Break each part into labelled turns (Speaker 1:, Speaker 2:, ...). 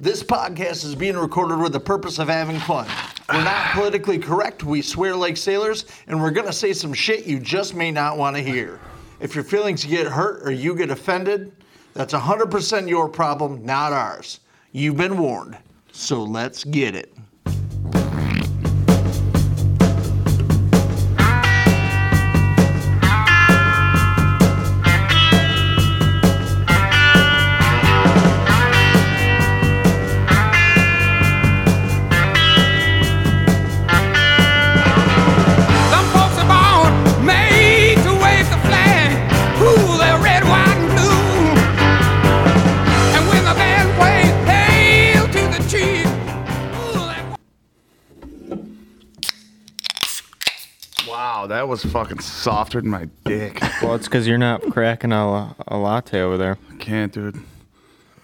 Speaker 1: This podcast is being recorded with the purpose of having fun. We're not politically correct, we swear like sailors, and we're going to say some shit you just may not want to hear. If your feelings get hurt or you get offended, that's 100% your problem, not ours. You've been warned. So let's get it.
Speaker 2: Some folks are born made to wave the flag, ooh, they're red, white, and blue. And when the band plays "Hail to the Chief," ooh, that
Speaker 3: Wow, that was fucking softer than my dick.
Speaker 4: Well, it's because you're not cracking a, la- a latte over there.
Speaker 3: Can't, dude.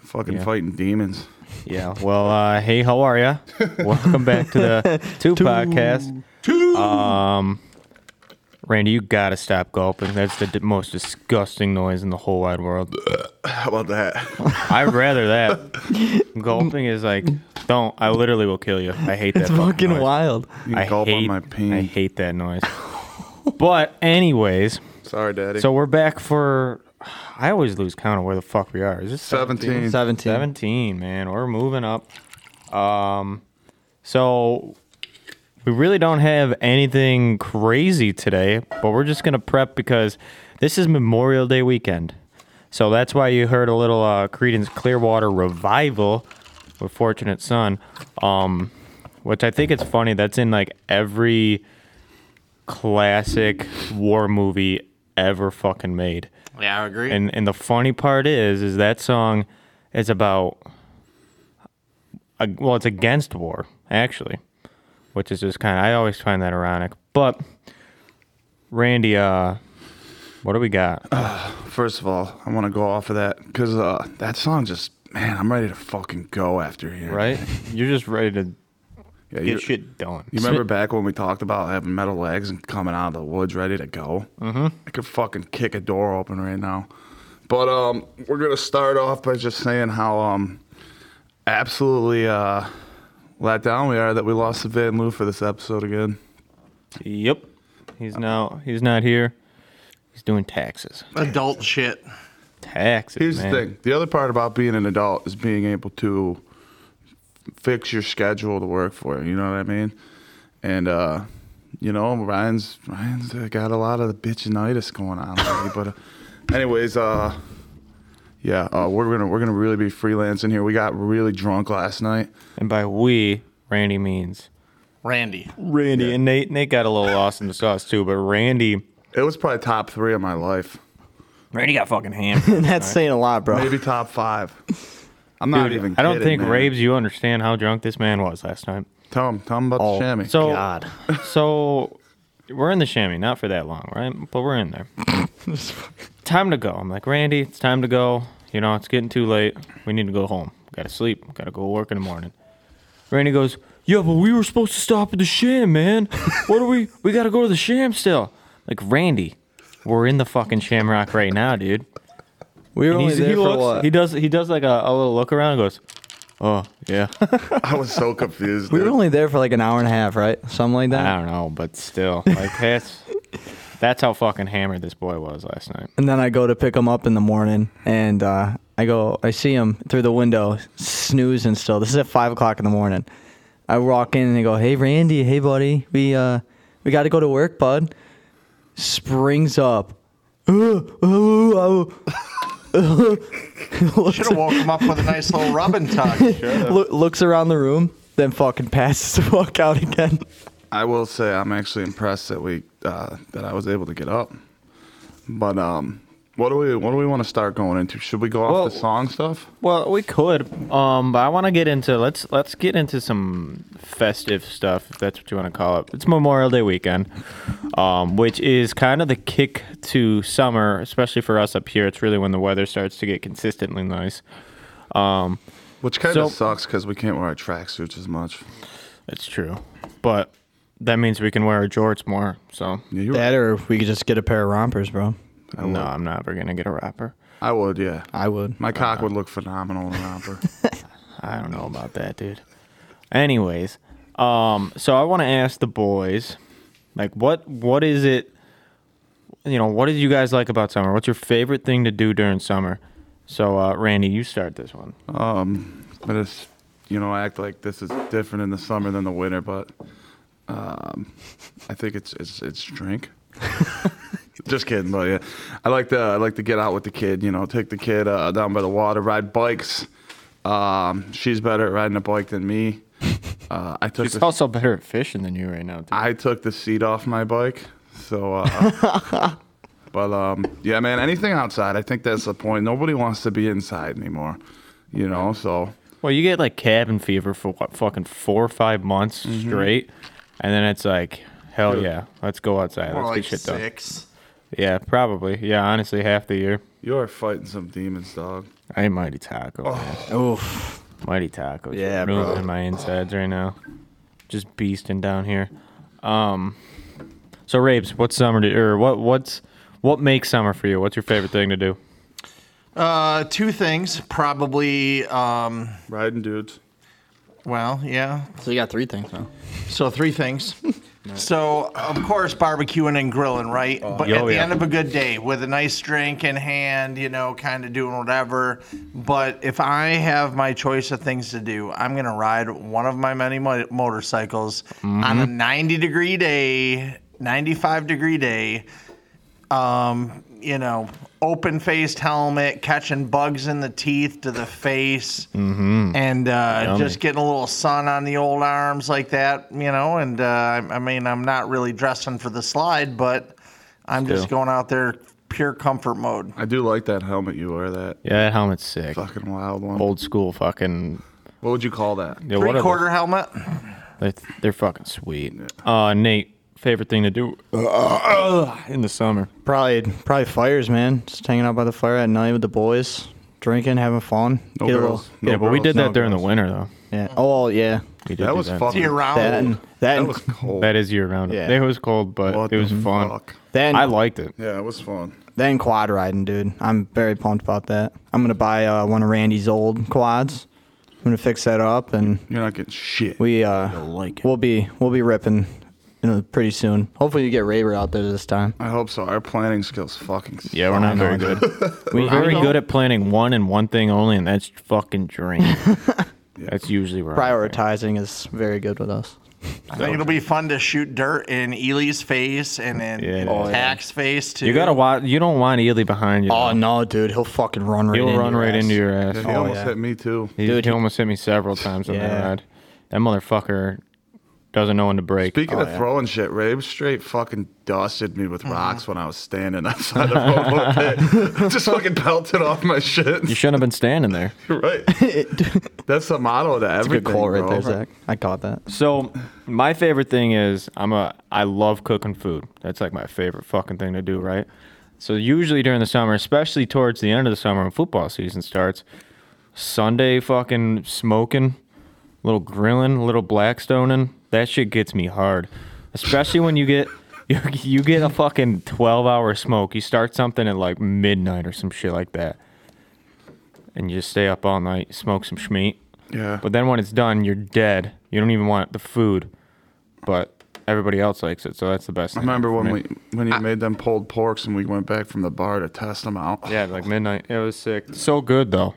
Speaker 3: Fucking
Speaker 4: Yeah.
Speaker 3: fighting demons.
Speaker 4: Yeah. Well, uh, hey, how are ya? Welcome back to the Two, Podcast. Um, Randy, you gotta stop gulping. That's the d- most disgusting noise in the whole wide world.
Speaker 3: How about that?
Speaker 4: I'd rather that. gulping is like, don't. I literally will kill you. I hate
Speaker 5: It's
Speaker 4: that.
Speaker 5: fucking
Speaker 4: noise.
Speaker 5: wild.
Speaker 3: You
Speaker 4: I
Speaker 3: gulp
Speaker 4: hate,
Speaker 3: on my pee.
Speaker 4: I hate that noise. but anyways,
Speaker 3: Sorry, Daddy.
Speaker 4: so we're back for. I always lose count of where the fuck we are. Is this
Speaker 3: 17.
Speaker 5: 17.
Speaker 4: 17 man we're moving up um so we really don't have anything crazy today but we're just gonna prep because this is memorial day weekend so that's why you heard a little uh credence clearwater revival with fortunate son um which i think it's funny that's in like every classic war movie ever fucking made
Speaker 1: Yeah, I agree.
Speaker 4: and and the funny part is, is that song is about, uh, well, it's against war actually, which is just kind of I always find that ironic. But Randy, uh, what do we got?
Speaker 3: First of all, I want to go off of that because uh, that song just, man, I'm ready to fucking go after here.
Speaker 4: Right, you're just ready to
Speaker 3: Yeah, you,
Speaker 4: get shit done.
Speaker 3: you remember back when we talked about having metal legs and coming out of the woods ready to go? Mm-hmm. I could fucking kick a door open right now. But um, we're gonna start off by just saying how um, absolutely uh, let down we are that we lost to Van Lou for this episode again.
Speaker 4: Yep, he's now he's not here. He's doing taxes.
Speaker 1: Adult shit.
Speaker 4: Taxes.
Speaker 3: Here's
Speaker 4: man.
Speaker 3: the thing: the other part about being an adult is being able to fix your schedule to work for you. You know what I mean? And uh, you know, Ryan's Ryan's uh, got a lot of the bitchinitis going on lately. but uh, anyways, uh, yeah, uh, we're gonna we're gonna really be freelancing here. We got really drunk last night.
Speaker 4: And by we, Randy means
Speaker 1: Randy.
Speaker 4: Randy and Nate. Nate got a little lost in the sauce too, but Randy.
Speaker 3: It was probably top three of my life,
Speaker 4: Randy got fucking hammered.
Speaker 5: That's saying a lot, bro.
Speaker 3: maybe top five. I'm not even.
Speaker 4: I don't
Speaker 3: kidding,
Speaker 4: think
Speaker 3: man.
Speaker 4: Rabes, you understand how drunk this man was last time.
Speaker 3: Tell him, tell him about the chamois.
Speaker 4: Oh. So, so we're in the chamois, not for that long, right? But we're in there. time to go. I'm like, Randy, it's time to go. You know, it's getting too late. We need to go home. Gotta sleep. Gotta go work in the morning. Randy goes, Yeah, but we were supposed to stop at the sham, man. What are we? We gotta go to the sham still. Like, Randy, we're in the fucking shamrock right now, dude.
Speaker 5: we were
Speaker 4: And
Speaker 5: only
Speaker 4: he's-
Speaker 5: there
Speaker 4: he
Speaker 5: for
Speaker 4: looks,
Speaker 5: what?
Speaker 4: he does, he does like a, a little look around and goes, Oh, yeah.
Speaker 3: I was so confused.
Speaker 5: we
Speaker 3: dude.
Speaker 5: were only there for like an hour and a half, right? Something like
Speaker 4: I
Speaker 5: that.
Speaker 4: don't know, but still, like that's that's how fucking hammered this boy was last night.
Speaker 5: And then I go to pick him up in the morning, and uh, I go, I see him through the window snoozing still. This is at five o'clock in the morning. I walk in and they go, "Hey, Randy, hey, buddy, we uh, we got to go to work, bud." Springs up. Ooh, ooh, ooh, ooh.
Speaker 1: Should have woke him up with a nice little rub and tug.
Speaker 5: Loo- looks around the room, then fucking passes the fuck out again.
Speaker 3: I will say I'm actually impressed that we uh, that I was able to get up. But um, what do we what do we want to start going into? Should we go off
Speaker 4: Well-
Speaker 3: the song stuff?
Speaker 4: Well, we could, um, but I want to get into let's let's get into some festive stuff. If that's what you want to call it. It's Memorial Day weekend, um, which is kind of the kick to summer, especially for us up here. It's really when the weather starts to get consistently nice. Um,
Speaker 3: Which kind
Speaker 4: So-
Speaker 3: of sucks because we can't wear our tracksuits as much.
Speaker 4: it's true, but that means we can wear our jorts more. So
Speaker 3: Yeah, you
Speaker 5: That or we could just get a pair of rompers, bro.
Speaker 4: no, I'm not ever gonna get a rapper.
Speaker 3: I would, yeah.
Speaker 5: I would.
Speaker 4: Uh,
Speaker 3: My cock would look phenomenal in a romper.
Speaker 4: I don't know about that, dude. Anyways, um, so I want to ask the boys, like, what what is it? You know, what did you guys like about summer? What's your favorite thing to do during summer? So, uh, Randy, you start this one.
Speaker 3: Um, I just, you know, act like this is different in the summer than the winter, but um, I think it's it's it's drink. just kidding, but yeah, I like to I like to get out with the kid. You know, take the kid uh, down by the water, ride bikes. Um, she's better at riding a bike than me. Uh, I took
Speaker 4: He's
Speaker 3: the,
Speaker 4: also better at fishing than you right now, dude.
Speaker 3: I took the seat off my bike, so. Uh, But um, yeah, man, anything outside, I think that's the point. Nobody wants to be inside anymore, you know. So
Speaker 4: Well, you get like cabin fever for what, fucking four or five months straight, and then it's like, hell yeah, let's go outside,
Speaker 1: More
Speaker 4: let's
Speaker 1: like
Speaker 4: get shit done.
Speaker 1: six.
Speaker 4: Yeah, probably. Yeah, honestly, half the year.
Speaker 3: You're fighting some demons, dog.
Speaker 4: I ate Mighty Taco.
Speaker 1: Oh,
Speaker 4: man.
Speaker 5: Oof.
Speaker 4: Mighty Taco.
Speaker 5: Yeah, bro.
Speaker 4: ruining my insides right now. Just beasting down here. Um, so Rapes, what's summer to, or what what's what makes summer for you? What's your favorite thing to do?
Speaker 1: Uh, two things probably. Um,
Speaker 3: Riding dudes.
Speaker 1: well, yeah.
Speaker 5: So you got three things now.
Speaker 1: So three things. So of course barbecuing and grilling, right? but
Speaker 4: yeah.
Speaker 1: at
Speaker 4: Oh,
Speaker 1: the
Speaker 4: yeah.
Speaker 1: end of a good day with a nice drink in hand, you know, kind of doing whatever. But if I have my choice of things to do, I'm gonna ride one of my many mo- motorcycles on a
Speaker 4: Mm-hmm.
Speaker 1: 90 degree day, 95 degree day. Um, you know, open faced helmet, catching bugs in the teeth to the face and uh, just getting a little sun on the old arms like that, you know. And uh, I I mean, I'm not really dressing for the slide, but I'm just going out there pure comfort mode.
Speaker 3: I do like that helmet you wear. That
Speaker 4: Yeah, that helmet's sick.
Speaker 3: fucking wild one.
Speaker 4: Old school fucking.
Speaker 3: What would you call that?
Speaker 4: Yeah, what are
Speaker 1: Three
Speaker 4: they?
Speaker 1: quarter helmet.
Speaker 4: They're, they're fucking sweet. Uh, Nate, favorite thing to do in the summer?
Speaker 5: Probably probably fires, man. Just hanging out by the fire at night with the boys, drinking, having fun.
Speaker 3: No
Speaker 5: Get a little-
Speaker 3: girls. No
Speaker 4: yeah, but we
Speaker 3: girls,
Speaker 4: did
Speaker 3: no
Speaker 4: that during
Speaker 3: girls.
Speaker 4: the winter though.
Speaker 5: yeah. Oh well, yeah.
Speaker 4: We did
Speaker 3: That
Speaker 4: do
Speaker 3: was
Speaker 4: Mm, that.
Speaker 3: fucking.
Speaker 1: Year round.
Speaker 5: That and that
Speaker 3: That
Speaker 5: and,
Speaker 3: was cold.
Speaker 4: That is year round.
Speaker 5: Yeah.
Speaker 4: It was cold, but
Speaker 3: What
Speaker 4: it was
Speaker 3: the
Speaker 4: fun.
Speaker 3: fuck?
Speaker 5: that and,
Speaker 4: I liked it.
Speaker 3: Yeah, it was fun.
Speaker 5: that and quad riding, dude. I'm very pumped about that. I'm gonna buy uh, one of Randy's old quads. I'm gonna fix that up, and
Speaker 3: You're not getting shit.
Speaker 5: we uh
Speaker 4: like it.
Speaker 5: we'll be we'll be ripping, you know, pretty soon. Hopefully, you get Raver out there this time.
Speaker 3: I hope so. Our planning skills fucking. suck.
Speaker 4: Yeah, we're not very good. We're very good at planning one and one thing only, and that's fucking drink. That's usually where I'm at.
Speaker 5: Prioritizing is very good with us.
Speaker 1: I think it'll be fun to shoot dirt in Ely's face and in,
Speaker 4: Yeah,
Speaker 1: in
Speaker 4: it is.
Speaker 1: Tack's face too.
Speaker 4: You gotta watch. You don't want Ely behind you.
Speaker 5: Oh
Speaker 4: though.
Speaker 5: no, dude, he'll fucking run right.
Speaker 4: He'll
Speaker 5: into
Speaker 4: run
Speaker 5: your
Speaker 4: right
Speaker 5: ass.
Speaker 4: into your ass.
Speaker 3: He
Speaker 5: Oh,
Speaker 3: almost
Speaker 5: yeah.
Speaker 3: hit me too.
Speaker 4: He,
Speaker 5: Dude,
Speaker 4: he
Speaker 5: he-
Speaker 4: almost hit me several times on that
Speaker 5: Yeah.
Speaker 4: ride. That motherfucker doesn't know when to break.
Speaker 3: Speaking of throwing shit, Rabe straight fucking dusted me
Speaker 4: Uh-huh.
Speaker 3: with rocks when I was standing outside the road. one day. Just fucking pelted off my shit.
Speaker 4: you shouldn't have been standing there.
Speaker 3: You're right. That's the motto to everything.
Speaker 5: Good call right
Speaker 3: bro.
Speaker 5: there, Zach. I caught that.
Speaker 4: So my favorite thing is I'm a I love cooking food. That's like my favorite fucking thing to do, right? So usually during the summer, especially towards the end of the summer when football season starts, Sunday fucking smoking, little grilling, little blackstoning, that shit gets me hard. Especially when you get you, you get a fucking 12-hour smoke. You start something at like midnight or some shit like that. And you just stay up all night, smoke some schmeat.
Speaker 3: Yeah.
Speaker 4: But then when it's done, you're dead. You don't even want the food, but everybody else likes it, so that's the best.
Speaker 3: I
Speaker 4: thing
Speaker 3: remember
Speaker 4: for
Speaker 3: when
Speaker 4: me.
Speaker 3: we when you made them pulled porks and we went back from the bar to test them out.
Speaker 4: yeah, like midnight. It was sick. So good though.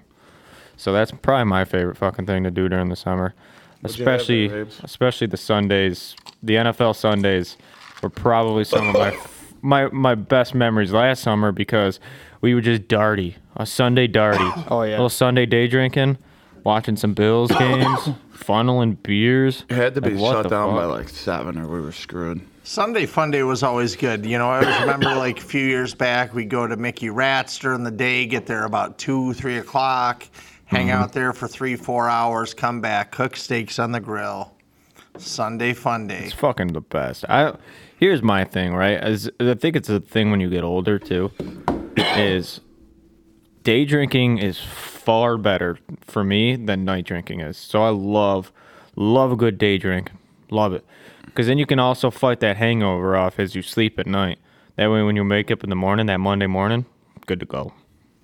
Speaker 4: So that's probably my favorite fucking thing to do during the summer,
Speaker 3: you have
Speaker 4: especially
Speaker 3: there, Abes?
Speaker 4: especially the Sundays. The NFL Sundays were probably some of my my my best memories last summer because we were just darty a Sunday darty.
Speaker 5: Oh, yeah.
Speaker 4: little Sunday day drinking, watching some Bills games, funneling beers.
Speaker 3: It had to be
Speaker 4: Like, what
Speaker 3: shut
Speaker 4: the
Speaker 3: down by
Speaker 4: fuck?
Speaker 3: like seven, or we were screwed.
Speaker 1: Sunday fun day was always good. You know, I always remember like a few years back, we'd go to Mickey Rat's during the day, get there about two, three o'clock, hang
Speaker 4: Mm-hmm.
Speaker 1: out there for three, four hours, come back, cook steaks on the grill. Sunday fun day.
Speaker 4: It's fucking the best. I here's my thing, right? As I think it's a thing when you get older too, is day drinking is far better for me than night drinking is. So I love love a good day drink, love it, because then you can also fight that hangover off as you sleep at night. That way, when you wake up in the morning, that Monday morning, good to go,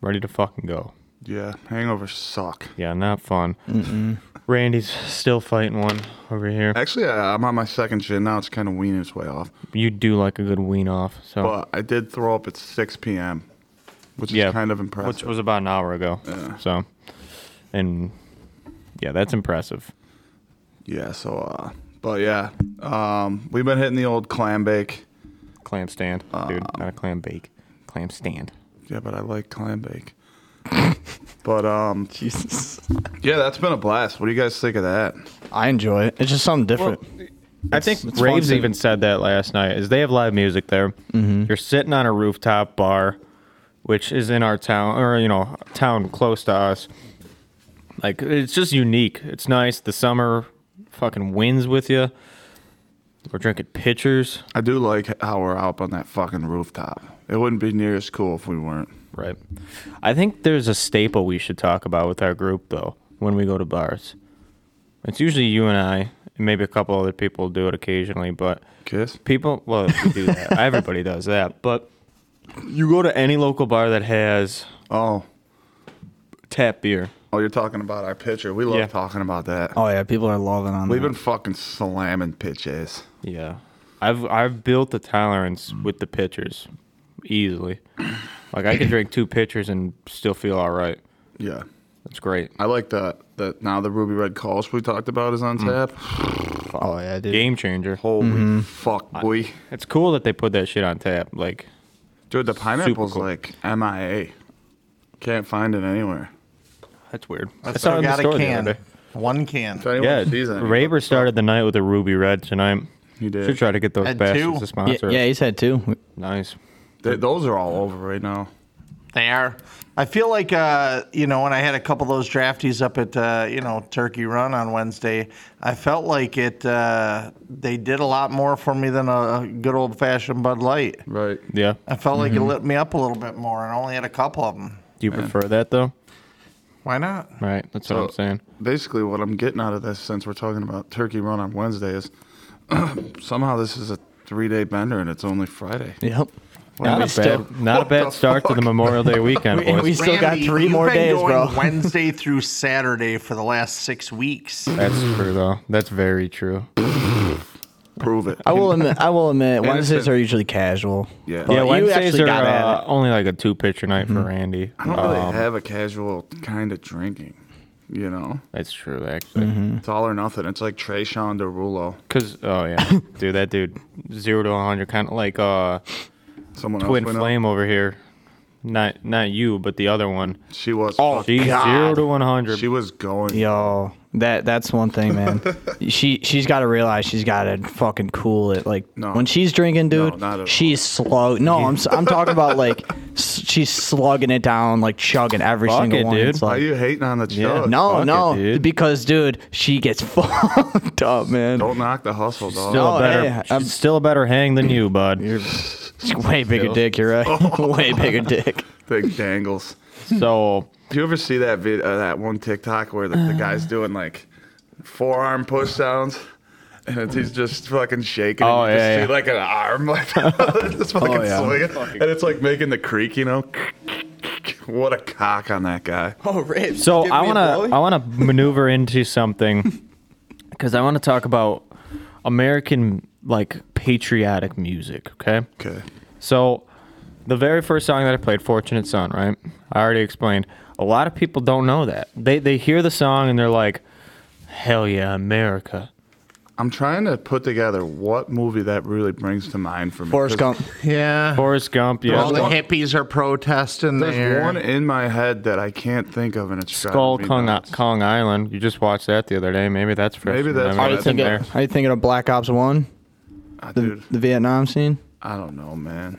Speaker 4: ready to fucking go.
Speaker 3: Yeah, hangovers suck.
Speaker 4: Yeah, not fun. Randy's still fighting one over here.
Speaker 3: Actually, I, I'm on my second shit now. It's kind of weaning its way off.
Speaker 4: You do like a good wean off. So
Speaker 3: But I did throw up at 6 p.m., which
Speaker 4: yeah,
Speaker 3: is kind of impressive.
Speaker 4: Which was about an hour ago. So, and yeah, that's impressive.
Speaker 3: yeah, so, uh, but yeah, um, we've been hitting the old clam bake.
Speaker 4: Clam stand, dude,
Speaker 3: Um,
Speaker 4: not a clam bake, clam stand.
Speaker 3: Yeah, but I like clam bake. but um,
Speaker 5: Jesus.
Speaker 3: yeah, that's been a blast. What do you guys think of that?
Speaker 5: I enjoy it. It's just something different.
Speaker 4: I think
Speaker 5: it's
Speaker 4: Raves
Speaker 5: fun to-
Speaker 4: even said that last night. Is they have live music there.
Speaker 3: Mm-hmm.
Speaker 4: You're sitting on a rooftop bar, which is in our town, or you know, town close to us. Like it's just unique. It's nice. The summer fucking winds with you. We're drinking pitchers,
Speaker 3: I do like how we're up on that fucking rooftop. It wouldn't be near as cool if we weren't.
Speaker 4: right? I think there's a staple we should talk about with our group though when we go to bars. It's usually you and I, and maybe a couple other people do it occasionally, but
Speaker 3: Kiss?
Speaker 4: People, well, we do that. Everybody does that. But you go to any local bar that has
Speaker 3: Oh,
Speaker 4: tap beer.
Speaker 3: oh, you're talking about our pitcher. We love
Speaker 4: Yeah.
Speaker 3: talking about that.
Speaker 5: Oh yeah, people are loving on
Speaker 3: We've
Speaker 5: that.
Speaker 3: been fucking slamming pitches.
Speaker 4: Yeah, I've I've built a tolerance with the pitchers easily. Like I can drink two pitchers and still feel all right.
Speaker 3: Yeah.
Speaker 4: That's great.
Speaker 3: I like that. That now the ruby red Kolsch we talked about is on tap.
Speaker 5: Oh yeah, dude.
Speaker 4: Game changer.
Speaker 3: Holy fuck, boy!
Speaker 4: It's cool that they put that shit on tap. Like,
Speaker 3: Dude, the pineapple's
Speaker 4: cool.
Speaker 3: like MIA. Can't find it anywhere.
Speaker 4: that's weird.
Speaker 1: I
Speaker 4: saw it
Speaker 1: still
Speaker 4: in the
Speaker 1: got a
Speaker 4: store the other
Speaker 1: can.
Speaker 4: day.
Speaker 1: One can.
Speaker 3: If anyone
Speaker 4: Yeah,
Speaker 3: sees any,
Speaker 4: Raber started the night with a ruby red tonight.
Speaker 3: He did.
Speaker 4: Should try to get those
Speaker 1: Had
Speaker 4: bastards
Speaker 1: two.
Speaker 4: to
Speaker 5: Yeah,
Speaker 4: sponsor. us.
Speaker 5: yeah, he's had two.
Speaker 4: nice.
Speaker 3: They, those are all over right now.
Speaker 1: They are. I feel like uh, you know when I had a couple of those draftees up at uh, you know Turkey Run on Wednesday, I felt like it. Uh, they did a lot more for me than a good old fashioned Bud Light.
Speaker 3: Right.
Speaker 4: Yeah.
Speaker 1: I felt like it lit me up a little bit more, and I only had a couple of them.
Speaker 4: Do you prefer that though?
Speaker 1: Why not?
Speaker 4: Right. That's what I'm saying.
Speaker 3: Basically, what I'm getting out of this, since we're talking about Turkey Run on Wednesday, is somehow this is a three-day bender and it's only Friday.
Speaker 5: Yep.
Speaker 4: Not
Speaker 5: we
Speaker 4: a bad,
Speaker 5: still-
Speaker 4: not a bad start to the Memorial Day weekend,
Speaker 5: and
Speaker 4: boys.
Speaker 5: we still got
Speaker 1: Randy,
Speaker 5: three
Speaker 1: you've
Speaker 5: more
Speaker 1: been
Speaker 5: days,
Speaker 1: going
Speaker 5: bro.
Speaker 1: Wednesday through Saturday for the last six weeks.
Speaker 4: That's true, though. That's very true.
Speaker 3: Prove it.
Speaker 5: I will admit. I will admit.
Speaker 3: it's
Speaker 5: Wednesdays
Speaker 3: been-
Speaker 5: are usually casual.
Speaker 3: Yeah.
Speaker 5: But
Speaker 4: yeah,
Speaker 5: you
Speaker 4: Wednesdays
Speaker 5: actually
Speaker 4: are Mm-hmm.
Speaker 5: got at
Speaker 4: uh,
Speaker 5: it.
Speaker 4: only like a two pitcher night for Randy.
Speaker 3: I don't really
Speaker 4: Um,
Speaker 3: have a casual kind of drinking. You know,
Speaker 4: That's true, actually.
Speaker 3: it's all or nothing. It's like Trayshawn Derulo.
Speaker 4: Cause oh yeah, dude, that dude zero to hundred, kind of like uh
Speaker 3: Someone
Speaker 4: Twin
Speaker 3: else. we know.
Speaker 4: Flame over here. Not not you, but the other one.
Speaker 3: She was. fuck-
Speaker 4: she's zero to one hundred.
Speaker 3: Oh, She was going.
Speaker 5: Yo, that that's one thing, man. she she's got to realize she's got to fucking cool it. Like
Speaker 3: No.
Speaker 5: when she's drinking,
Speaker 3: No,
Speaker 5: dude,
Speaker 3: not at all.
Speaker 5: she's slow. No, I'm s- I'm talking about like s- she's slugging it down, like chugging every
Speaker 4: Fuck
Speaker 5: single
Speaker 4: it,
Speaker 5: one.
Speaker 4: dude.
Speaker 5: It's
Speaker 3: Why are
Speaker 5: like,
Speaker 3: you hating on the
Speaker 4: Yeah.
Speaker 3: chug?
Speaker 5: no,
Speaker 4: Fuck it,
Speaker 5: no,
Speaker 4: dude.
Speaker 5: because dude, she gets fucked up, man.
Speaker 3: Don't knock the hustle, dog.
Speaker 4: still
Speaker 5: Oh,
Speaker 4: a better,
Speaker 5: hey,
Speaker 4: she's
Speaker 5: I'm-
Speaker 4: still a better hang than you, bud.
Speaker 5: She's way bigger dick. You're right. way bigger dick.
Speaker 3: Big dangles.
Speaker 4: so
Speaker 3: Do you ever see that vid- uh, that one TikTok where the, the guy's doing like forearm push downs? And it's, he's just fucking shaking.
Speaker 4: Oh,
Speaker 3: and you
Speaker 4: yeah,
Speaker 3: just
Speaker 4: yeah. Oh,
Speaker 3: see like an arm like just fucking
Speaker 5: yeah.
Speaker 3: swinging. And it's like making the creak, you know? What a cock on that guy.
Speaker 5: Oh, ribs.
Speaker 4: So I want to I want to maneuver into something because I want to talk about American like patriotic music. Okay,
Speaker 3: Okay.
Speaker 4: so the very first song that I played, "Fortunate Son," right? I already explained. A lot of people don't know that they they hear the song and they're like, "Hell yeah, America!"
Speaker 3: I'm trying to put together what movie that really brings to mind for me.
Speaker 5: Forrest
Speaker 3: 'Cause
Speaker 5: Gump.
Speaker 1: Yeah.
Speaker 4: Forrest Gump,
Speaker 1: All the
Speaker 4: yeah,
Speaker 3: one-
Speaker 1: hippies are protesting
Speaker 3: There's
Speaker 1: there.
Speaker 3: one in my head that I can't think of, and it's
Speaker 4: Skull
Speaker 3: driving me
Speaker 4: Kong,
Speaker 3: nuts.
Speaker 4: Kong Island. You just watched that the other day. Maybe that's fresh.
Speaker 3: Maybe
Speaker 4: in
Speaker 3: that's
Speaker 4: memory.
Speaker 3: why
Speaker 5: Are you
Speaker 3: that's in
Speaker 4: in
Speaker 5: thinking?
Speaker 4: there.
Speaker 5: Are you thinking of Black Ops One,
Speaker 3: Ah,
Speaker 5: the
Speaker 3: dude,
Speaker 5: the Vietnam scene?
Speaker 3: I don't know, man.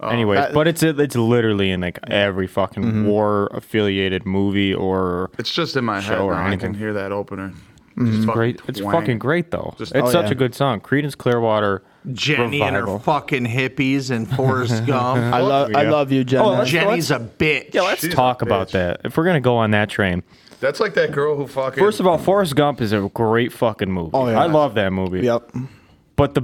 Speaker 3: Oh.
Speaker 4: Anyways,
Speaker 3: That-
Speaker 4: but it's it's literally in like every fucking war affiliated movie or
Speaker 3: Mm-hmm. It's just in my head.
Speaker 4: Show or
Speaker 3: now. I
Speaker 4: anything. Mm-hmm.
Speaker 3: can hear that opener. Just fucking
Speaker 4: great. It's
Speaker 3: twang.
Speaker 4: fucking great though.
Speaker 3: Just-
Speaker 4: it's
Speaker 3: oh,
Speaker 4: such
Speaker 5: yeah.
Speaker 4: a good song. Creedence Clearwater
Speaker 1: Jenny and
Speaker 4: Revival.
Speaker 1: her fucking hippies and Forrest Gump.
Speaker 5: I love I love you, Jenna.
Speaker 4: let's-
Speaker 1: Jenny's a bitch.
Speaker 4: Yeah, let's
Speaker 3: She's a
Speaker 4: talk about
Speaker 3: bitch.
Speaker 4: that. If we're gonna go on that train,
Speaker 3: That's like that girl who fucking.
Speaker 4: first of all, Forrest Gump is a great fucking movie.
Speaker 5: Oh, yeah.
Speaker 4: I love that movie.
Speaker 5: yep.
Speaker 4: But the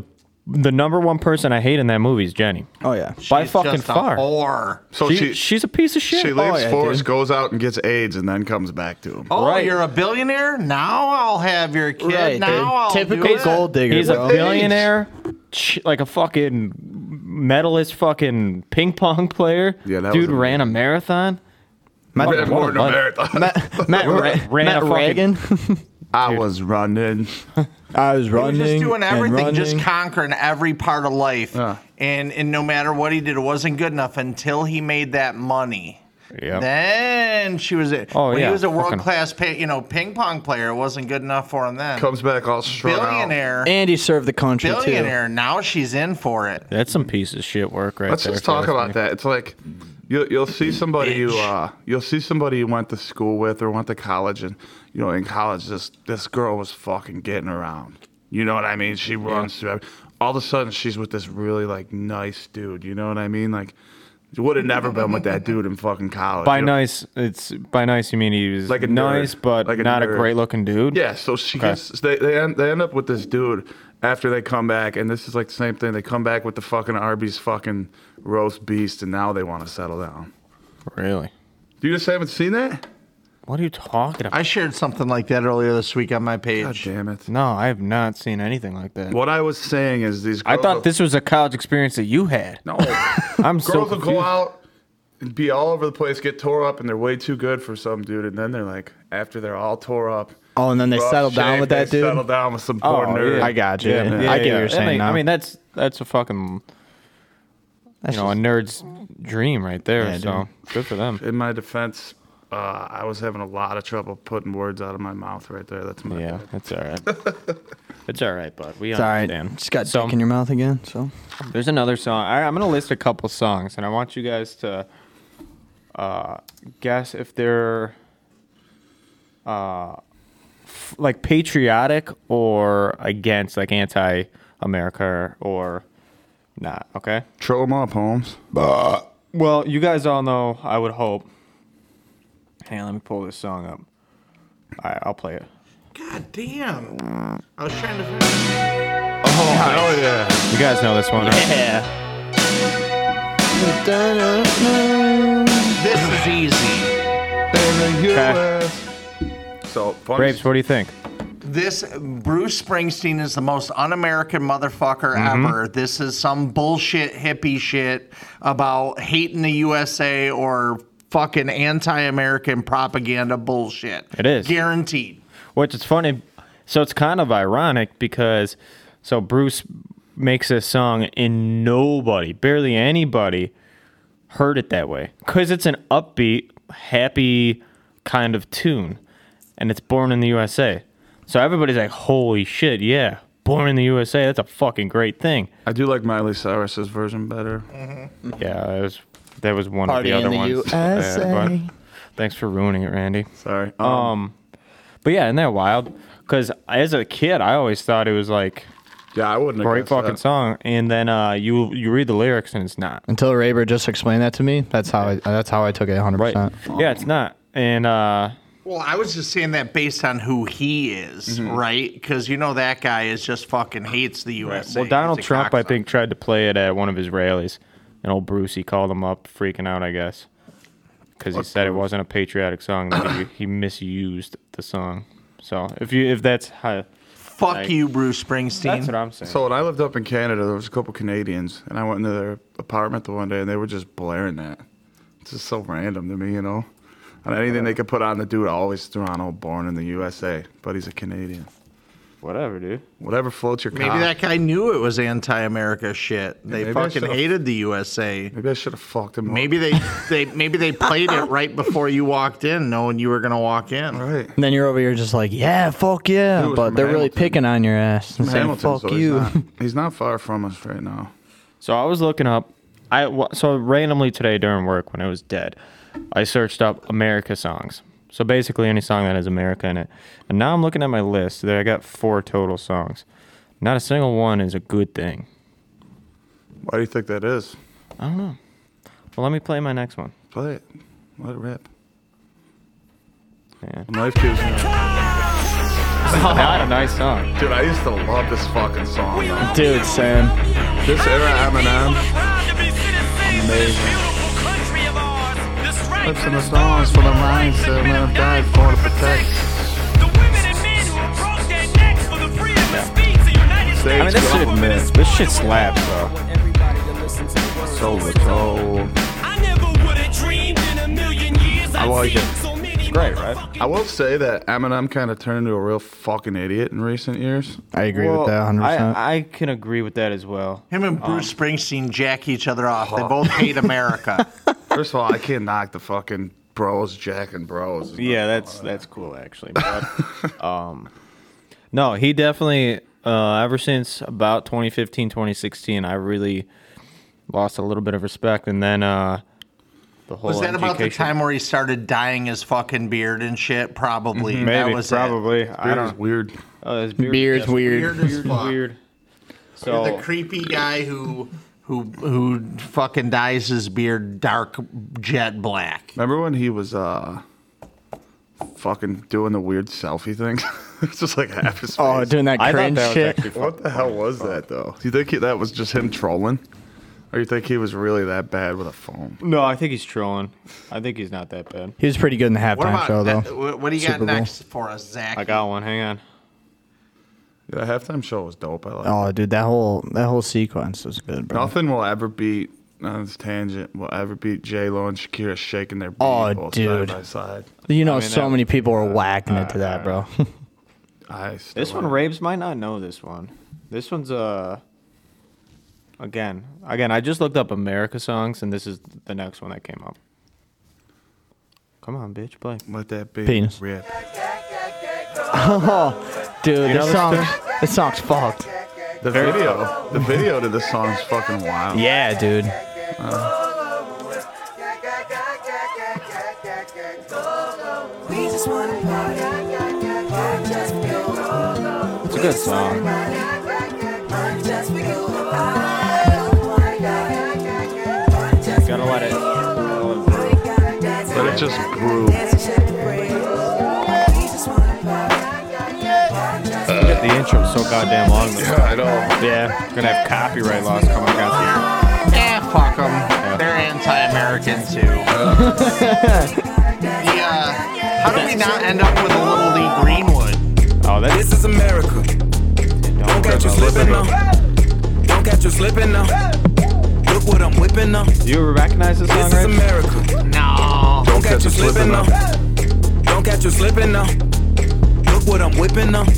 Speaker 4: the number one person I hate in that movie is Jenny.
Speaker 5: Oh yeah.
Speaker 4: By
Speaker 1: She's
Speaker 4: fucking
Speaker 1: just a
Speaker 4: far.
Speaker 1: whore.
Speaker 3: So
Speaker 4: She-
Speaker 3: she she,
Speaker 4: she's a piece of shit.
Speaker 3: leaves
Speaker 5: yeah,
Speaker 3: Forrest,
Speaker 5: dude.
Speaker 3: goes out and gets AIDS, and then comes back to him.
Speaker 1: Oh,
Speaker 4: Right.
Speaker 1: you're a billionaire? Now I'll have your kid.
Speaker 5: Right,
Speaker 1: now
Speaker 5: dude.
Speaker 1: I'll do
Speaker 5: Typical
Speaker 1: it.
Speaker 5: gold digger,
Speaker 4: He's
Speaker 5: bro.
Speaker 4: a billionaire, ch- like a fucking medalist, fucking ping pong player.
Speaker 3: Yeah, that
Speaker 4: dude
Speaker 3: was
Speaker 4: ran a marathon.
Speaker 5: Matt,
Speaker 4: Fucking what a
Speaker 3: More than a
Speaker 4: bud.
Speaker 3: marathon.
Speaker 5: Matt, Matt,
Speaker 4: Ra-
Speaker 5: Ra-
Speaker 4: ran
Speaker 5: Matt
Speaker 4: a fucking-
Speaker 5: Reagan.
Speaker 3: I was running.
Speaker 5: I was
Speaker 1: He was
Speaker 5: running.
Speaker 1: just doing
Speaker 5: and
Speaker 1: everything, just
Speaker 5: running.
Speaker 1: conquering every part of life.
Speaker 3: Yeah.
Speaker 1: And and no matter what he did, it wasn't good enough until he made that money.
Speaker 4: Yep.
Speaker 1: Then she was it.
Speaker 4: Oh,
Speaker 1: when
Speaker 4: yeah,
Speaker 1: he was a
Speaker 4: fucking-
Speaker 1: world class, pa- you know, ping pong player, it wasn't good enough for him then.
Speaker 3: Comes back all strung Out.
Speaker 1: billionaire,
Speaker 5: and he served the country too.
Speaker 1: billionaire. Now she's in for it.
Speaker 4: That's some piece of shit work right
Speaker 3: Let's
Speaker 4: there.
Speaker 3: just talk
Speaker 4: Tyler.
Speaker 3: about that. It's like you'll you'll see somebody you uh you'll see somebody you went to school with or went to college, and you know in college this this girl was fucking getting around. You know what I mean? She runs through. every- All of a sudden, she's with this really like nice dude. You know what I mean? Like, you would have never been with that dude in fucking college.
Speaker 4: By
Speaker 3: You know-
Speaker 4: nice, it's by nice. You mean he was
Speaker 3: Like a nerd.
Speaker 4: nice, but
Speaker 3: Like a
Speaker 4: not a
Speaker 3: nerd.
Speaker 4: great looking dude.
Speaker 3: Yeah, so she gets they they end, they end up with this dude after they come back, and this is like the same thing. They come back with the fucking Arby's fucking roast beast, and now they want to settle down.
Speaker 4: really.
Speaker 3: You just haven't seen that?
Speaker 4: What are you talking about?
Speaker 1: I shared something like that earlier this week on my
Speaker 3: God
Speaker 1: page.
Speaker 3: damn it!
Speaker 4: no, I have not seen anything like that.
Speaker 3: What I was saying is these.
Speaker 4: I
Speaker 3: Girls
Speaker 4: thought this was a college experience that you had.
Speaker 3: No,
Speaker 4: I'm so
Speaker 3: girls will
Speaker 4: confused.
Speaker 3: go out and be all over the place, get tore up, and they're way too good for some dude, and then they're like, after they're all tore up.
Speaker 5: Oh, and then they
Speaker 3: rough
Speaker 5: settled down
Speaker 3: shape,
Speaker 5: with that
Speaker 3: they
Speaker 5: dude.
Speaker 3: Settle down with some poor nerd.
Speaker 5: I got you.
Speaker 4: man.
Speaker 5: I get what you're
Speaker 4: That
Speaker 5: saying
Speaker 4: make- I
Speaker 5: now.
Speaker 4: mean, that's that's a fucking you know a nerd's dream right there.
Speaker 5: Yeah,
Speaker 4: so good for them.
Speaker 3: In my defense, uh, I was having a lot of trouble putting words out of my mouth right there. That's my
Speaker 4: Yeah, that's all right. it's all right, bud. We
Speaker 5: It's all right.
Speaker 4: understand.
Speaker 5: Just got
Speaker 4: so,
Speaker 5: dick in your mouth again. So
Speaker 4: There's another song. I, I'm gonna list a couple songs, and I want you guys to uh, guess if they're uh, f- like patriotic or against, like anti-America or not. Okay.
Speaker 3: Troll them up, Holmes.
Speaker 4: Well, you guys all know. I would hope. Hang on, let me pull this song up. All right, I'll play it.
Speaker 1: God damn. I was trying to. figure-
Speaker 3: Oh yeah.
Speaker 4: You guys know this one. Right?
Speaker 5: yeah,
Speaker 1: This is easy.
Speaker 3: So funny.
Speaker 4: Rapes, what do you think?
Speaker 1: This Bruce Springsteen is the most un-American motherfucker
Speaker 4: Mm-hmm.
Speaker 1: ever. This is some bullshit hippie shit about hating the USA or fucking anti-American propaganda bullshit.
Speaker 4: It is.
Speaker 1: guaranteed.
Speaker 4: Which is funny. So it's kind of ironic because so Bruce makes this song and nobody, barely anybody, heard it that way because it's an upbeat, happy kind of tune, and it's born in the USA. So everybody's like, "Holy shit, yeah, born in the USA. That's a fucking great thing."
Speaker 3: I do like Miley Cyrus's version better.
Speaker 4: Yeah, that was that was one
Speaker 5: Party
Speaker 4: of the
Speaker 5: in
Speaker 4: other
Speaker 5: the
Speaker 4: ones.
Speaker 5: USA.
Speaker 4: but- thanks for ruining it, Randy.
Speaker 3: Sorry. Um,
Speaker 4: But yeah, isn't that wild? Because as a kid, I always thought it was like
Speaker 3: yeah, I wouldn't. have
Speaker 4: great
Speaker 3: guessed
Speaker 4: fucking
Speaker 3: that.
Speaker 4: song, and then uh, you you read the lyrics and it's not
Speaker 5: Until Raber just explained that to me, that's how I that's how I took it 100.
Speaker 4: right.
Speaker 5: percent
Speaker 4: Yeah, it's not. And uh,
Speaker 1: Well, I was just saying that based on who he is,
Speaker 4: Mm-hmm.
Speaker 1: right? Because you know that guy is just fucking hates the USA.
Speaker 4: well, Donald
Speaker 1: He's a
Speaker 4: Trump, I
Speaker 1: cocksucker.
Speaker 4: think, tried to play it at one of his rallies, and old Brucey called him up, freaking out, I guess, because he said it wasn't a patriotic song. That he, he misused the song. So if you if that's how,
Speaker 1: Fuck
Speaker 4: Like-
Speaker 1: you, Bruce Springsteen.
Speaker 4: that's what I'm saying.
Speaker 3: So when I lived up in Canada, there was a couple Canadians, and I went into their apartment the one day, and they were just blaring that. It's just so random to me, you know. And anything they could put on the dude I always threw on, "Oh, born in the USA," but he's a Canadian.
Speaker 4: Whatever, dude.
Speaker 3: Whatever floats your
Speaker 1: Maybe
Speaker 4: Ah.
Speaker 3: cock.
Speaker 1: that guy knew it was anti-America shit. They
Speaker 3: maybe I
Speaker 1: fucking
Speaker 3: should've-
Speaker 1: hated the USA.
Speaker 3: Maybe I should have fucked him. up.
Speaker 1: Maybe they, they maybe they played it right before you walked in, knowing you were gonna walk in.
Speaker 3: Right.
Speaker 5: And then you're over here just like, yeah, fuck yeah,
Speaker 3: Dude,
Speaker 5: but
Speaker 3: from
Speaker 5: they're really
Speaker 3: Hamilton.
Speaker 5: picking on your ass and saying,
Speaker 3: Hamilton,
Speaker 5: fuck
Speaker 3: so
Speaker 5: you.
Speaker 3: He's not, he's not far from us right now.
Speaker 4: So I was looking up. I wa- so randomly today during work when I was dead, I searched up America songs. So basically any song that has America in it. And now I'm looking at my list. There I got four total songs. Not a single one is a good thing.
Speaker 3: Why do you think that is?
Speaker 4: Well, let me play my next one.
Speaker 3: Play it. Let it rip.
Speaker 4: Yeah.
Speaker 3: When life gives me.
Speaker 4: Not a nice song.
Speaker 3: Dude, I used to love this fucking song. though.
Speaker 5: Dude, Sam.
Speaker 3: This era Eminem,
Speaker 6: Amazing.
Speaker 3: lips in the songs for the minds that men have died for to protect.
Speaker 4: I mean, this shit, man, this shit slaps, bro.
Speaker 3: So it's old.
Speaker 6: I never would have dreamed in a million years. I
Speaker 3: like it.
Speaker 6: It's
Speaker 4: great, right?
Speaker 3: I will say that Eminem kind of turned into a real fucking idiot in recent years.
Speaker 5: I agree
Speaker 4: Well,
Speaker 5: with that 100%.
Speaker 4: I, I can agree with that as well.
Speaker 1: Him and Bruce Springsteen jack each other off. They both hate America.
Speaker 3: First of all, I can't knock the fucking bros jacking bros.
Speaker 4: Yeah, that's that's cool actually. But, um, no, he definitely. Uh, ever since about 2015, 2016, I really lost a little bit of respect, and then uh, the whole
Speaker 1: Was that about the
Speaker 4: MGK shit-
Speaker 1: time where he started dyeing his fucking beard and shit? Probably.
Speaker 4: Mm-hmm. Maybe,
Speaker 1: that was it.
Speaker 4: probably. I
Speaker 3: Beard is
Speaker 4: don't.
Speaker 3: weird.
Speaker 4: Oh, his beard,
Speaker 5: Beard's
Speaker 4: yes,
Speaker 5: weird.
Speaker 1: Weird as
Speaker 4: beard is
Speaker 1: fuck.
Speaker 4: weird.
Speaker 1: You're
Speaker 4: So
Speaker 1: the creepy guy who who who fucking dyes his beard dark jet black.
Speaker 3: Remember when he was uh fucking doing the weird selfie thing? it's just like half his face.
Speaker 5: oh, doing that
Speaker 4: I thought
Speaker 5: cringe
Speaker 4: that was
Speaker 5: shit.
Speaker 4: actually fun.
Speaker 3: What the hell was that though? Do you think he, that was just him trolling? Or you think he was really that bad with a phone?
Speaker 4: No, I think he's trolling. I think he's not that bad.
Speaker 5: He was pretty good in the
Speaker 1: What
Speaker 5: halftime
Speaker 1: about
Speaker 5: show, though.
Speaker 1: uh, what- what do you got
Speaker 5: Super Bowl.
Speaker 1: next for us, Zach?
Speaker 4: I got one. Hang on.
Speaker 3: Yeah, the halftime show was dope. I like.
Speaker 5: Oh, dude, that whole that whole sequence was good, bro.
Speaker 3: Nothing will ever beat on this tangent will ever beat J Lo and Shakira shaking their booty
Speaker 5: Oh,
Speaker 3: both
Speaker 5: dude.
Speaker 3: side by side.
Speaker 5: You know,
Speaker 4: mean,
Speaker 5: so
Speaker 4: that- uh,
Speaker 5: many people are whacking it to that, bro.
Speaker 3: I still
Speaker 4: This one,
Speaker 7: uh,
Speaker 4: Rabes might not know this one. This one's uh again, again. I just looked up America songs, and this is the next one that came up. Come on, bitch, play.
Speaker 3: let that be
Speaker 5: Penis.
Speaker 3: rip.
Speaker 5: dude,
Speaker 4: know
Speaker 5: this
Speaker 4: this
Speaker 5: song,
Speaker 4: too?
Speaker 5: this song's fucked.
Speaker 3: The video, the video to this song is fucking wild.
Speaker 5: Yeah, dude.
Speaker 4: It's a good song. Gotta let it.
Speaker 3: But it just grew.
Speaker 4: The intro's so goddamn long.
Speaker 3: I know.
Speaker 4: Yeah, gonna have copyright laws coming out
Speaker 1: Eh, fuck them. They're anti-American too. yeah. How do we not end up with a little Lee Greenwood?
Speaker 4: here. Oh, that
Speaker 7: This is America. Don't catch you slipping now. Don't catch you slipping now. Look what I'm whipping up. This
Speaker 4: Do you recognize this song,
Speaker 7: is
Speaker 4: right?
Speaker 7: America.
Speaker 1: No.
Speaker 7: Don't catch you slipping now. Don't catch you slipping now. Look what I'm whipping up.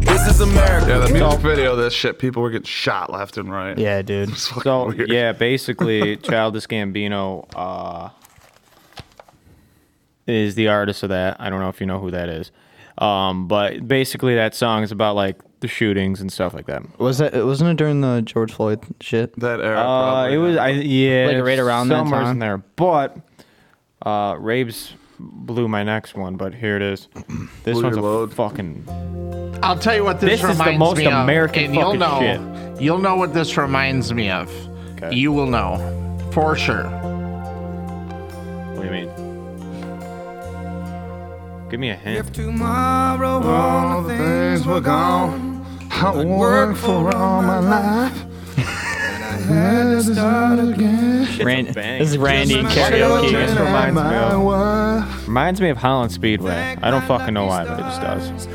Speaker 7: This is America.
Speaker 3: Yeah, the music video, of this shit, people were getting shot left and right.
Speaker 5: Yeah, dude.
Speaker 3: It's fucking
Speaker 4: So
Speaker 3: weird.
Speaker 4: yeah, basically, Childish Gambino uh, is the artist of that. I don't know if you know who that is, um, but basically, that song is about like the shootings and stuff like that.
Speaker 5: Was that wasn't it during the George Floyd shit?
Speaker 3: That era.
Speaker 4: Uh,
Speaker 3: probably,
Speaker 4: it was I, yeah,
Speaker 5: Like, right around that
Speaker 4: somewhere
Speaker 5: time?
Speaker 4: in there. But uh, Rabe's blew my next one, but here it is. This
Speaker 3: Blew
Speaker 4: one's
Speaker 3: your
Speaker 4: a
Speaker 3: load.
Speaker 4: fucking.
Speaker 1: I'll tell you what this,
Speaker 4: This is the
Speaker 1: reminds
Speaker 4: most
Speaker 1: me of,
Speaker 4: American
Speaker 1: and you'll
Speaker 4: fucking
Speaker 1: know, You'll know what this reminds me of.
Speaker 4: Okay.
Speaker 1: You will know, for sure.
Speaker 4: What do you mean? Give me a hint.
Speaker 2: If tomorrow all
Speaker 3: all the things were gone. I worked for all my life. And I had to start again.
Speaker 4: Shit's a
Speaker 5: Ran-
Speaker 4: bang.
Speaker 5: this is Randy and
Speaker 4: This
Speaker 5: karaoke.
Speaker 4: reminds me
Speaker 3: my
Speaker 4: of-
Speaker 3: wife
Speaker 4: Reminds me of Holland Speedway. I don't fucking know why, but it just does.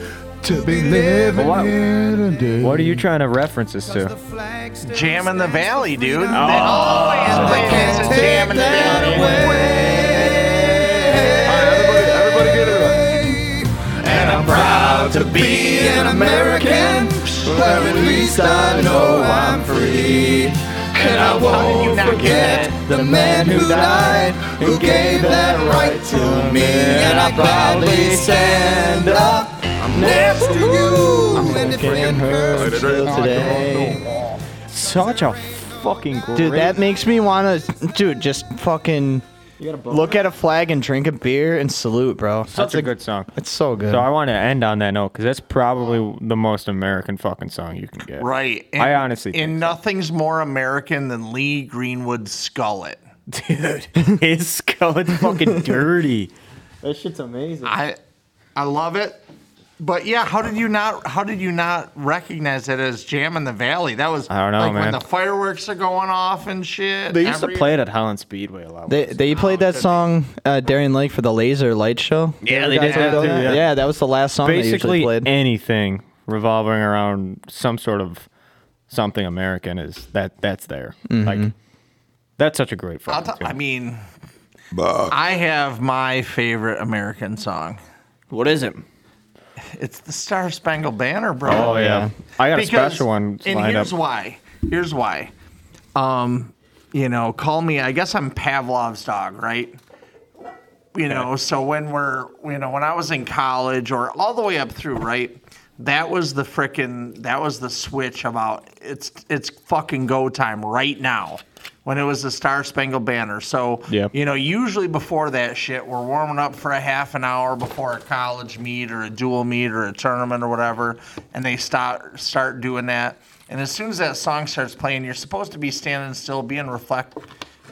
Speaker 3: to be living
Speaker 4: What-
Speaker 3: here today.
Speaker 4: What are you trying to reference this to?
Speaker 1: Jam in the Valley, dude. Oh, they always play this at Jam in the Valley.
Speaker 3: Everybody, everybody get it up.
Speaker 1: to be an American. Well, at least I know I'm free. And I won't forget the man who died, who gave that right to me. And I proudly stand up next to you. And if
Speaker 3: Right, right, right.
Speaker 4: Such a fucking great.
Speaker 5: Dude, that makes me wanna dude, just fucking look at a flag and drink a beer and salute, bro.
Speaker 4: such a good song.
Speaker 5: It's so good.
Speaker 4: So I want to end on that note because that's probably the most American fucking song you can get.
Speaker 1: Right.
Speaker 4: I honestly think
Speaker 1: And nothing's more American than Lee Greenwood's Skullet.
Speaker 4: Dude, his skull is fucking dirty. That shit's amazing.
Speaker 1: I, I love it. But yeah, how did you not? How did you not recognize it as Jam in the Valley? That was
Speaker 4: I don't know,
Speaker 1: like
Speaker 4: man.
Speaker 1: when the fireworks are going off and shit.
Speaker 4: They used to
Speaker 1: every-
Speaker 4: play it at Holland Speedway a lot.
Speaker 5: They they played that song uh, Darien Lake for the Laser Light Show.
Speaker 4: Yeah, they
Speaker 5: Guys
Speaker 4: did
Speaker 5: ever
Speaker 4: that
Speaker 5: done
Speaker 4: too, yeah.
Speaker 5: that was the last song they
Speaker 4: Basically,
Speaker 5: usually played.
Speaker 4: anything revolving around some sort of something American is that that's there.
Speaker 5: Mm-hmm.
Speaker 4: Like that's such a great
Speaker 1: I'll
Speaker 4: fucking
Speaker 1: t- I
Speaker 4: tune.
Speaker 1: mean, I have my favorite American song.
Speaker 4: what is it?
Speaker 1: It's the Star Spangled Banner, bro.
Speaker 4: Oh yeah,
Speaker 5: yeah.
Speaker 4: I got a
Speaker 1: Because-
Speaker 4: special one
Speaker 1: And
Speaker 4: lined
Speaker 1: here's
Speaker 4: up.
Speaker 1: why. Here's why. Um, you know, call me. I guess I'm Pavlov's dog, right? You know, so when we're, you know, when I was in college or all the way up through, right? That was the frickin' that was the switch about it's it's fucking go time right now. When it was the Star Spangled Banner, so
Speaker 4: Yeah.
Speaker 1: you know, usually before that shit, we're warming up for a half an hour before a college meet or a dual meet or a tournament or whatever, and they start start doing that. And as soon as that song starts playing, you're supposed to be standing still, being reflect,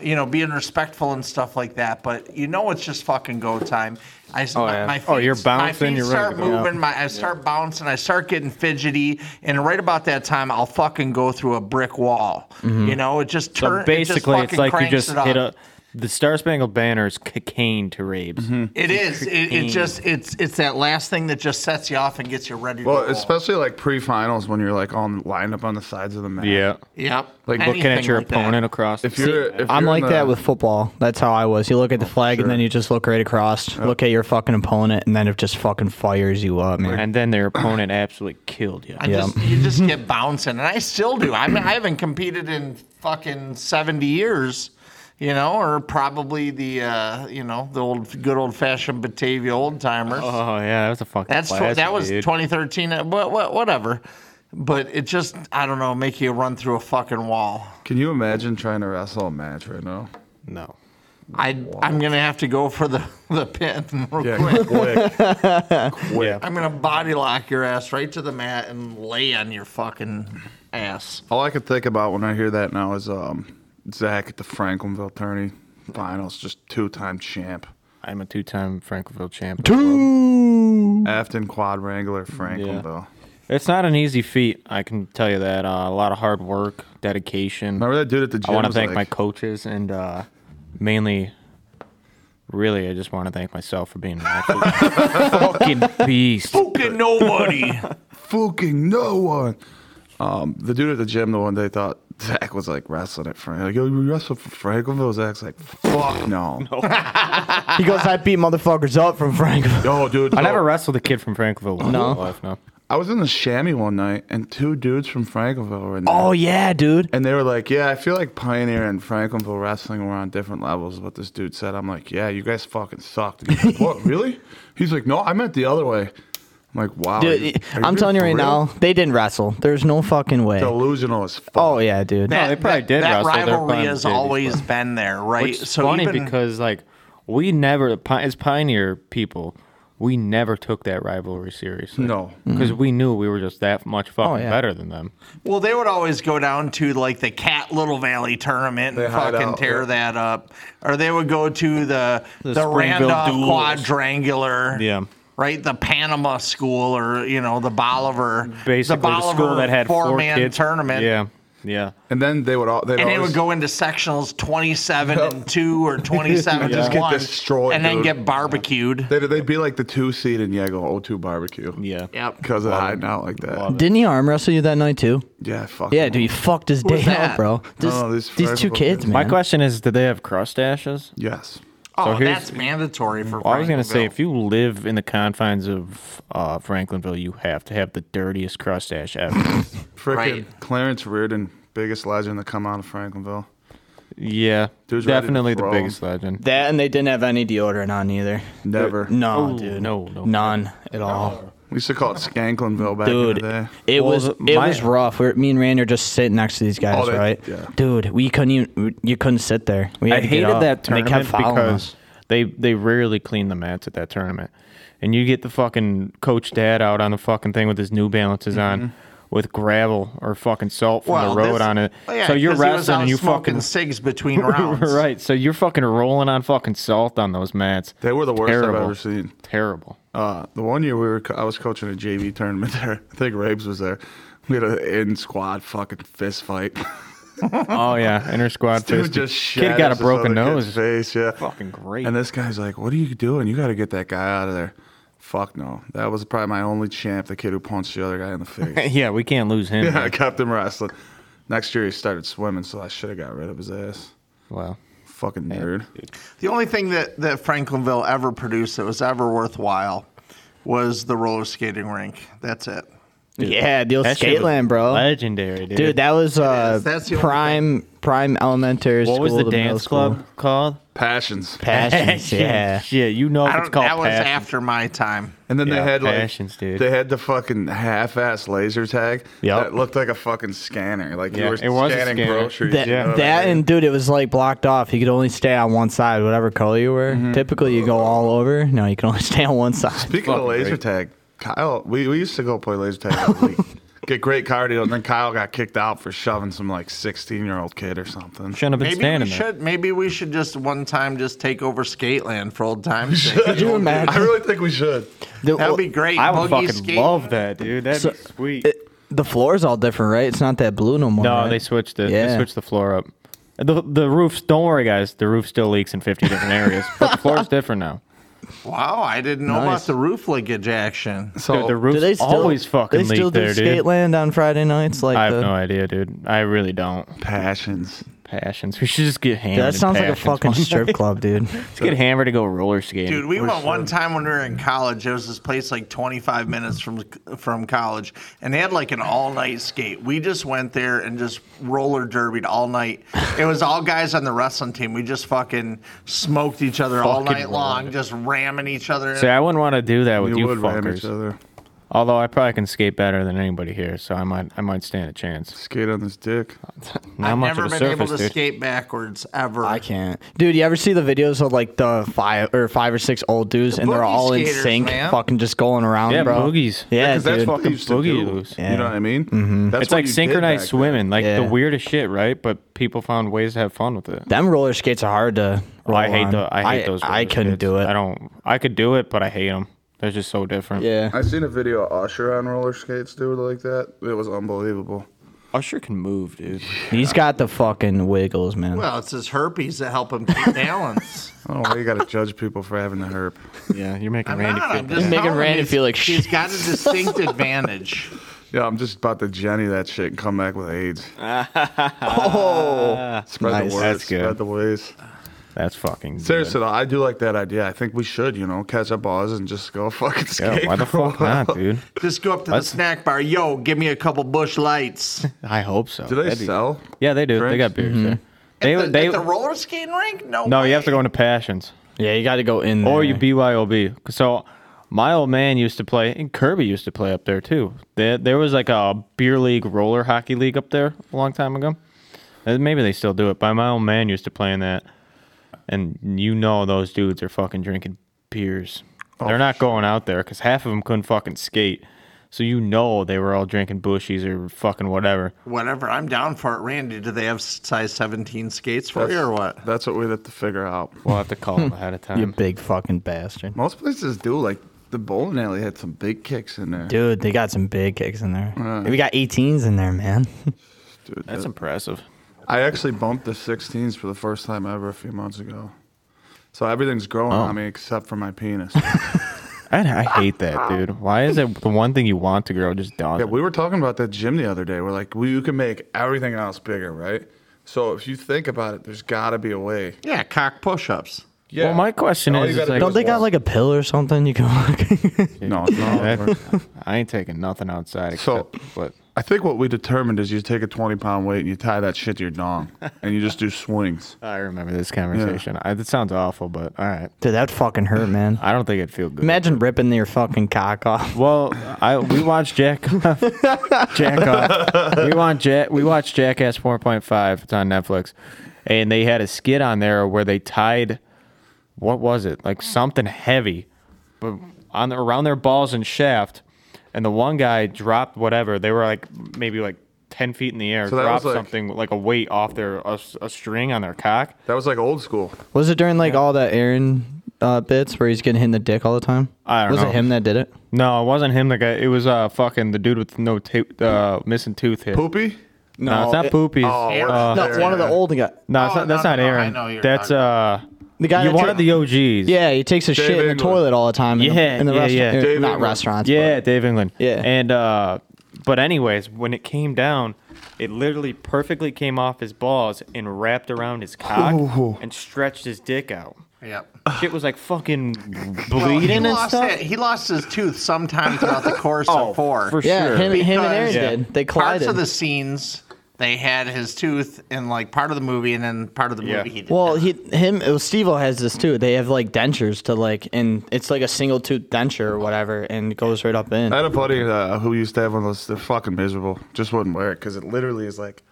Speaker 1: you know, being respectful and stuff like that. But you know, it's just fucking go time. I, oh,
Speaker 4: yeah.
Speaker 1: my feet,
Speaker 4: Oh, you're
Speaker 1: my
Speaker 4: bouncing,
Speaker 1: feet
Speaker 4: you're ready
Speaker 1: start
Speaker 4: to go.
Speaker 1: moving, my, I start bouncing, I start getting fidgety, and right about that time, I'll fucking go through a brick wall. You know, it just
Speaker 4: Mm-hmm. So
Speaker 1: turns.
Speaker 4: basically, it's like you just
Speaker 1: it
Speaker 4: hit
Speaker 1: up.
Speaker 4: a. The Star Spangled Banner is cocaine to raves.
Speaker 1: It is. It, it just it's it's that last thing that just sets you off and gets you ready.
Speaker 3: Well,
Speaker 1: to go.
Speaker 3: especially like pre-finals when you're like on lined up on the sides of the mat.
Speaker 4: Yeah,
Speaker 1: yep.
Speaker 3: Like looking
Speaker 4: looking at your
Speaker 1: like that.
Speaker 4: opponent across.
Speaker 3: If you're, if you're
Speaker 5: I'm
Speaker 3: in
Speaker 5: like
Speaker 3: the-
Speaker 5: that with football. That's how I was. You look at the flag and then you just look right across. Look at your fucking opponent and then it just fucking fires you up, man.
Speaker 4: and then their opponent absolutely killed you.
Speaker 1: I just you just get bouncing, and I still do. I mean, I haven't competed in fucking seventy years, you know, or probably the uh, you know the old good old fashioned Batavia old timers.
Speaker 4: Oh yeah, that was a fucking.
Speaker 1: That's tw-
Speaker 4: classic,
Speaker 1: that was
Speaker 4: dude.
Speaker 1: 2013. uh, What what whatever. But it just, I don't know, make you run through a fucking wall.
Speaker 3: Can you imagine trying to wrestle a match right now?
Speaker 4: No.
Speaker 1: I, I'm going to have to go for the, the pin real
Speaker 3: Yeah,
Speaker 1: quick.
Speaker 3: quick.
Speaker 4: Yeah.
Speaker 1: I'm gonna body lock your ass right to the mat and lay on your fucking ass.
Speaker 3: All I could think about when I hear that now is um, Zach at the Franklinville tourney finals, just two-time champ.
Speaker 4: I'm a two-time Frankfurt champion.
Speaker 3: Afton quad wrangler Franklinville.
Speaker 4: It's not an easy feat. I can tell you that. Uh, a lot of hard work, dedication.
Speaker 3: Remember that dude at the gym?
Speaker 4: I want to
Speaker 3: was
Speaker 4: thank my
Speaker 3: like,
Speaker 4: coaches and uh, mainly, really, I just want to thank myself for being an absolute fucking beast.
Speaker 1: Fucking nobody.
Speaker 3: fucking no one. Um, the dude at the gym the one day thought Zach was like wrestling at Frank. Like, yo, you wrestle for Franklinville? Zach's like, fuck no.
Speaker 5: He goes, I beat motherfuckers up from Frank.
Speaker 3: Yo, dude.
Speaker 4: I
Speaker 3: so-
Speaker 4: never wrestled a kid from Frankfurt once
Speaker 5: No.
Speaker 4: in my life. No.
Speaker 3: I was in the chamois one night, and two dudes from Franklinville were in there.
Speaker 5: Oh yeah, dude.
Speaker 3: And they were like, "Yeah, I feel like Pioneer and Franklinville wrestling were on different levels." Of what this dude said, I'm like, "Yeah, you guys fucking sucked." And he's like, what really? He's like, "No, I meant the other way." I'm like, "Wow, are you-
Speaker 5: Dude,
Speaker 3: are
Speaker 5: I'm telling you
Speaker 3: for
Speaker 5: right
Speaker 3: real?"
Speaker 5: now, they didn't wrestle. There's no fucking way.
Speaker 3: delusional as fuck."
Speaker 5: Oh yeah, dude.
Speaker 4: they probably did
Speaker 1: That
Speaker 4: wrestle. They're
Speaker 1: rivalry
Speaker 4: probably
Speaker 1: has
Speaker 4: did.
Speaker 1: always been there, right?
Speaker 4: Which is funny
Speaker 1: even-
Speaker 4: because like we never pi- as pioneer people, we never took that rivalry seriously.
Speaker 3: No.
Speaker 4: because
Speaker 1: Mm-hmm.
Speaker 4: we knew we were just that much
Speaker 1: Oh,
Speaker 4: fucking
Speaker 5: yeah.
Speaker 4: better than them.
Speaker 1: well, they would always go down to like the Cat Little Valley tournament
Speaker 3: They
Speaker 1: and
Speaker 3: hide
Speaker 1: fucking
Speaker 3: out,
Speaker 1: tear
Speaker 3: yeah.
Speaker 1: that up, or they would go to the the,
Speaker 4: Springfield
Speaker 1: Randolph
Speaker 4: duels.
Speaker 1: Quadrangular,
Speaker 4: Yeah.
Speaker 1: right, the Panama School, or you know the Bolivar,
Speaker 4: Basically,
Speaker 1: the,
Speaker 4: the,
Speaker 1: Bolivar
Speaker 4: school that had four
Speaker 1: four-man
Speaker 4: kids.
Speaker 1: tournament,
Speaker 4: Yeah, yeah.
Speaker 3: And then they would all they'd
Speaker 1: and it
Speaker 3: always-
Speaker 1: would go into sectionals 27 and 2 or 27 and
Speaker 3: Just get
Speaker 1: 1
Speaker 3: destroyed,
Speaker 1: and then
Speaker 3: dude.
Speaker 1: get barbecued
Speaker 3: They'd, they'd be like the two seed in Yegel O2 barbecue.
Speaker 4: Yeah.
Speaker 1: yep
Speaker 3: because of hiding out like that.
Speaker 5: Didn't he arm wrestle you that night too?
Speaker 3: Yeah, fuck.
Speaker 5: Yeah, dude, he fucked his day
Speaker 1: that?
Speaker 5: out, bro. This,
Speaker 3: Oh, these
Speaker 5: these two
Speaker 3: Frank-
Speaker 5: kids, man.
Speaker 4: My question is, did they have crustashes?
Speaker 3: Yes.
Speaker 1: oh
Speaker 4: here's-
Speaker 1: that's mandatory for
Speaker 4: Well, I was
Speaker 1: going
Speaker 4: gonna
Speaker 1: to
Speaker 4: say, if you live in the confines of uh, Franklinville, you have to have the dirtiest crustache ever.
Speaker 3: Frickin'
Speaker 1: Right.
Speaker 3: Clarence Reardon, biggest legend to come out of Franklinville.
Speaker 4: yeah,
Speaker 3: Dude's ready to
Speaker 4: definitely the
Speaker 3: throw.
Speaker 4: biggest legend.
Speaker 5: That and they didn't have any deodorant on either.
Speaker 3: Never.
Speaker 5: No,
Speaker 4: Ooh,
Speaker 5: dude,
Speaker 4: no, no.
Speaker 5: none at all,
Speaker 3: We used to call it Skanklinville back in the
Speaker 5: dude.
Speaker 3: day.
Speaker 5: It
Speaker 4: Well,
Speaker 5: was
Speaker 4: the-
Speaker 5: it
Speaker 4: my-
Speaker 5: was rough. We were, me and Randy are just sitting next to these guys,
Speaker 3: Oh, they-
Speaker 5: right?
Speaker 3: yeah.
Speaker 5: Dude, we couldn't even you couldn't sit there. We had
Speaker 4: I
Speaker 5: to get
Speaker 4: hated
Speaker 5: up,
Speaker 4: that
Speaker 5: and
Speaker 4: tournament
Speaker 5: They kept following
Speaker 4: because
Speaker 5: us.
Speaker 4: they they rarely clean the mats at that tournament, and you get the fucking coach dad out on the fucking thing with his New Balances on, with gravel or fucking salt from the road on it.
Speaker 1: oh,
Speaker 4: so you're wrestling and you
Speaker 1: smoking
Speaker 4: fucking
Speaker 1: cigs between rounds
Speaker 4: right. So you're fucking rolling on fucking salt on those mats.
Speaker 3: They were the worst I've
Speaker 4: Terrible.
Speaker 3: ever seen.
Speaker 4: Terrible.
Speaker 3: Uh, the one year we were, co- I was coaching a JV tournament there. I think Rabes was there. We had an in squad fucking fist fight.
Speaker 4: Oh yeah, inner squad.
Speaker 3: Dude
Speaker 4: fist.
Speaker 3: just
Speaker 4: kid got a
Speaker 3: shatters this
Speaker 4: broken
Speaker 3: other
Speaker 4: nose.
Speaker 3: kid's Face, yeah.
Speaker 4: Fucking great.
Speaker 3: And this guy's like, "What are you doing? You got to get that guy out of there." Fuck no. That was probably my only champ. The kid who punched the other guy in the face.
Speaker 4: yeah, we can't lose him.
Speaker 3: I kept him wrestling. Next year he started swimming, so I should have got rid of his ass.
Speaker 4: Wow.
Speaker 3: Fucking nerd.
Speaker 1: The only thing that, that Franklinville ever produced that was ever worthwhile was the roller skating rink. That's it.
Speaker 5: Yeah, deal
Speaker 4: That shit was
Speaker 5: Skateland, bro.
Speaker 4: Legendary, dude.
Speaker 5: Dude, that was uh,
Speaker 1: is. That's the only
Speaker 5: prime prime elementary
Speaker 4: what
Speaker 5: school.
Speaker 4: was the
Speaker 5: to middle
Speaker 4: dance club
Speaker 5: school.
Speaker 4: called?
Speaker 3: Passions.
Speaker 5: Passions, yeah.
Speaker 4: Shit, you know if
Speaker 1: I
Speaker 4: it's
Speaker 1: don't,
Speaker 4: called
Speaker 1: that was
Speaker 4: Passions.
Speaker 1: after my time.
Speaker 3: And then
Speaker 4: Yeah,
Speaker 3: they had like
Speaker 4: passions, dude.
Speaker 3: they had the fucking half-ass laser tag
Speaker 4: Yep.
Speaker 3: that looked like a fucking scanner. Like
Speaker 4: Yeah,
Speaker 3: you were
Speaker 4: it was a
Speaker 3: scanning
Speaker 4: scanner.
Speaker 3: groceries.
Speaker 5: That,
Speaker 3: you know what I
Speaker 5: that
Speaker 3: mean?
Speaker 5: and dude, it was like blocked off. You could only stay on one side, whatever color you were. Typically, you go all over. No, you can only stay on one side.
Speaker 3: Speaking of
Speaker 4: Fucking
Speaker 3: laser
Speaker 4: great.
Speaker 3: tag, Kyle, we, we used to go play laser tag every week. Get great cardio, and then Kyle got kicked out for shoving some like 16 year old kid or something.
Speaker 4: Shouldn't have been
Speaker 1: Maybe we
Speaker 4: standing there.
Speaker 1: should. Maybe we should just one time just take over Skateland for old times' sake.
Speaker 5: Could you imagine?
Speaker 3: I really think we should.
Speaker 5: The,
Speaker 1: That'd be great.
Speaker 4: I would
Speaker 1: Boogie
Speaker 4: fucking
Speaker 1: skate.
Speaker 4: love that, dude. That'd
Speaker 5: So-
Speaker 4: be sweet.
Speaker 5: it- the floor's all different, right? It's not that blue no more.
Speaker 4: no,
Speaker 5: right?
Speaker 4: they switched it. They
Speaker 5: Yeah.
Speaker 4: switched the floor up. The the roofs. Don't worry, guys. The roof still leaks in 50 different areas, but the floor's different now.
Speaker 1: Wow, I didn't know
Speaker 5: Nice.
Speaker 1: about the roof leakage action.
Speaker 3: So
Speaker 4: dude, the
Speaker 5: Do
Speaker 4: roofs
Speaker 5: they still,
Speaker 4: always fucking
Speaker 5: They
Speaker 4: leak
Speaker 5: still do
Speaker 4: there, dude.
Speaker 5: Skateland on Friday nights. Like
Speaker 4: I have
Speaker 5: the,
Speaker 4: no idea, dude. I really don't.
Speaker 3: passions.
Speaker 4: Passions. We should just get hammered.
Speaker 5: Dude, that
Speaker 4: in
Speaker 5: sounds like a
Speaker 4: Passions
Speaker 5: fucking
Speaker 4: one day.
Speaker 5: strip club, dude.
Speaker 4: Let's get hammered to go roller skating.
Speaker 1: Dude, we went one time when we were in college. There was this place like 25 minutes from from college, and they had like an all night skate. We just went there and just roller derbied all night. It was all guys on the wrestling team. We just fucking smoked each other all
Speaker 4: Fucking
Speaker 1: night long,
Speaker 4: rolled.
Speaker 1: just ramming each other.
Speaker 4: See, I wouldn't want to do that with
Speaker 3: We
Speaker 4: you
Speaker 3: would ram each
Speaker 4: fuckers.
Speaker 3: other.
Speaker 4: Although I probably can skate better than anybody here, so I might I might stand a chance.
Speaker 3: Skate on this dick.
Speaker 4: Not
Speaker 1: I've
Speaker 4: much
Speaker 1: never
Speaker 4: of a
Speaker 1: been
Speaker 4: surface,
Speaker 1: able to
Speaker 4: dude.
Speaker 1: skate backwards ever.
Speaker 5: I can't, dude. You ever see the videos of like the five or five or six old dudes and they're
Speaker 1: boogie
Speaker 5: all in
Speaker 1: skaters,
Speaker 5: sync,
Speaker 1: man.
Speaker 5: fucking just going around,
Speaker 4: Yeah,
Speaker 5: bro.
Speaker 4: boogies.
Speaker 5: Yeah,
Speaker 3: Because that's
Speaker 5: dude.
Speaker 3: what we used to
Speaker 4: Boogie
Speaker 3: do.
Speaker 4: loose.
Speaker 3: You
Speaker 5: Yeah.
Speaker 3: know what I mean? Mm-hmm. That's
Speaker 4: It's
Speaker 3: what
Speaker 4: like
Speaker 3: you did
Speaker 4: synchronized
Speaker 3: back then.
Speaker 4: swimming, like the
Speaker 5: Yeah.
Speaker 4: weirdest shit, right? But people found ways to have fun with it.
Speaker 5: Them roller skates are hard to. Roll
Speaker 4: I hate
Speaker 5: on.
Speaker 4: the I hate those.
Speaker 5: I
Speaker 4: roller
Speaker 5: couldn't
Speaker 4: skates.
Speaker 5: do it.
Speaker 4: I don't. I could do it, but I hate them. They're just so different.
Speaker 5: Yeah.
Speaker 3: I seen a video of Usher on roller skates, dude, like that. It was unbelievable.
Speaker 4: Usher can move, dude.
Speaker 5: He's got the fucking wiggles, man.
Speaker 1: well, it's his herpes that help him keep balance.
Speaker 3: I don't know why you got to judge people for having the herp.
Speaker 4: Yeah, you're making
Speaker 1: I'm
Speaker 4: Randy
Speaker 1: not.
Speaker 4: feel
Speaker 1: I'm
Speaker 4: bad.
Speaker 1: just
Speaker 5: Making
Speaker 1: telling him
Speaker 5: Randy
Speaker 1: he's-
Speaker 5: feel like
Speaker 1: he's
Speaker 5: shit.
Speaker 1: got a distinct advantage.
Speaker 3: Yeah, I'm just about to Jenny that shit and come back with AIDS.
Speaker 5: Oh,
Speaker 3: Spread
Speaker 5: nice.
Speaker 3: the word.
Speaker 4: Ah, That's good.
Speaker 3: Spread the ways.
Speaker 4: That's fucking.
Speaker 3: Seriously, though, I do like that idea. I think we should, you know, catch up balls and just go fucking
Speaker 4: Good.
Speaker 3: skate.
Speaker 4: Yeah, why the
Speaker 3: for a
Speaker 4: fuck
Speaker 3: while.
Speaker 4: not, dude?
Speaker 1: Just go up to
Speaker 4: Let's-
Speaker 1: the snack bar. Yo, give me a couple bush lights.
Speaker 4: I hope so.
Speaker 3: Do they
Speaker 4: That'd be-
Speaker 3: sell?
Speaker 4: Yeah, they do. They
Speaker 3: drinks?
Speaker 4: got beers there. They
Speaker 1: At the,
Speaker 4: they
Speaker 1: at the roller skating rink? No.
Speaker 4: Mm-hmm. no,
Speaker 1: way.
Speaker 4: you have to go into Passions.
Speaker 5: yeah. You got to go in. There.
Speaker 4: Or you BYOB. So my old man used to play, and Kirby used to play up there too. There, there was like a beer league, roller hockey league up there a long time ago. And maybe they still do it, but my old man used to play in that. And you know those dudes are fucking drinking beers. They're not going out there because half of them couldn't fucking skate. So you know they were all drinking bushies or fucking whatever.
Speaker 1: Whatever. I'm down for it, Randy. Do they have size 17 skates for
Speaker 3: That's,
Speaker 1: you or what?
Speaker 3: That's what we have to figure out.
Speaker 4: We'll have to call them ahead of
Speaker 5: You
Speaker 4: time.
Speaker 5: big fucking bastard.
Speaker 3: Most places do. Like the bowling alley had some big kicks in there.
Speaker 5: Dude, they got some big kicks in there. we got 18s in there, man.
Speaker 3: Dude,
Speaker 4: That's
Speaker 3: that-
Speaker 4: impressive.
Speaker 3: I actually bumped the 16s for the first time ever a few months ago. So everything's growing
Speaker 4: Oh.
Speaker 3: on me except for my penis.
Speaker 4: I, I hate that, dude. Why is it the one thing you want to grow just doesn't?
Speaker 3: Yeah, we were talking about that gym the other day. We're like, well, you can make everything else bigger, right? So if you think about it, there's got to be a way.
Speaker 1: Yeah, cock push ups.
Speaker 3: Yeah.
Speaker 4: Well, my question
Speaker 3: All you
Speaker 4: is, is
Speaker 3: gotta
Speaker 4: like,
Speaker 3: do
Speaker 5: Don't they got like a pill or something you can walk?
Speaker 3: No, it's not.
Speaker 4: I ain't taking nothing outside
Speaker 3: So-
Speaker 4: except what.
Speaker 3: I think what we determined is you take a 20 pound weight and you tie that shit to your dong and you just do swings.
Speaker 4: I remember this conversation. I, that sounds awful, but all right.
Speaker 5: Dude, that fucking hurt, man.
Speaker 4: I don't think it'd feel good.
Speaker 5: Imagine ripping your fucking cock off.
Speaker 4: well, I we watched Jack off. Jack off. We want Jack. We watched Jackass 4.5. It's on Netflix, and they had a skit on there where they tied, what was it? Like something heavy, but on around their balls and shaft, and the one guy dropped whatever. They were like maybe like. 10 feet in the air,
Speaker 3: So that
Speaker 4: dropped
Speaker 3: was like-
Speaker 4: something like a weight off their, a, s- a string on their cock.
Speaker 3: That was like old school.
Speaker 5: Was it during like all that Aaron uh, bits where he's getting hit in the dick all the time?
Speaker 4: I don't
Speaker 5: was
Speaker 4: know.
Speaker 5: it him that did it?
Speaker 4: No, it wasn't him. The guy. It was uh fucking the dude with no tooth, uh missing tooth here.
Speaker 3: Poopy?
Speaker 4: No, it's not Poopy.
Speaker 3: Oh, we're
Speaker 4: Uh,
Speaker 3: not
Speaker 5: No,
Speaker 3: there
Speaker 5: one of the
Speaker 3: yet.
Speaker 5: old guy.
Speaker 4: no, it's
Speaker 3: Oh,
Speaker 4: not, that's
Speaker 3: no,
Speaker 4: not
Speaker 3: no,
Speaker 4: Aaron.
Speaker 3: I know who you're
Speaker 4: that's
Speaker 3: talking
Speaker 4: uh,
Speaker 5: The guy.
Speaker 4: you're
Speaker 5: that
Speaker 4: one
Speaker 5: took-
Speaker 4: of the OGs.
Speaker 5: Yeah, he takes a shit in the
Speaker 3: England.
Speaker 5: toilet all the time. in the-
Speaker 4: Yeah,
Speaker 5: in the
Speaker 4: yeah, yeah.
Speaker 5: restaurant, er,
Speaker 3: Dave
Speaker 5: not
Speaker 3: England.
Speaker 5: restaurants.
Speaker 4: Yeah,
Speaker 5: but-
Speaker 4: Dave England.
Speaker 5: Yeah.
Speaker 4: And uh but anyways, when it came down, it literally perfectly came off his balls and wrapped around his cock and stretched his dick out.
Speaker 1: Yep.
Speaker 4: Shit was like fucking
Speaker 1: Well, he
Speaker 4: bleeding and
Speaker 1: lost
Speaker 4: stuff.
Speaker 1: it. He lost his tooth sometime throughout the course
Speaker 4: Oh,
Speaker 1: of four.
Speaker 4: for
Speaker 5: yeah.
Speaker 4: sure.
Speaker 5: Him, him and Aaron
Speaker 1: Because-
Speaker 4: Yeah.
Speaker 5: did. They
Speaker 1: Parts
Speaker 5: collided.
Speaker 1: of the scenes, they had his tooth in like part of the movie, and then part of the movie
Speaker 4: Yeah.
Speaker 1: he did.
Speaker 5: well, he him it was Steve-O has this too. They have like dentures to like, and it's like a single tooth denture or whatever, and it goes right up in.
Speaker 3: I had a buddy uh, who used to have one of those. They're fucking miserable. Just wouldn't wear it because it literally is like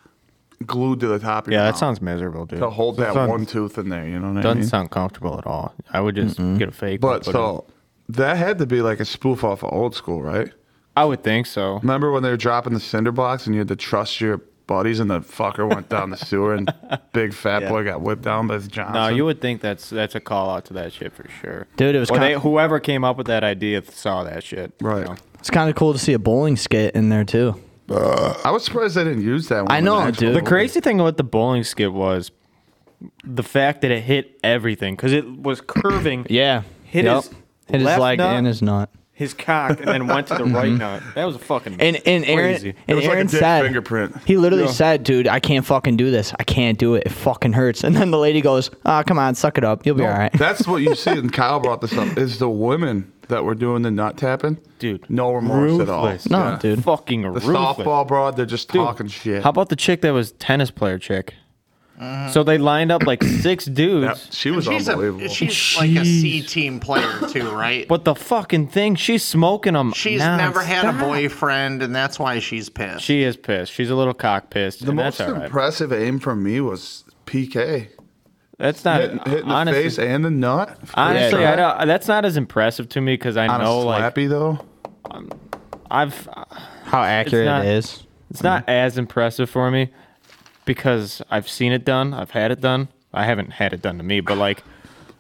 Speaker 3: glued to the top of your
Speaker 4: Yeah, that
Speaker 3: mouth.
Speaker 4: sounds miserable, dude.
Speaker 3: To hold that
Speaker 4: Sounds-
Speaker 3: one tooth in there, you know what I
Speaker 4: doesn't
Speaker 3: mean?
Speaker 4: sound comfortable at all. I would just get a fake. one,
Speaker 3: but
Speaker 4: put it-
Speaker 3: so that had to be like a spoof off of old school, right?
Speaker 4: I would think so.
Speaker 3: Remember when they were dropping the cinder blocks and you had to trust your buddies and the fucker went down the sewer and big fat boy got whipped down by his Johnson?
Speaker 4: No, you would think that's that's a call out to that shit for sure,
Speaker 5: Dude, it was
Speaker 4: Or
Speaker 5: kind-
Speaker 4: they- whoever came up with that idea saw that shit, you
Speaker 3: Right.
Speaker 4: know?
Speaker 5: It's kind of cool to see a bowling skit in there too.
Speaker 3: I was surprised they didn't use that one.
Speaker 5: I
Speaker 3: in
Speaker 5: know,
Speaker 3: the actual
Speaker 5: dude.
Speaker 4: The
Speaker 5: Totally.
Speaker 4: crazy thing about the bowling skip was the fact that it hit everything because it was curving.
Speaker 5: Yeah.
Speaker 4: Hit
Speaker 5: Yep.
Speaker 4: his
Speaker 5: Hit his
Speaker 4: left
Speaker 5: leg
Speaker 4: nut,
Speaker 5: and his nut.
Speaker 4: his cock, and then went to the right nut. That was a fucking
Speaker 5: And and Aaron
Speaker 4: crazy.
Speaker 5: and
Speaker 3: was like a
Speaker 5: Aaron
Speaker 3: dick
Speaker 5: said
Speaker 3: fingerprint.
Speaker 5: he literally said, "Dude, I can't fucking do this. I can't do it. It fucking hurts." And then the lady goes, "Ah, come on, suck it up. You'll be all right."
Speaker 3: That's what you see, and Kyle brought this up, is the women that were doing the nut tapping.
Speaker 4: Dude,
Speaker 3: No remorse at all.
Speaker 4: ruthless.
Speaker 5: No,
Speaker 3: Yeah.
Speaker 5: dude.
Speaker 4: fucking
Speaker 3: The
Speaker 4: ruthless.
Speaker 3: softball broad, they're just talking shit. Mm-hmm.
Speaker 4: How about the chick that was tennis player chick? So they lined up like six dudes.
Speaker 3: she was
Speaker 1: she's
Speaker 3: unbelievable.
Speaker 1: a she's like a C team player too, right?
Speaker 4: But the fucking thing, she's smoking them.
Speaker 1: she's never had a boyfriend, and that's why she's pissed.
Speaker 4: She is pissed. She's a little cock pissed.
Speaker 3: the
Speaker 4: and
Speaker 3: most
Speaker 4: that's all right.
Speaker 3: impressive aim from me was PK.
Speaker 4: that's not
Speaker 3: Hitting, hitting the
Speaker 4: honestly,
Speaker 3: face and the nut.
Speaker 4: Honestly,
Speaker 3: Yeah.
Speaker 4: I don't, that's not as impressive to me because I
Speaker 3: On a
Speaker 4: know like
Speaker 3: slappy, though.
Speaker 4: I've
Speaker 5: How accurate
Speaker 4: not-
Speaker 5: it is.
Speaker 4: it's
Speaker 3: Mm-hmm.
Speaker 4: not as impressive for me because I've seen it done, I've had it done. I haven't had it done to me, but like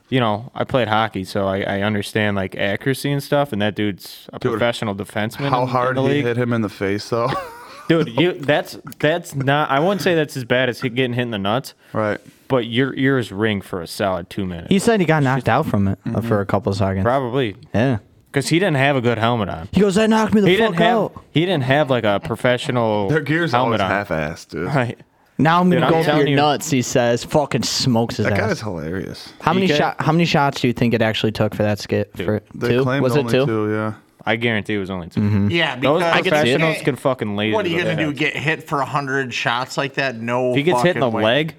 Speaker 4: you know, I played hockey, so I, I understand like accuracy and stuff. And that dude's a profestional defenseman. in-
Speaker 3: How
Speaker 4: in
Speaker 3: hard
Speaker 4: the
Speaker 3: he
Speaker 4: league.
Speaker 3: hit him in the face, though.
Speaker 4: dude? You that's that's not. I wouldn't say that's as bad as hit- getting hit in the nuts,
Speaker 3: right.
Speaker 4: but your ears ring for a solid two minutes,
Speaker 5: He said he got knocked out from it
Speaker 3: Mm-hmm.
Speaker 5: uh, for a couple of seconds.
Speaker 4: probably
Speaker 5: Yeah.
Speaker 4: because he didn't have a good helmet on.
Speaker 5: He goes, "That knocked me the
Speaker 4: He
Speaker 5: fuck
Speaker 4: didn't have
Speaker 5: out."
Speaker 4: he didn't have like a professional
Speaker 3: Their gear's
Speaker 4: helmet
Speaker 3: always
Speaker 4: on.
Speaker 3: half-assed, dude.
Speaker 4: Right.
Speaker 5: Now I'm gonna
Speaker 4: I'm
Speaker 5: go for
Speaker 4: telling
Speaker 5: your
Speaker 4: you.
Speaker 5: nuts. He says, "Fucking smokes his
Speaker 3: That
Speaker 5: ass."
Speaker 3: guy's hilarious.
Speaker 5: how many
Speaker 4: PK?
Speaker 5: shot? How many shots do you think it actually took for that skit? For
Speaker 3: They
Speaker 5: two?
Speaker 3: claimed
Speaker 5: Was it
Speaker 3: only
Speaker 5: two?
Speaker 3: yeah.
Speaker 4: I guarantee it was only 2
Speaker 1: yeah,
Speaker 4: Those
Speaker 1: Mm-hmm. because
Speaker 4: professionals can fucking laser.
Speaker 1: What are you
Speaker 4: those
Speaker 1: gonna do?
Speaker 4: guys.
Speaker 1: Get hit for hundred shots like that? No.
Speaker 4: If he gets hit in the
Speaker 1: fucking way.
Speaker 4: leg,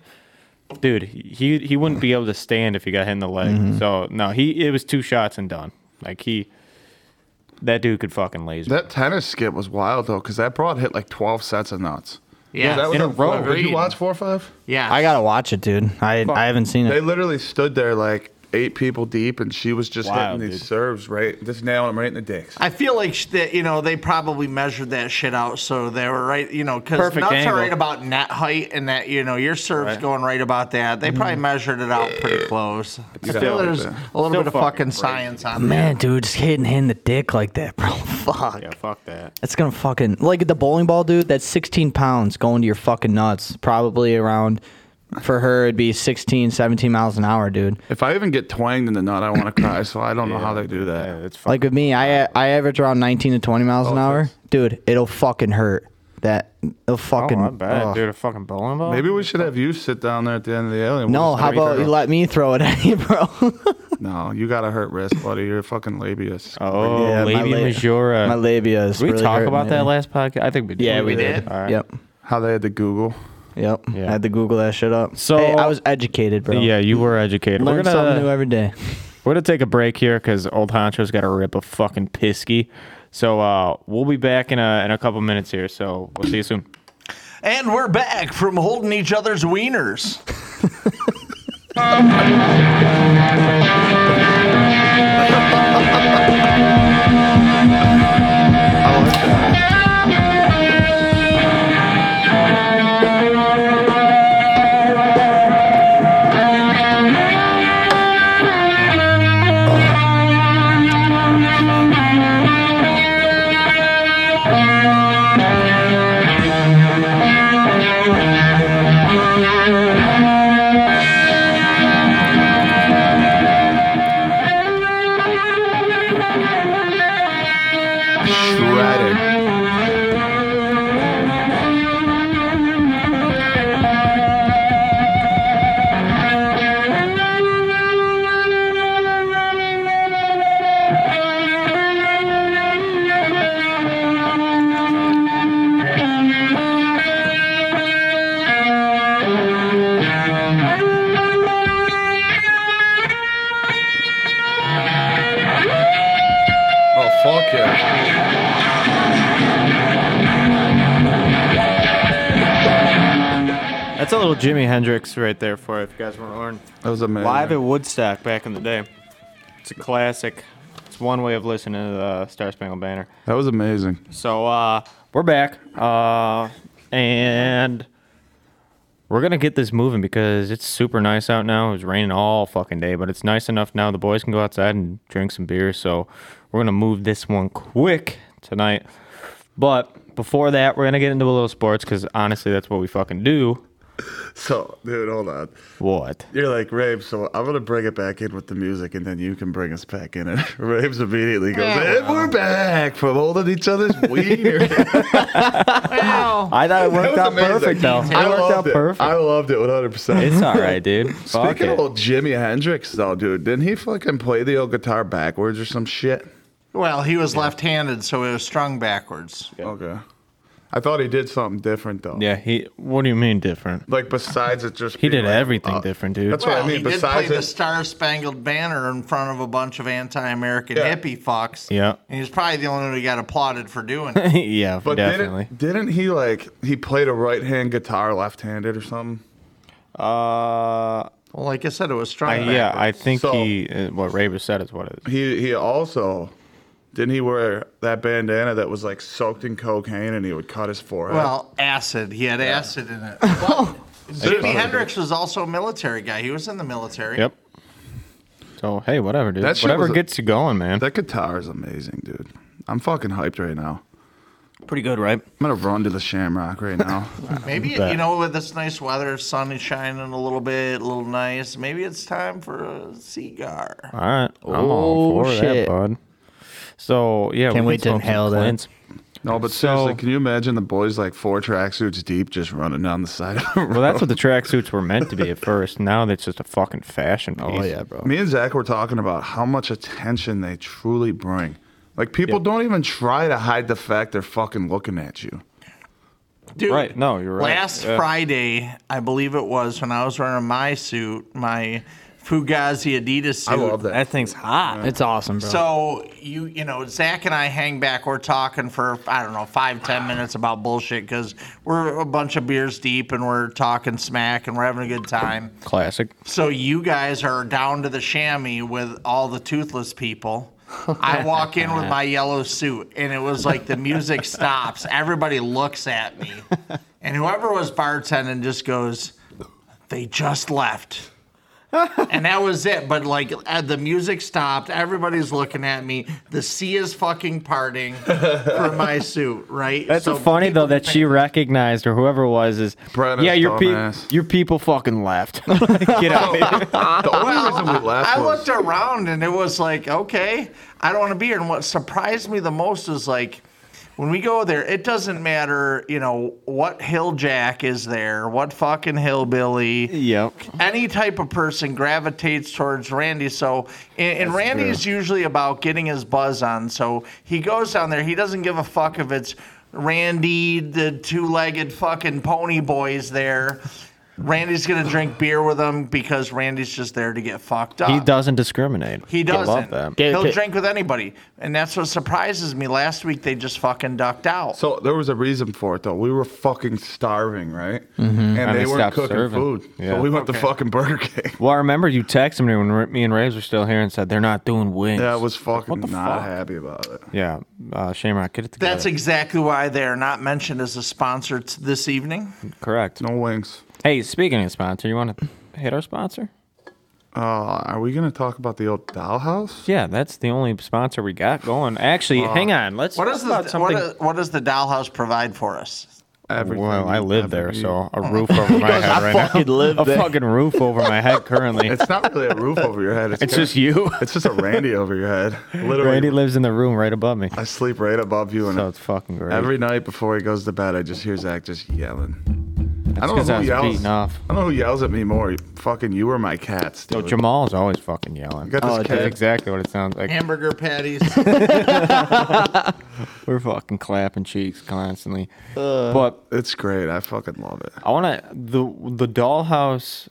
Speaker 4: dude, he he wouldn't be able to stand if he got hit in the leg.
Speaker 1: Mm-hmm.
Speaker 4: So no, he it was two shots and done. Like he, that dude could fucking laser.
Speaker 3: That tennis skip was wild, though, because that broad hit like 12 sets of nuts.
Speaker 1: Yeah,
Speaker 3: that was
Speaker 4: in a row.
Speaker 3: Did you
Speaker 1: Agreed.
Speaker 3: watch 4 or 5?
Speaker 1: Yeah,
Speaker 5: I gotta watch it, dude. I I haven't seen
Speaker 3: They
Speaker 5: it.
Speaker 3: literally stood there like eight people deep, and she was just
Speaker 4: Wow,
Speaker 3: hitting these
Speaker 4: dude.
Speaker 3: serves right, just nailing them right in the dicks.
Speaker 1: I feel like sh- that you know they probably measured that shit out, so they were right. You know, because
Speaker 4: Perfect
Speaker 1: nuts
Speaker 4: angle.
Speaker 1: are right about net height, and that you know your serve's
Speaker 4: Right. Mm-hmm.
Speaker 1: going right about that. They probably measured it out pretty close. I
Speaker 3: still,
Speaker 1: feel there's
Speaker 3: yeah.
Speaker 1: a little
Speaker 4: Still
Speaker 1: bit of
Speaker 4: fucking
Speaker 1: fucking,
Speaker 4: crazy.
Speaker 1: science on
Speaker 5: Man, dude, just hitting him in the dick like that, bro. Fuck.
Speaker 4: yeah, fuck that.
Speaker 5: That's gonna fucking like the bowling ball, dude. That's 16 pounds going to your fucking nuts. Probably around for her, it'd be 16, 17 miles an hour, dude.
Speaker 3: If I even get twanged in the nut, I want to cry. So I don't know how they do that.
Speaker 4: Yeah, it's fucking
Speaker 5: Like with me, I I average around 19 to 20
Speaker 3: Oh,
Speaker 5: miles an hour, dude. It'll fucking hurt. That it'll
Speaker 4: oh,
Speaker 5: fucking.
Speaker 4: not bad,
Speaker 5: ugh.
Speaker 4: dude. A fucking bowling ball.
Speaker 3: Maybe we should have you sit down there at the end of the alien.
Speaker 5: No, how about you let me throw it at you, bro?
Speaker 3: No, you got a hurt wrist, buddy. You're fucking labius.
Speaker 4: Oh,
Speaker 5: Yeah, my
Speaker 4: lady
Speaker 5: la-
Speaker 4: Majora.
Speaker 5: My labia is.
Speaker 4: Did we
Speaker 5: really
Speaker 4: talk
Speaker 5: hurting
Speaker 4: about that
Speaker 5: lately.
Speaker 4: last podcast? I think we did.
Speaker 5: Yeah, we
Speaker 1: did.
Speaker 4: All right.
Speaker 5: Yep,
Speaker 3: How they had to Google.
Speaker 5: yep.
Speaker 4: Yeah.
Speaker 5: I had to Google that shit up.
Speaker 4: So-
Speaker 5: hey, I was educated, bro.
Speaker 4: Yeah, you were educated.
Speaker 5: learn
Speaker 4: we're gonna
Speaker 5: something new every day.
Speaker 4: We're gonna take a break here because old Honcho's got to rip a fucking pisky. So uh, we'll be back in a in a couple minutes here. So we'll see you soon.
Speaker 1: And we're back from holding each other's wieners.
Speaker 4: a little Jimi Hendrix right there for you if you guys weren't learning.
Speaker 3: That was amazing.
Speaker 4: Live at Woodstock back in the day. It's a classic. It's one way of listening to the Star Spangled Banner.
Speaker 3: that was amazing.
Speaker 4: So uh, we're back, uh, and we're gonna get this moving because it's super nice out now. It was raining all fucking day, but it's nice enough now. The boys can go outside and drink some beer. So we're gonna move this one quick tonight. But before that, we're gonna get into a little sports because honestly, that's what we fucking do.
Speaker 3: So, dude, hold on.
Speaker 4: What?
Speaker 3: You're like Rabe, so I'm gonna bring it back in with the music, and then you can bring us back in. And Rabe's immediately goes, "And we're back from holding each other's weed."
Speaker 4: I thought it worked out perfect though. It
Speaker 3: I
Speaker 4: worked
Speaker 3: loved
Speaker 4: out
Speaker 3: it.
Speaker 4: perfect.
Speaker 3: I loved it 100. percent
Speaker 4: it's all right, dude. Fuck
Speaker 3: Speaking
Speaker 4: it.
Speaker 3: of old Jimi Hendrix, though, dude, didn't he fucking play the old guitar backwards or some shit?
Speaker 1: Well, he was left-handed, so it was strung backwards.
Speaker 3: Okay, I thought he did something different though.
Speaker 4: yeah, he. What do you mean different?
Speaker 3: Like besides it just
Speaker 4: He
Speaker 3: being
Speaker 4: did
Speaker 3: like,
Speaker 4: everything
Speaker 3: uh,
Speaker 4: different, dude.
Speaker 3: That's what
Speaker 1: Well,
Speaker 3: I mean.
Speaker 1: he did play
Speaker 3: Besides
Speaker 1: the
Speaker 3: it,
Speaker 1: Star Spangled Banner in front of a bunch of anti-American
Speaker 3: Yeah.
Speaker 1: hippie fucks.
Speaker 4: Yeah.
Speaker 1: and he's probably the only one who got applauded for doing it.
Speaker 4: yeah,
Speaker 3: but
Speaker 4: definitely.
Speaker 3: didn't didn't he like he played a right hand guitar left handed or something?
Speaker 4: Uh,
Speaker 1: well, like I said, it was strung.
Speaker 4: I, yeah, I think
Speaker 3: So-
Speaker 4: he. Uh, what Raver said is what it is.
Speaker 3: He he also didn't he wear that bandana that was like soaked in cocaine and he would cut his forehead?
Speaker 1: Well, acid. He had acid in it. But Jimi Hendrix was also a military guy. He was in the military.
Speaker 4: Yep. So hey, whatever, dude.
Speaker 3: That shit
Speaker 4: Whatever
Speaker 3: was a-
Speaker 4: gets you going, man.
Speaker 3: that guitar is amazing, dude. I'm fucking hyped right now.
Speaker 4: pretty good, right?
Speaker 3: I'm gonna run to the Shamrock right now.
Speaker 1: Maybe you know, with this nice weather, sun is shining a little bit, a little nice. Maybe it's time for a cigar.
Speaker 4: All right, I'm all
Speaker 5: Oh,
Speaker 4: for that,
Speaker 5: shit.
Speaker 4: bud. So yeah,
Speaker 5: Can't
Speaker 4: we
Speaker 5: wait to
Speaker 4: smoke some
Speaker 5: inhale that.
Speaker 4: plants.
Speaker 3: no, but
Speaker 4: So-
Speaker 3: seriously, can you imagine the boys like four tracksuits deep just running down the side of the road?
Speaker 4: Well, that's what the tracksuits were meant to be at first. Now that's just a fucking fashion piece.
Speaker 5: Oh yeah, bro.
Speaker 3: Me and Zach were talking about how much attention they truly bring. Like people don't even try to hide the fact they're fucking looking at you.
Speaker 1: Dude,
Speaker 4: Right, no, you're right.
Speaker 1: Last
Speaker 4: Yeah.
Speaker 1: Friday, I believe it was, when I was wearing my suit, my Fugazi Adidas suit.
Speaker 4: That thing's hot.
Speaker 5: It's awesome, bro.
Speaker 1: So you you know Zach and I hang back. We're talking for I don't know five ten minutes about bullshit because we're a bunch of beers deep and we're talking smack and we're having a good time.
Speaker 4: Classic.
Speaker 1: So you guys are down to the chamois with all the toothless people. I walk in with my yellow suit, and it was like the music stops. Everybody looks at me, and whoever was bartending just goes, "They just left." and that was it. But like uh, the music stopped, everybody's looking at me. The sea is fucking parting for my suit, right?
Speaker 4: That's so funny though that she recognized or whoever it was is
Speaker 3: Brenna's
Speaker 4: yeah your pe-
Speaker 3: dumbass.
Speaker 4: your people fucking left. Get out. of here.
Speaker 3: The only reason we laughed
Speaker 1: I
Speaker 3: was
Speaker 1: looked around and it was like, okay, I don't want to be here. And what surprised me the most is like, when we go there, it doesn't matter, you know, what hill jack is there, what fucking hillbilly,
Speaker 4: Yep.
Speaker 1: any type of person gravitates towards Randy. So, and, and Randy is usually about getting his buzz on. So he goes down there. He doesn't give a fuck if it's Randy, the two-legged fucking pony boys there. Randy's gonna drink beer with him because Randy's just there to get fucked up.
Speaker 4: He doesn't discriminate.
Speaker 1: He doesn't.
Speaker 4: I love that.
Speaker 1: He'll
Speaker 5: Okay.
Speaker 1: drink with anybody, and that's what surprises me. Last week they just fucking ducked out.
Speaker 3: so there was a reason for it though. We were fucking starving, right? And, they
Speaker 4: they
Speaker 3: weren't
Speaker 4: stopped
Speaker 3: cooking
Speaker 4: serving.
Speaker 3: food,
Speaker 4: Yeah.
Speaker 3: so we went to
Speaker 1: Okay.
Speaker 3: fucking Burger King.
Speaker 4: Well, I remember you texted me when r- me and Raves were still here and said they're not doing wings.
Speaker 3: Yeah, I was fucking
Speaker 4: the
Speaker 3: not
Speaker 4: fuck?
Speaker 3: happy about it.
Speaker 4: yeah. Uh, Shamrock, get it together.
Speaker 1: that's exactly why they are not mentioned as a sponsor t- this evening.
Speaker 4: correct.
Speaker 3: No wings.
Speaker 4: Hey, speaking of sponsor, you want to hit our sponsor?
Speaker 3: Uh, are we gonna talk about the old dollhouse?
Speaker 4: Yeah, that's the only sponsor we got going. Actually,
Speaker 3: Uh,
Speaker 4: hang on. Let's
Speaker 1: What
Speaker 4: talk
Speaker 1: does
Speaker 4: about
Speaker 1: the what,
Speaker 4: something.
Speaker 1: does- what does the dollhouse provide for us?
Speaker 3: Everything. Oh.
Speaker 4: well, I live there,
Speaker 3: Everything.
Speaker 4: so a roof over my head right now.
Speaker 5: fucking live
Speaker 4: a
Speaker 5: there.
Speaker 4: fucking roof over my head currently.
Speaker 3: it's not really a roof over your head. It's,
Speaker 4: It's
Speaker 3: kinda-
Speaker 4: just you.
Speaker 3: It's just a Randy over your head. Literally,
Speaker 4: Randy lives in the room right above me,
Speaker 3: I sleep right above you, and
Speaker 4: so it's fucking great.
Speaker 3: Every night before he goes to bed, I just hear Zach just yelling. I don't know
Speaker 4: 'cause
Speaker 3: who
Speaker 4: I was
Speaker 3: yells.
Speaker 4: beaten off.
Speaker 3: I don't know who yells at me more. Fucking you or my cats.
Speaker 4: so
Speaker 3: Dude.
Speaker 4: Jamal's always fucking
Speaker 3: I
Speaker 4: yelling.
Speaker 3: got this
Speaker 5: Oh,
Speaker 4: That's
Speaker 3: cat.
Speaker 4: exactly what it sounds like.
Speaker 1: Hamburger patties.
Speaker 4: We're fucking clapping cheeks constantly.
Speaker 3: Uh.
Speaker 4: but
Speaker 3: It's great. I fucking love it.
Speaker 4: I want to the the dollhouse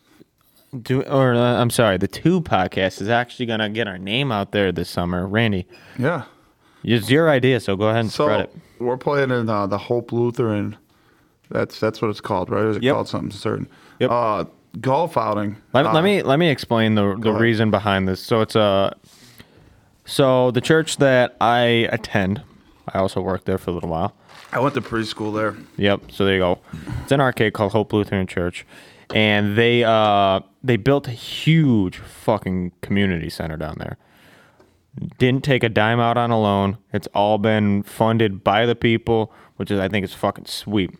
Speaker 4: do or uh, I'm sorry, the two podcast is actually gonna get our name out there this summer. Randy,
Speaker 3: Yeah.
Speaker 4: it's your idea, so go ahead and spread
Speaker 3: So
Speaker 4: it.
Speaker 3: we're playing in uh, the Hope Lutheran. That's that's what it's called, right? Is it
Speaker 4: Yep.
Speaker 3: called something certain?
Speaker 4: Yep.
Speaker 3: Uh, golf outing.
Speaker 4: Let, let
Speaker 3: Uh,
Speaker 4: me let me explain the the
Speaker 3: ahead.
Speaker 4: reason behind this. So it's a so the church that I attend. I also worked there for a little while.
Speaker 3: I went to preschool there.
Speaker 4: Yep. So there you go. It's an arcade called Hope Lutheran Church, and they uh they built a huge fucking community center down there. Didn't take a dime out on a loan. It's all been funded by the people, which is I think is fucking sweet.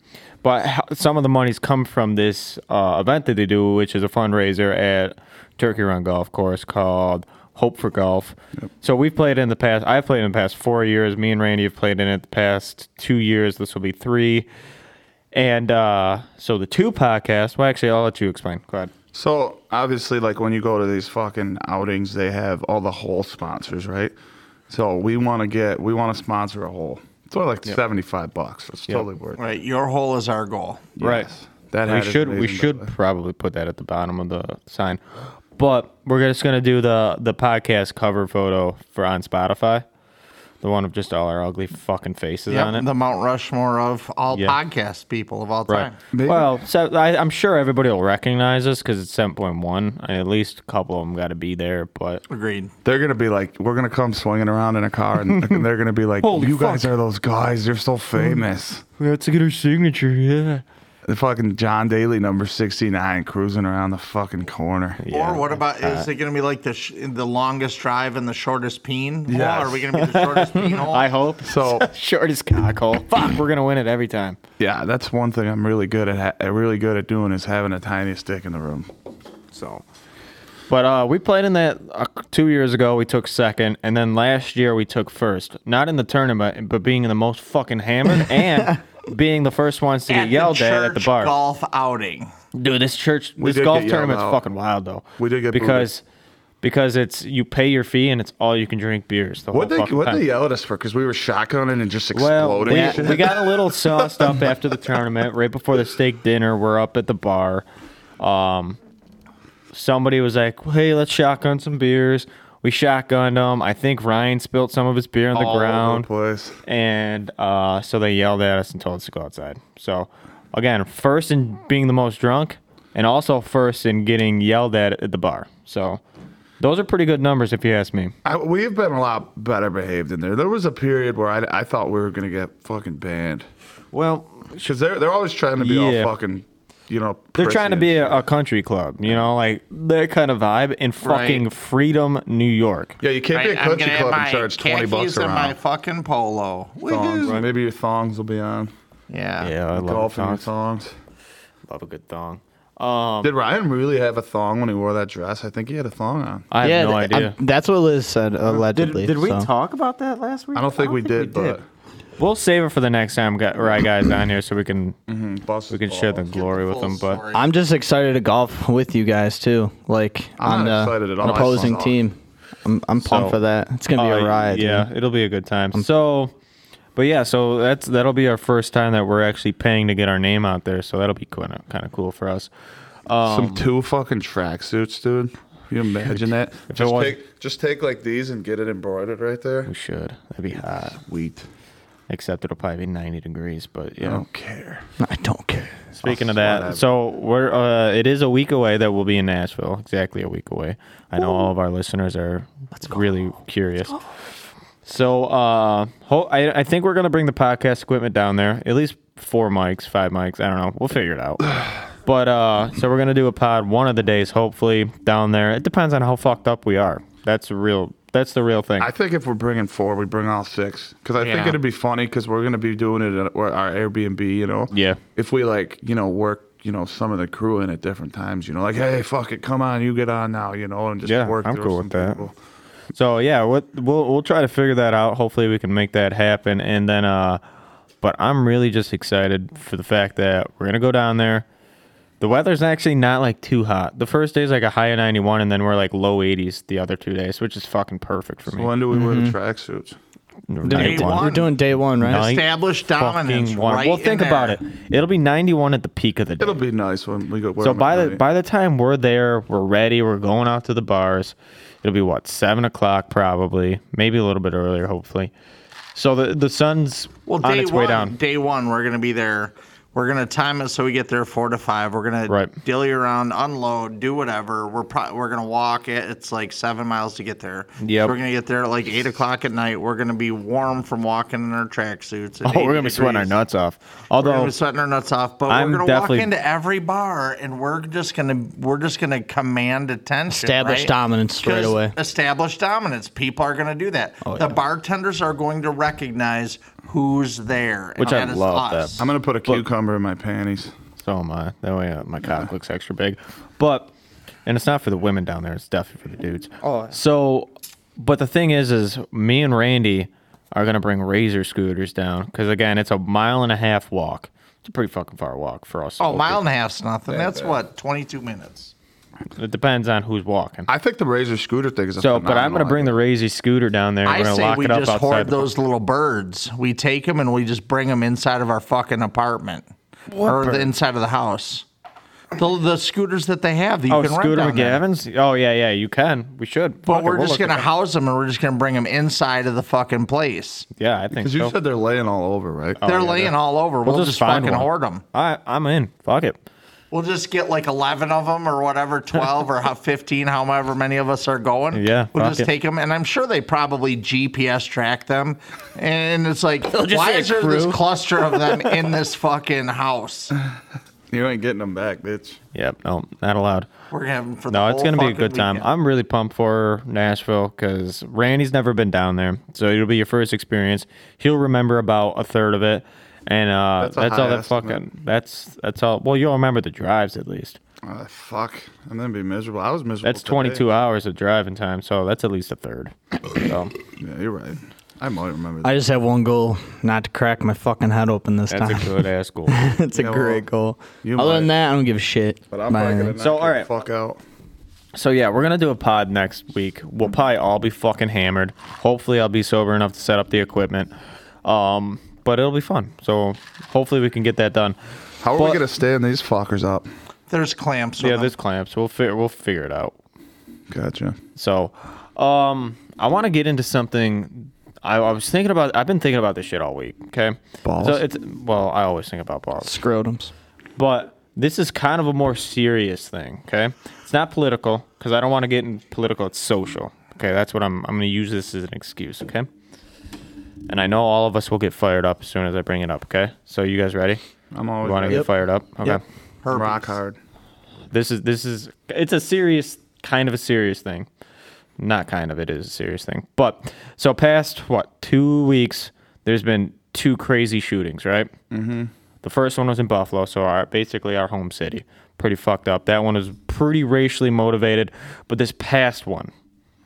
Speaker 4: But ho- some of the money's come from this uh, event that they do, which is a fundraiser at Turkey Run Golf Course called Hope for Golf. So we've played in the past. I've played in the past four years. Me and Randy have played in it the past two years. This will be three. And uh, so the two podcasts. Well, actually, I'll let you explain. Go ahead.
Speaker 3: So obviously, like when you go to these fucking outings, they have all the hole sponsors, right? So we want to get, we want to sponsor a hole. It's only like seventy-five bucks. It's totally worth. it.
Speaker 1: Right, your hole is our goal.
Speaker 4: Right.
Speaker 3: That
Speaker 4: we
Speaker 3: hat is
Speaker 4: should we
Speaker 3: amazing, by
Speaker 4: should
Speaker 3: the way.
Speaker 4: probably put that at the bottom of the sign. But we're just gonna do the the podcast cover photo for on Spotify, the one of just all our ugly fucking faces on it.
Speaker 1: Yep, the Mount Rushmore of all
Speaker 4: Yeah.
Speaker 1: podcast people of all
Speaker 4: right.
Speaker 1: time.
Speaker 3: Maybe-
Speaker 4: Well, so I, I'm sure everybody will recognize us because it's 7.1. and At least a couple of them got to be there. But
Speaker 1: Agreed.
Speaker 3: They're gonna be like, we're gonna come swinging around in a car, and and they're gonna be like,
Speaker 4: Holy
Speaker 3: you guys
Speaker 4: fuck. Mm-hmm.
Speaker 3: are those guys. You're so famous.
Speaker 4: we have to get our signature. Yeah.
Speaker 3: The fucking John Daly number sixty-nine cruising around the fucking corner.
Speaker 4: Yeah,
Speaker 1: or what about is it going to be like the sh- the longest drive and the shortest peen? hole?
Speaker 3: Yes.
Speaker 1: Are we going to be the shortest peen hole?
Speaker 4: I hope
Speaker 3: So
Speaker 4: shortest cockhole. Fuck, we're gonna win it every time.
Speaker 3: yeah, that's one thing I'm really good at. ha- Really good at doing is having the tiniest dick in the room.
Speaker 4: So, but uh, we played in that uh, two years ago. We took second, and then last year we took first. Not in the tournament, but being the most fucking hammered and being the first ones to
Speaker 1: At
Speaker 4: get
Speaker 1: the
Speaker 4: yelled at at the
Speaker 1: church
Speaker 4: bar.
Speaker 1: golf outing.
Speaker 4: Dude, this church, this
Speaker 3: did
Speaker 4: golf
Speaker 3: get yelled
Speaker 4: tournament's
Speaker 3: out.
Speaker 4: fucking wild though.
Speaker 3: We did get booted.
Speaker 4: because because it's you pay your fee and it's all you can drink beers. The
Speaker 3: What
Speaker 4: whole
Speaker 3: they
Speaker 4: fucking
Speaker 3: what
Speaker 4: time.
Speaker 3: they yell at us for? Because we were shotgunning and just
Speaker 4: Well,
Speaker 3: exploding.
Speaker 4: we,
Speaker 3: and shit.
Speaker 4: we got a little sauced up after the tournament, right before the steak dinner. We're up at the bar. Um, somebody was like, "Hey, let's shotgun some beers." We shotgunned them. I think Ryan spilt some of his beer on the
Speaker 3: All over the
Speaker 4: ground,
Speaker 3: place.
Speaker 4: and uh, so they yelled at us and told us to go outside. So, again, first in being the most drunk, and also first in getting yelled at at the bar. So, those are pretty good numbers, if you ask me.
Speaker 3: I, we have been a lot better behaved in there. There was a period where I, I thought we were gonna get fucking banned
Speaker 4: Well,
Speaker 3: because they're they're always trying to be
Speaker 4: Yeah.
Speaker 3: all fucking, you know.
Speaker 4: They're trying to
Speaker 3: prissy
Speaker 4: be
Speaker 3: and
Speaker 4: a, a country club, you know, like that kind of vibe in fucking Freedom, New York.
Speaker 3: shit. yeah, you can't be
Speaker 1: Right,
Speaker 3: a
Speaker 1: I'm
Speaker 3: country
Speaker 1: gonna have
Speaker 3: club
Speaker 1: my
Speaker 3: and charge twenty bucks
Speaker 1: khakis
Speaker 3: a
Speaker 1: and my
Speaker 3: round.
Speaker 1: fucking polo.
Speaker 3: Thongs.
Speaker 1: Woohoo.
Speaker 3: Maybe your thongs will be on.
Speaker 1: Yeah.
Speaker 4: Yeah, I love
Speaker 3: Golf
Speaker 4: a
Speaker 3: in your
Speaker 4: thong.
Speaker 3: thongs.
Speaker 4: Love a good thong. Um,
Speaker 3: Did Ryan really have a thong when he wore that dress? I think he had a thong on.
Speaker 4: I have no
Speaker 5: th-
Speaker 4: idea.
Speaker 5: I'm- that's what Liz said
Speaker 8: Did,
Speaker 5: allegedly.
Speaker 8: did we
Speaker 5: so.
Speaker 8: talk about that last week?
Speaker 3: I don't think we did, but
Speaker 4: we'll save it for the next time, gu- right, guys, down here, so we can
Speaker 3: Bust
Speaker 4: we
Speaker 3: his
Speaker 4: can share the
Speaker 3: balls.
Speaker 4: glory with
Speaker 1: Full
Speaker 4: them. But
Speaker 1: story.
Speaker 5: I'm just excited to golf with you guys too. Like
Speaker 3: I'm
Speaker 5: on
Speaker 3: not
Speaker 5: the
Speaker 3: excited at
Speaker 5: an
Speaker 3: all. I
Speaker 5: opposing
Speaker 3: suck.
Speaker 5: team. I'm, I'm pumped
Speaker 4: So-
Speaker 5: for that. It's gonna be
Speaker 4: Uh,
Speaker 5: a ride.
Speaker 4: Yeah,
Speaker 5: dude.
Speaker 4: it'll be a good time. so, but yeah, so that's that'll be our first time that we're actually paying to get our name out there. So that'll be kind of kind of cool for us.
Speaker 3: Some two fucking tracksuits, dude. Can you imagine that? Just
Speaker 4: was-
Speaker 3: take just take like these and get it embroidered right there.
Speaker 4: We should. That'd be hot.
Speaker 3: Sweet.
Speaker 4: Except it'll probably be 90 degrees, but
Speaker 3: I
Speaker 4: yeah.
Speaker 3: don't care.
Speaker 5: I don't care.
Speaker 4: Speaking of
Speaker 3: I'll
Speaker 4: that,
Speaker 3: sweat
Speaker 4: so we're uh, it is a week away that we'll be in Nashville. Exactly a week away. I know all of our listeners are really curious. So uh, ho- I, I think we're gonna bring the podcast equipment down there. At least four mics, five mics. I don't know. We'll figure it out. but uh, so we're gonna do a pod one of the days, hopefully down there. It depends on how fucked up we are. That's the real. That's the real thing.
Speaker 3: I think if we're bringing four, we bring all six because I think
Speaker 1: Yeah.
Speaker 3: it'd be funny because we're gonna be doing it at our our Airbnb, you know.
Speaker 4: Yeah.
Speaker 3: If we like, you know, work, you know, some of the crew in at different times, you know, like, hey, fuck it, come on, you get on now, you know, and just
Speaker 4: Yeah,
Speaker 3: work.
Speaker 4: I'm
Speaker 3: through
Speaker 4: cool
Speaker 3: some
Speaker 4: with that.
Speaker 3: people.
Speaker 4: So yeah, what we'll we'll try to figure that out. Hopefully we can make that happen and then uh but I'm really just excited for the fact that we're gonna go down there. The weather's actually not like too hot. The first day's like a high of ninety one and then we're like low eighties the other two days, which is fucking perfect for me.
Speaker 3: When do we wear the tracksuits?
Speaker 5: Day
Speaker 4: Night
Speaker 5: one.
Speaker 4: one.
Speaker 5: We're doing day one, right?
Speaker 4: Night
Speaker 1: Establish dominance.
Speaker 4: Fucking one.
Speaker 1: Right
Speaker 4: well think
Speaker 1: in
Speaker 4: about
Speaker 1: there.
Speaker 4: it. It'll be ninety one at the peak of the day.
Speaker 3: It'll be nice when we go. Wear
Speaker 4: So
Speaker 3: them at
Speaker 4: by the
Speaker 3: night.
Speaker 4: by the time we're there, we're ready. We're going out to the bars. It'll be what seven o'clock probably, maybe a little bit earlier, hopefully. So the the sun's
Speaker 1: Well,
Speaker 4: on
Speaker 1: day
Speaker 4: its
Speaker 1: one,
Speaker 4: way down.
Speaker 1: Day one, we're going to be there. We're gonna time it so we get there four to five. We're gonna
Speaker 4: Right.
Speaker 1: dilly around, unload, do whatever. We're pro- we're gonna walk it. It's like seven miles to get there. Yeah.
Speaker 4: Yep.
Speaker 1: we're gonna get there at like eight o'clock at night. We're gonna be warm from walking in our tracksuits. at
Speaker 4: Oh,
Speaker 1: 80
Speaker 4: we're gonna be sweating our
Speaker 1: degrees.
Speaker 4: nuts off.
Speaker 1: We're gonna
Speaker 4: Although
Speaker 1: be sweating our nuts off, but
Speaker 4: I'm
Speaker 1: we're gonna
Speaker 4: definitely-
Speaker 1: walk into every bar and we're just gonna we're just gonna command attention.
Speaker 5: Establish
Speaker 1: right?
Speaker 5: dominance straight
Speaker 1: 'Cause
Speaker 5: away.
Speaker 1: Establish dominance. People are gonna do that.
Speaker 4: Oh,
Speaker 1: The bartenders are going to recognize who's there. and
Speaker 4: Which I
Speaker 1: that is
Speaker 4: love
Speaker 1: us.
Speaker 4: that.
Speaker 3: I'm gonna put a cucumber in my panties.
Speaker 4: so am I. That way uh, my cock looks extra big. But and it's not for the women down there. It's definitely for the dudes. Oh. So, but the thing is, is me and Randy are gonna bring razor scooters down because again, it's a mile and a half walk. It's a pretty fucking far walk for us.
Speaker 1: Oh, mile and a half's nothing. That's what twenty two minutes.
Speaker 4: It depends on who's walking.
Speaker 3: I think the razor scooter thing is a
Speaker 4: So, but I'm gonna
Speaker 3: phenomenal
Speaker 4: bring the
Speaker 3: idea.
Speaker 4: Razy scooter down there.
Speaker 1: I
Speaker 4: We're gonna
Speaker 1: say
Speaker 4: lock
Speaker 1: we
Speaker 4: it up
Speaker 1: just
Speaker 4: outside.
Speaker 1: hoard
Speaker 4: the-
Speaker 1: those little birds. We take them and we just bring them inside of our fucking apartment or the inside of the house. The, the scooters that they have that you
Speaker 4: Oh,
Speaker 1: can
Speaker 4: Scooter
Speaker 1: rent down there.
Speaker 4: McGavin's. Oh yeah, yeah, you can. We should.
Speaker 1: But
Speaker 4: Fuck it,
Speaker 1: we're
Speaker 4: we'll
Speaker 1: just
Speaker 4: look
Speaker 1: gonna
Speaker 4: it up.
Speaker 1: house them and we're just gonna bring them inside of the fucking place.
Speaker 4: Yeah, I think
Speaker 3: Because you
Speaker 4: so.
Speaker 3: said they're laying all over, right?
Speaker 4: Oh.
Speaker 1: They're laying all over. We'll, just, fucking
Speaker 4: one.
Speaker 1: hoard them.
Speaker 4: I I'm in. Fuck it.
Speaker 1: We'll just get like eleven of them or whatever, twelve or how- fifteen, however many of us are going.
Speaker 4: Yeah,
Speaker 1: we'll
Speaker 4: fuck
Speaker 1: just
Speaker 4: it.
Speaker 1: take them, and I'm sure they probably GPS track them. And it's like,
Speaker 5: just
Speaker 1: why
Speaker 5: say a
Speaker 1: is there this
Speaker 5: crew.
Speaker 1: cluster of them in this fucking house?
Speaker 3: You ain't getting them back, bitch.
Speaker 4: Yep. No, not allowed.
Speaker 1: We're having for the
Speaker 4: No, it's
Speaker 1: whole
Speaker 4: gonna be a
Speaker 1: fucking
Speaker 4: good time.
Speaker 1: weekend.
Speaker 4: I'm really pumped for Nashville because Randy's never been down there, so it'll be your first experience. He'll remember about a third of it, and uh, that's,
Speaker 3: That's a
Speaker 4: all
Speaker 3: high
Speaker 4: that
Speaker 3: estimate.
Speaker 4: fucking. That's that's all. Well, you'll remember the drives at least.
Speaker 3: Oh, fuck. I'm gonna be miserable. I was miserable.
Speaker 4: That's
Speaker 3: today.
Speaker 4: 22 hours of driving time, so that's at least a third. So
Speaker 3: Yeah, you're right. I might remember.
Speaker 5: I
Speaker 3: that.
Speaker 5: just have one goal: not to crack my fucking head open this
Speaker 4: that's a
Speaker 5: time.
Speaker 4: good ass goal.
Speaker 5: That's a
Speaker 3: Yeah,
Speaker 5: great goal. Other
Speaker 3: you
Speaker 5: than
Speaker 3: might.
Speaker 5: that, I don't give a shit.
Speaker 3: but I'm
Speaker 5: about
Speaker 3: probably
Speaker 5: anything.
Speaker 3: gonna knock
Speaker 4: So,
Speaker 3: it
Speaker 4: all right.
Speaker 3: the fuck out.
Speaker 4: So yeah, we're gonna do a pod next week. We'll probably all be fucking hammered. Hopefully, I'll be sober enough to set up the equipment. Um, but it'll be fun. So hopefully, we can get that done.
Speaker 3: How are
Speaker 4: But-
Speaker 3: we gonna stand these fuckers up?
Speaker 1: There's clamps.
Speaker 4: Yeah,
Speaker 1: on 'em.
Speaker 4: there's clamps. We'll figure. We'll figure it out.
Speaker 3: Gotcha.
Speaker 4: So, um, I want to get into something. I, I was thinking about. I've been thinking about this shit all week. Okay.
Speaker 3: Balls?
Speaker 4: So it's well, I always think about balls.
Speaker 5: Scrotums.
Speaker 4: but this is kind of a more serious thing. Okay, it's not political because I don't want to get in political. It's social. Okay, that's what I'm. I'm going to use this as an excuse. Okay, and I know all of us will get fired up as soon as I bring it up. Okay, so you guys ready?
Speaker 3: I'm
Speaker 4: You
Speaker 3: always
Speaker 4: want to get
Speaker 3: ready.
Speaker 4: fired up? Okay.
Speaker 3: rock hard.
Speaker 4: This is this is it's a serious kind of a serious thing. Not kind of it is a serious thing. But so past what two weeks, there's been two crazy shootings, right? Mm-hmm. The first one was in Buffalo, so our basically our home city. Pretty fucked up. That one was pretty racially motivated. But this past one,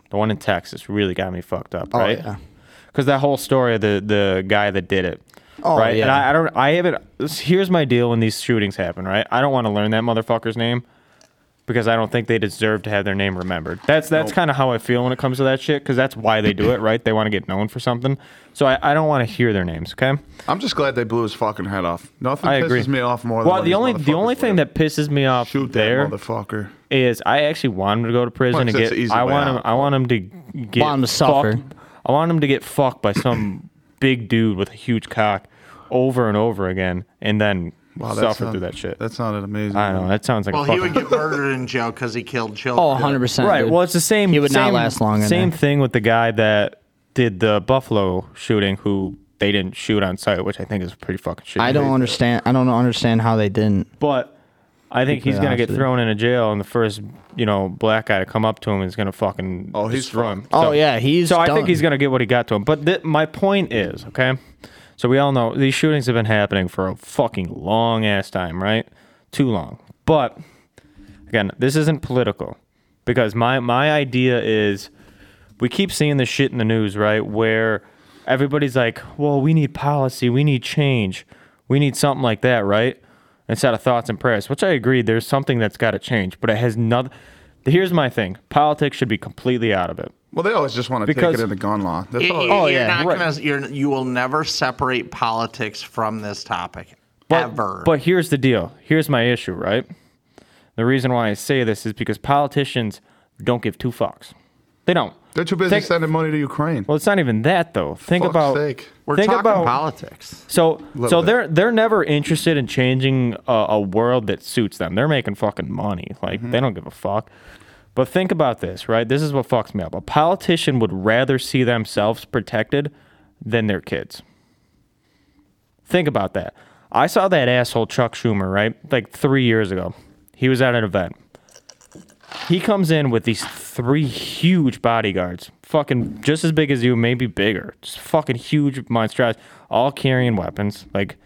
Speaker 4: the one in Texas, really got me fucked up,
Speaker 3: Oh,
Speaker 4: right?
Speaker 5: Oh, yeah.
Speaker 4: Because that whole story of the the guy that did it.
Speaker 5: Oh,
Speaker 4: right? And
Speaker 5: yeah.
Speaker 4: I, I don't. I haven't. this- Here's my deal when these shootings happen. Right? I don't want to learn that motherfucker's name because I don't think they deserve to have their name remembered. That's that's kind of how I feel when it comes to that shit because that's why they do it. Right? They want to get known for something. So I, I don't want to hear their names. Okay.
Speaker 3: I'm just glad they blew his fucking head off. Nothing
Speaker 4: I
Speaker 3: pisses
Speaker 4: agree.
Speaker 3: me off more.
Speaker 4: Well,
Speaker 3: than
Speaker 4: the only the only thing that pisses me off
Speaker 3: shoot
Speaker 4: there
Speaker 3: that motherfucker.
Speaker 4: is I actually want him to go to prison
Speaker 3: Well,
Speaker 4: and
Speaker 3: it's- it's
Speaker 4: get.
Speaker 3: the easy
Speaker 4: I
Speaker 3: way
Speaker 4: want
Speaker 3: out.
Speaker 4: him. I want him to get.
Speaker 5: Want him to suffer.
Speaker 4: fucked- I want him to get fucked by some big dude with a huge cock over and over again, and then
Speaker 3: Wow, uh, that
Speaker 4: suffer
Speaker 3: sound-
Speaker 4: through that shit.
Speaker 3: That sounded amazing.
Speaker 4: I know that sounds like
Speaker 1: Well,
Speaker 4: a
Speaker 1: he
Speaker 4: fucking.
Speaker 1: would get murdered in jail because he killed children.
Speaker 5: Oh, 100 percent.
Speaker 4: right. Well, it's the same.
Speaker 5: He would not
Speaker 4: same-
Speaker 5: last long in
Speaker 4: Same
Speaker 5: there.
Speaker 4: thing with the guy that did the Buffalo shooting, who they didn't shoot on site, which I think is pretty fucking shit.
Speaker 5: I don't understand. I don't understand how they didn't.
Speaker 4: But I think he's gonna
Speaker 5: honest
Speaker 4: get
Speaker 5: with you.
Speaker 4: thrown in a jail, and the first you know black guy to come up to him is gonna fucking
Speaker 3: Oh, he's
Speaker 4: destroy him.
Speaker 5: Oh, yeah, he's
Speaker 4: so I think
Speaker 5: done.
Speaker 4: he's gonna get what he got to him. But th- my point is, okay, so we all know these shootings have been happening for a fucking long ass time, right? Too long. But again, this isn't political because my my idea is we keep seeing this shit in the news, right? Where everybody's like, well, we need policy, we need change, we need something like that, right? Instead of thoughts and prayers, which I agree, there's something that's got to change, but it has nothing. Here's my thing politics should be completely out of it.
Speaker 3: Well, they always just want to take
Speaker 4: Because-
Speaker 3: it into gun law. That's
Speaker 1: You-
Speaker 3: all.
Speaker 1: you-
Speaker 5: Oh,
Speaker 1: you're
Speaker 5: yeah,
Speaker 1: not
Speaker 4: right.
Speaker 1: gonna- you're- you will never separate politics from this topic
Speaker 4: But,
Speaker 1: ever.
Speaker 4: But here's the deal. Here's my issue, right? The reason why I say this is because politicians don't give two fucks. They don't.
Speaker 3: They're too busy
Speaker 4: Take-
Speaker 3: sending money to Ukraine.
Speaker 4: Well, it's not even that though. Think
Speaker 3: Fuck's
Speaker 4: about
Speaker 3: sake.
Speaker 8: We're
Speaker 4: think
Speaker 8: talking
Speaker 4: about
Speaker 8: politics.
Speaker 4: So, so
Speaker 3: bit.
Speaker 4: they're they're never interested in changing a, a world that suits them. They're making fucking money. Like they don't give a fuck. But think about this, right? This is what fucks me up. A politician would rather see themselves protected than their kids. Think about that. I saw that asshole Chuck Schumer, right? Like three years ago. He was at an event. He comes in with these three huge bodyguards, fucking just as big as you, maybe bigger. Just fucking huge monstrosities, all carrying weapons. Like,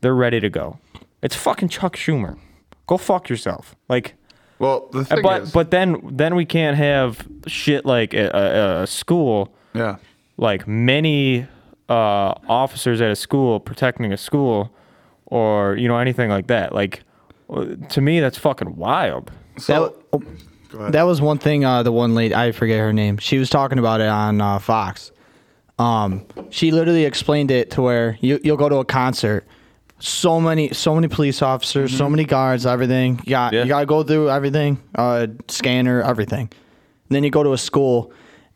Speaker 4: they're ready to go. It's fucking Chuck Schumer. Go fuck yourself. Like,
Speaker 3: Well, the thing
Speaker 4: but
Speaker 3: is,
Speaker 4: but then then we can't have shit like a, a, a school
Speaker 3: yeah,
Speaker 4: like many uh, officers at a school protecting a school or you know anything like that like uh, to me that's fucking wild
Speaker 5: That, oh,
Speaker 3: ahead.
Speaker 5: that was one thing. Uh, the one lady, I forget her name. She was talking about it on uh, Fox. Um, she literally explained it to where you you'll go to a concert. So many, so many police officers, so many guards, everything. You got
Speaker 4: Mm-hmm. Yeah.
Speaker 5: you got to go through everything, uh, scanner, everything. then you go to a school,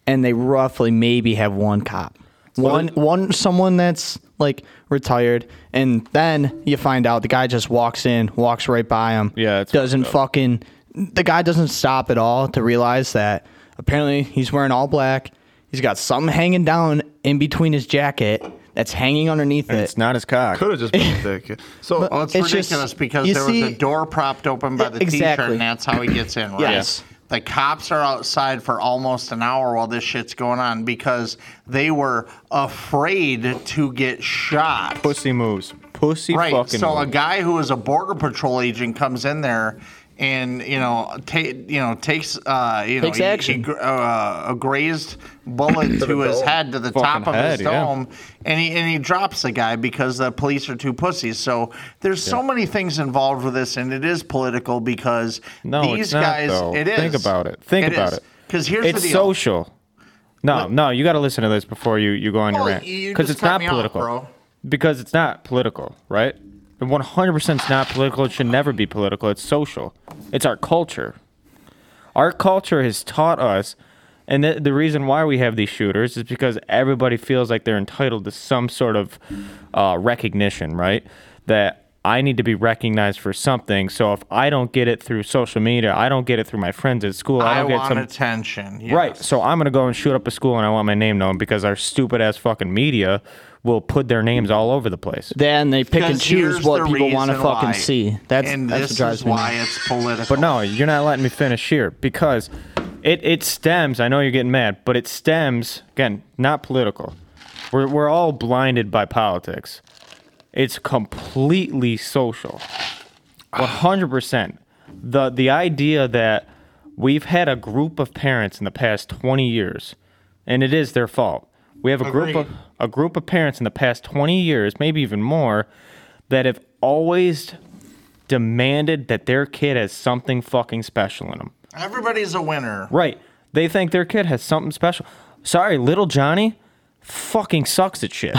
Speaker 5: and they roughly maybe have one cop, one one someone that's like retired, and then you find out the guy just walks in, walks right by him,
Speaker 4: Yeah, it's
Speaker 5: doesn't fucking. The guy doesn't stop at all to realize that apparently he's wearing all black. He's got something hanging down in between his jacket that's hanging underneath it.
Speaker 8: It's not his cock.
Speaker 3: could have just been a dick. So
Speaker 5: But-
Speaker 1: Well, it's,
Speaker 5: It's just-
Speaker 1: ridiculous because
Speaker 5: you
Speaker 1: there was
Speaker 5: see- E,
Speaker 1: a door propped open by the
Speaker 5: Exactly.
Speaker 1: t-shirt, and that's how he gets in. Right?
Speaker 5: Yes.
Speaker 1: The cops are outside for almost an hour while this shit's going on because they were afraid to get shot.
Speaker 4: pussy moves pussy
Speaker 1: right.
Speaker 4: fucking
Speaker 1: so a
Speaker 4: moves.
Speaker 1: guy who is a border patrol agent comes in there. And you know, ta- you know, takes uh, you know,
Speaker 5: Takes
Speaker 1: he- he
Speaker 5: action.
Speaker 1: gr- uh, a grazed bullet to his head to the top of
Speaker 4: head,
Speaker 1: his
Speaker 4: yeah.
Speaker 1: dome, and he and he drops the guy because the police are two pussies. So there's so many things involved with this, and it is political because
Speaker 4: No,
Speaker 1: these
Speaker 4: it's not,
Speaker 1: guys.
Speaker 4: though.
Speaker 1: It is.
Speaker 4: Think about it. Think about it.
Speaker 1: Because here's
Speaker 4: it's
Speaker 1: the deal.
Speaker 4: social no no you got to listen to this before you you go on your
Speaker 1: Oh,
Speaker 4: rant
Speaker 1: you- you
Speaker 4: because
Speaker 1: just
Speaker 4: it's
Speaker 1: cut
Speaker 4: not
Speaker 1: me off,
Speaker 4: political
Speaker 1: bro.
Speaker 4: because it's not political right It 100% it's not political it should never be political it's social it's our culture our culture has taught us and the, the reason why we have these shooters is because everybody feels like they're entitled to some sort of uh, recognition right that i need to be recognized for something so if i don't get it through social media i don't get it through my friends at school i
Speaker 1: I
Speaker 4: don't get
Speaker 1: want
Speaker 4: some
Speaker 1: attention.
Speaker 4: Right.
Speaker 1: yes.
Speaker 4: So I'm gonna go and shoot up a school, and I want my name known because our stupid ass fucking media will put their names all over the place.
Speaker 5: then they pick and
Speaker 1: Because
Speaker 5: choose
Speaker 1: here's
Speaker 5: what
Speaker 1: the
Speaker 5: people want to
Speaker 1: reason
Speaker 5: fucking
Speaker 1: why.
Speaker 5: see. That's
Speaker 1: and
Speaker 5: that's
Speaker 1: this
Speaker 5: what drives
Speaker 1: is
Speaker 5: me.
Speaker 1: why
Speaker 5: nuts.
Speaker 1: it's political.
Speaker 4: But no, you're not letting me finish here because it it stems. I know you're getting mad, but it stems again, not political. We're we're all blinded by politics. It's completely social. 100%. The the idea that we've had a group of parents in the past 20 years and it is their fault. We have a group of a group of parents in the past 20 years, maybe even more, that have always demanded that their kid has something fucking special in them.
Speaker 1: Everybody's a winner.
Speaker 4: Right. They think their kid has something special. Sorry, little Johnny fucking sucks at shit.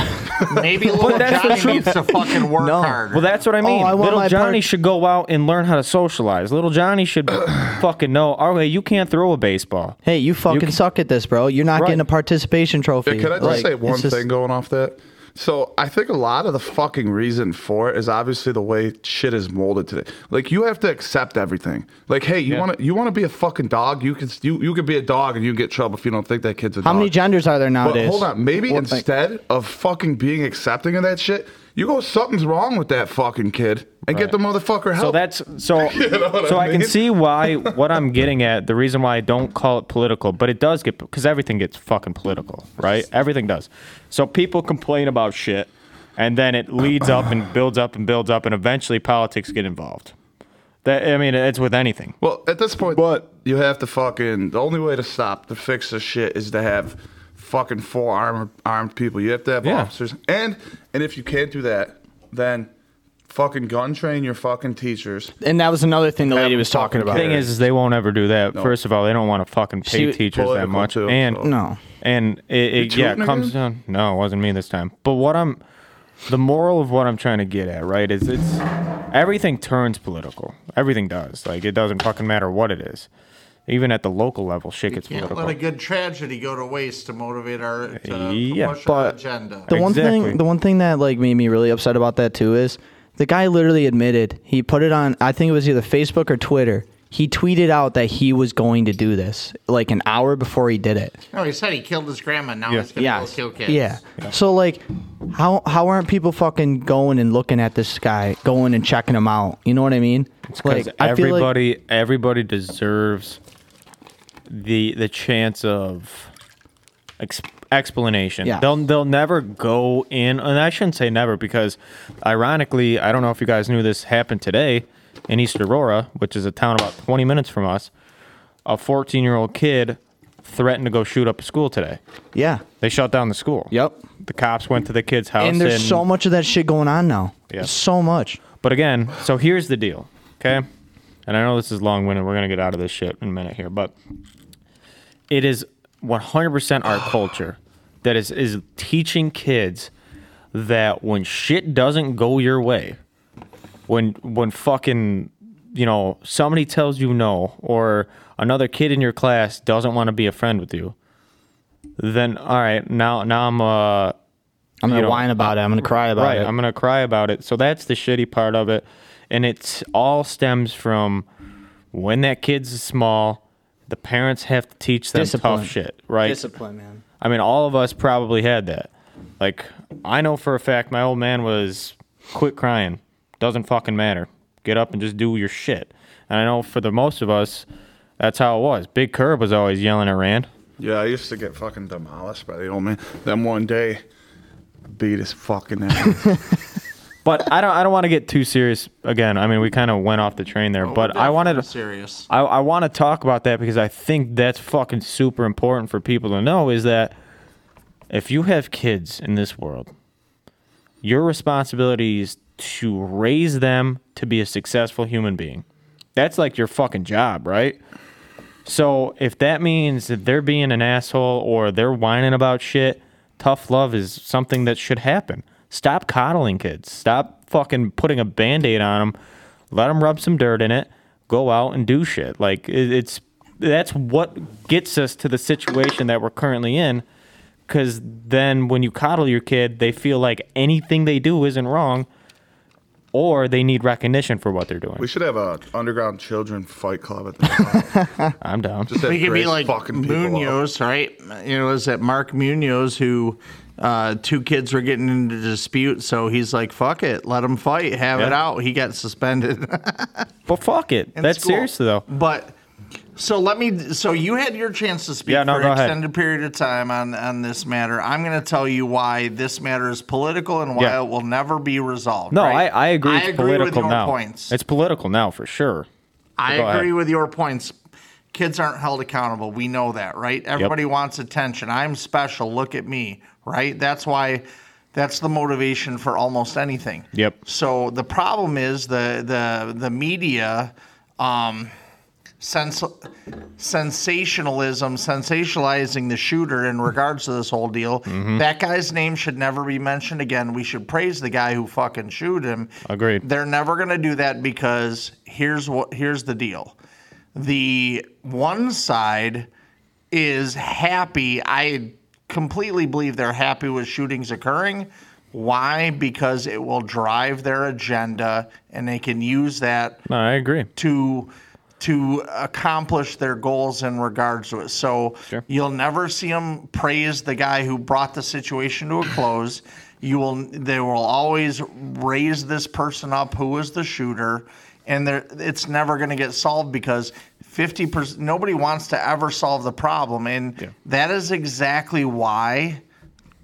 Speaker 1: Maybe little
Speaker 4: that's the
Speaker 1: Johnny
Speaker 4: truth.
Speaker 1: needs to fucking work
Speaker 5: No.
Speaker 1: harder.
Speaker 4: Well, that's what I mean.
Speaker 5: I want
Speaker 4: little
Speaker 5: my
Speaker 4: Johnny
Speaker 5: part-
Speaker 4: should go out and learn how to socialize. Little Johnny should fucking know, okay, you can't throw a baseball.
Speaker 5: Hey, you fucking
Speaker 4: can-
Speaker 5: suck at this, bro. You're not
Speaker 4: Right.
Speaker 5: getting a participation trophy.
Speaker 3: Yeah, can I just
Speaker 5: Like,
Speaker 3: say
Speaker 5: it's
Speaker 3: one
Speaker 5: just-
Speaker 3: thing going off that? So I think a lot of the fucking reason for it is obviously the way shit is molded today. Like you have to accept everything. Like, hey, you want to you want to be a fucking dog? You can you you could be a dog and you can get in trouble if you don't think that kid's a
Speaker 5: How
Speaker 3: dog.
Speaker 5: many genders are there
Speaker 3: But
Speaker 5: nowadays?
Speaker 3: hold on, maybe
Speaker 5: Well, thank-
Speaker 3: instead of fucking being accepting of that shit, you go something's wrong with that fucking kid and get the motherfucker help.
Speaker 4: So that's so
Speaker 3: what
Speaker 4: so
Speaker 3: I
Speaker 4: I, can
Speaker 3: mean?
Speaker 4: see why what I'm getting at, the reason why I don't call it political, but it does get because everything gets fucking political, right? Everything does. So people complain about shit and then it leads up and builds up and builds up and eventually politics get involved. That I mean, it's with anything.
Speaker 3: Well, at this point,
Speaker 4: But-
Speaker 3: you have to fucking. The only way to stop to fix this shit is to have fucking full armed armed people. You have to have
Speaker 4: Yeah.
Speaker 3: officers, and and if you can't do that, then fucking gun train your fucking teachers.
Speaker 5: And that was another thing the
Speaker 3: Have
Speaker 5: lady
Speaker 3: a
Speaker 5: was talking
Speaker 3: fucking
Speaker 5: about.
Speaker 3: kid.
Speaker 4: thing is, is they won't ever do that.
Speaker 3: No.
Speaker 4: First of all, they don't want to fucking pay
Speaker 5: See,
Speaker 4: teachers that
Speaker 3: political
Speaker 4: much,
Speaker 3: too,
Speaker 4: and
Speaker 3: so-
Speaker 5: No.
Speaker 4: and it, it yeah it
Speaker 3: tooting
Speaker 4: comes
Speaker 3: again?
Speaker 4: down. No, it wasn't me this time. But what I'm, the moral of what I'm trying to get at, right, is it's everything turns political. Everything does. Like it doesn't fucking matter what it is. Even at the local level, shit gets
Speaker 1: Can't
Speaker 4: political.
Speaker 1: let a good tragedy go to waste to motivate our to
Speaker 4: Yeah,
Speaker 1: push our
Speaker 5: but-
Speaker 1: agenda.
Speaker 5: The one
Speaker 4: Exactly.
Speaker 5: thing, the one thing that like made me really upset about that too is the guy literally admitted he put it on. I think it was either Facebook or Twitter. He tweeted out that he was going to do this like an hour before he did it.
Speaker 1: No, he said he killed his grandma. Now he's gonna
Speaker 5: Yeah,
Speaker 1: go kill kids.
Speaker 5: yeah. So like, how how aren't people fucking going and looking at this guy, going and checking him out? You know what I mean?
Speaker 4: because
Speaker 5: I feel like-
Speaker 4: everybody everybody deserves the the chance of ex- explanation.
Speaker 5: Yeah.
Speaker 4: They'll they'll never go in, and I shouldn't say never because, ironically, I don't know if you guys knew this happened today in East Aurora, which is a town about 20 minutes from us. A 14 year old kid threatened to go shoot up a school today.
Speaker 5: yeah.
Speaker 4: They shut down the school.
Speaker 5: Yep.
Speaker 4: The cops went to the kid's house.
Speaker 5: And there's so much of that shit going on now.
Speaker 4: Yeah.
Speaker 5: So much.
Speaker 4: But again, so here's the deal, okay? And I know this is long winded. We're going to get out of this shit in a minute here, but it is 100% our culture that is, is teaching kids that when shit doesn't go your way, when when fucking you know somebody tells you no or another kid in your class doesn't want to be a friend with you, then all right, now now I'm uh
Speaker 5: I'm gonna
Speaker 4: You know,
Speaker 5: whine about it. I'm gonna cry about
Speaker 4: right
Speaker 5: it.
Speaker 4: i'm gonna cry about it so that's the shitty part of it and it's all stems from when that kid's small the parents have to teach them
Speaker 5: Discipline.
Speaker 4: tough shit right
Speaker 5: Discipline, man.
Speaker 4: i mean all of us probably had that like i know for a fact my old man was quit crying doesn't fucking matter get up and just do your shit and i know for the most of us that's how it was big curb was always yelling at rand
Speaker 3: Yeah, I used to get fucking demolished by the old man. Then one day, beat his fucking ass.
Speaker 4: but i don't i don't want to get too serious again i mean we kind of went off the train
Speaker 5: Oh,
Speaker 4: there but i wanted to
Speaker 1: serious.
Speaker 4: I, I want to talk about that because I think that's fucking super important for people to know is that if you have kids in this world, your responsibility is to raise them to be a successful human being. That's like your fucking job, right? So if that means that they're being an asshole or they're whining about shit, tough love is something that should happen. Stop coddling kids. Stop fucking putting a band-aid on them. Let them rub some dirt in it. Go out and do shit. Like it, it's that's what gets us to the situation that we're currently in. Cause then when you coddle your kid, they feel like anything they do isn't wrong, or they need recognition for what they're doing.
Speaker 3: we should have a underground children fight club at the top.
Speaker 4: I'm down.
Speaker 3: Just have
Speaker 1: We could be
Speaker 3: Grace
Speaker 1: like
Speaker 3: fucking people up.
Speaker 1: Munoz, right? You know, is that Mark Munoz who uh, two kids were getting into dispute? So he's like, "Fuck it, let them fight, have it
Speaker 4: Yeah.
Speaker 1: out." He got suspended.
Speaker 4: But fuck it.
Speaker 1: in
Speaker 4: That's
Speaker 1: school.
Speaker 4: seriously though.
Speaker 1: But so let me. So you had your chance to speak
Speaker 4: Yeah, no,
Speaker 1: for
Speaker 4: go
Speaker 1: an
Speaker 4: ahead.
Speaker 1: extended period of time on on this matter. I'm going to tell you why this matter is political and why
Speaker 4: Yeah.
Speaker 1: it will never be resolved.
Speaker 4: No,
Speaker 1: right?
Speaker 4: I, I agree. It's political
Speaker 1: with your
Speaker 4: now.
Speaker 1: points.
Speaker 4: It's political now for sure.
Speaker 1: I
Speaker 4: Go ahead.
Speaker 1: agree with your points. Kids aren't held accountable. We know that, right? Everybody wants attention. I'm special. Look at me, right? That's why that's the motivation for almost anything.
Speaker 4: Yep.
Speaker 1: So the problem is the the the media um sens- sensationalism, sensationalizing the shooter in regards to this whole deal. That guy's name should never be mentioned again. We should praise the guy who fucking shoot him.
Speaker 4: Agreed.
Speaker 1: They're never going to do that because here's what here's the deal. The one side is happy. I completely believe they're happy with shootings occurring. Why? Because it will drive their agenda and they can use that
Speaker 4: No, I agree.
Speaker 1: to to accomplish their goals in regards to it. So
Speaker 4: Sure.
Speaker 1: you'll never see them praise the guy who brought the situation to a close. You will they will always raise this person up who was the shooter and there it's never going to get solved because 50% nobody wants to ever solve the problem and that is exactly why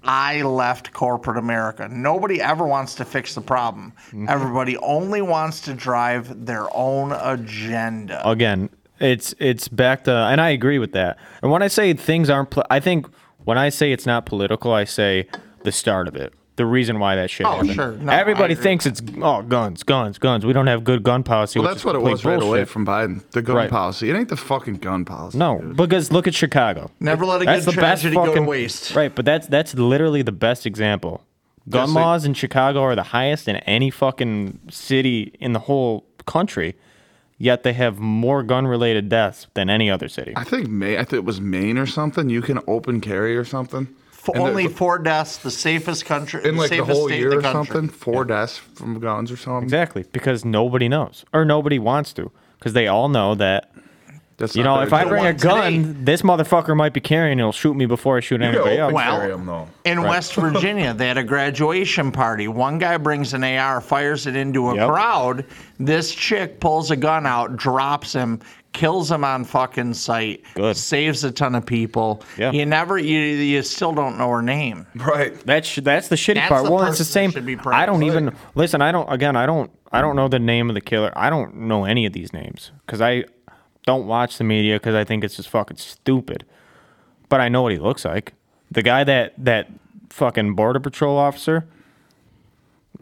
Speaker 1: I left corporate America. Nobody ever wants to fix the problem.
Speaker 3: Mm-hmm.
Speaker 1: Everybody only wants to drive their own agenda.
Speaker 4: Again, it's it's back to, and I agree with that. And when I say things aren't, pol- I think when I say it's not political, I say the start of it, the reason why that shit.
Speaker 1: Oh,
Speaker 4: happened.
Speaker 1: sure. No, I
Speaker 4: Everybody
Speaker 1: agree.
Speaker 4: thinks it's oh guns, guns, guns. We don't have good gun policy.
Speaker 3: Well,
Speaker 4: which
Speaker 3: that's
Speaker 4: is
Speaker 3: what it
Speaker 4: complete
Speaker 3: was right away
Speaker 4: bullshit.
Speaker 3: from Biden. The gun
Speaker 4: Right.
Speaker 3: policy. It ain't the fucking gun policy.
Speaker 4: No,
Speaker 3: dude.
Speaker 4: because look at Chicago.
Speaker 1: Never let a
Speaker 4: That's
Speaker 1: good
Speaker 4: the best
Speaker 1: tragedy go to
Speaker 4: fucking-
Speaker 1: waste.
Speaker 4: Right, but that's that's literally the best example. Gun
Speaker 3: Yes, they-
Speaker 4: laws in Chicago are the highest in any fucking city in the whole country. yet they have more gun related deaths than any other city.
Speaker 3: I think May. I think it was Maine or something. You can open carry or something.
Speaker 1: F-
Speaker 3: And
Speaker 1: only
Speaker 3: the-
Speaker 1: four deaths, the safest country,
Speaker 3: in like the
Speaker 1: safest
Speaker 3: whole
Speaker 1: state
Speaker 3: year
Speaker 1: in
Speaker 3: or
Speaker 1: the country.
Speaker 3: something. Four deaths from guns or something.
Speaker 4: Exactly, because nobody knows or nobody wants to, because they all know that
Speaker 3: That's
Speaker 4: you
Speaker 3: not
Speaker 4: know
Speaker 3: very
Speaker 4: if I
Speaker 3: good.
Speaker 4: bring a
Speaker 1: one
Speaker 4: gun,
Speaker 1: today.
Speaker 4: this motherfucker might be carrying. and He'll shoot me before I shoot
Speaker 3: You can
Speaker 4: anybody
Speaker 3: open
Speaker 4: else.
Speaker 1: Well,
Speaker 3: carry 'em, though.
Speaker 1: In West Virginia, they had a graduation party. One guy brings an AR, fires it into a
Speaker 4: Yep.
Speaker 1: crowd. This chick pulls a gun out, drops him, kills him on fucking sight.
Speaker 4: Good.
Speaker 1: Saves a ton of people.
Speaker 4: Yeah.
Speaker 1: You never, you, you still don't know her name.
Speaker 3: Right.
Speaker 4: That's sh- that's the shitty
Speaker 1: That's
Speaker 4: part.
Speaker 1: the
Speaker 4: well, it's the
Speaker 1: person
Speaker 4: same.
Speaker 1: that should be praised.
Speaker 4: I don't even listen. I don't. Again, I don't. I don't know the name of the killer. I don't know any of these names because I don't watch the media because I think it's just fucking stupid. But I know what he looks like. The guy that that fucking border patrol officer.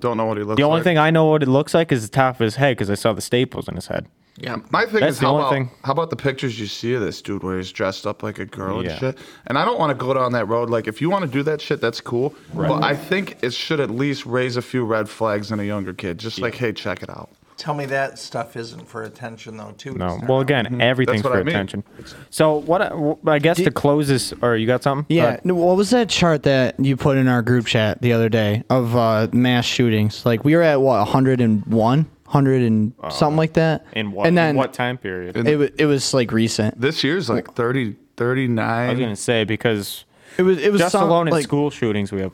Speaker 3: Don't know what he looks.
Speaker 4: The only
Speaker 3: like.
Speaker 4: thing I know what it looks like is the top of his head because I saw the staples in his head.
Speaker 1: Yeah.
Speaker 3: My thing
Speaker 4: That's
Speaker 3: is
Speaker 4: the
Speaker 3: how
Speaker 4: only
Speaker 3: about,
Speaker 4: thing.
Speaker 3: how about the pictures you see of this dude where he's dressed up like a girl
Speaker 4: Yeah.
Speaker 3: and shit? And I don't want to go down that road. Like, if you want to do that shit, that's cool. But I think it should at least raise a few red flags in a younger kid. Just like, hey, check it out.
Speaker 1: Tell me that stuff isn't for attention, though, too. to
Speaker 4: No.
Speaker 1: start
Speaker 4: Well,
Speaker 1: out.
Speaker 4: again, everything's
Speaker 3: what
Speaker 4: for
Speaker 3: I mean.
Speaker 4: attention. So what? I, I guess to close this, or you got something? Go
Speaker 5: Yeah.
Speaker 4: ahead.
Speaker 5: no, What was that chart that you put in our group chat the other day of uh, mass shootings? Like we were at what 101, 100 and something like that.
Speaker 4: Uh, In what?
Speaker 5: And then
Speaker 4: in what time period?
Speaker 5: It was it was like recent.
Speaker 3: This year's like 30,
Speaker 4: I was
Speaker 3: 39,
Speaker 4: gonna say because
Speaker 5: It was it was
Speaker 4: just
Speaker 5: some,
Speaker 4: alone in
Speaker 5: like,
Speaker 4: school shootings we have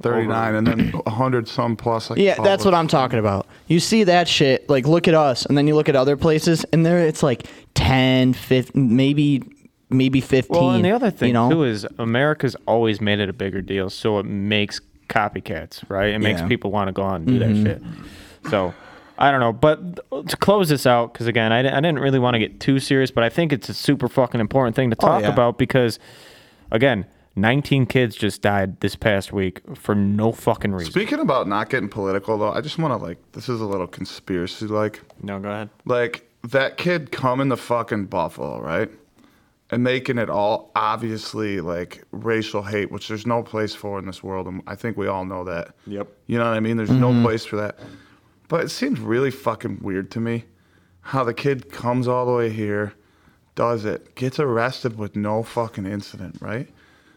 Speaker 3: 39 and then 100 some plus. Like
Speaker 5: Yeah, that's what I'm talking about. You see that shit, like look at us, and then you look at other places, and there it's like 10, 15, maybe maybe 15.
Speaker 4: Well, and the other thing
Speaker 5: you know?
Speaker 4: too is America's always made it a bigger deal, so it makes copycats, right? It makes
Speaker 5: Yeah.
Speaker 4: people want to go on and do that shit. So I don't know, but th- to close this out, because again, I, di- I didn't really want to get too serious, but I think it's a super fucking important thing to talk
Speaker 5: yeah.
Speaker 4: about because, again, 19 kids just died this past week for no fucking reason.
Speaker 3: Speaking about not getting political, though, I just want to, like, this is a little conspiracy like.
Speaker 4: no, go ahead.
Speaker 3: Like that kid coming to fucking Buffalo, right? And making it all obviously like racial hate, which there's no place for in this world, and I think we all know that.
Speaker 4: Yep.
Speaker 3: You know what I mean? There's
Speaker 5: Mm-hmm.
Speaker 3: no place for that. But it seems really fucking weird to me how the kid comes all the way here, does it, gets arrested with no fucking incident, right?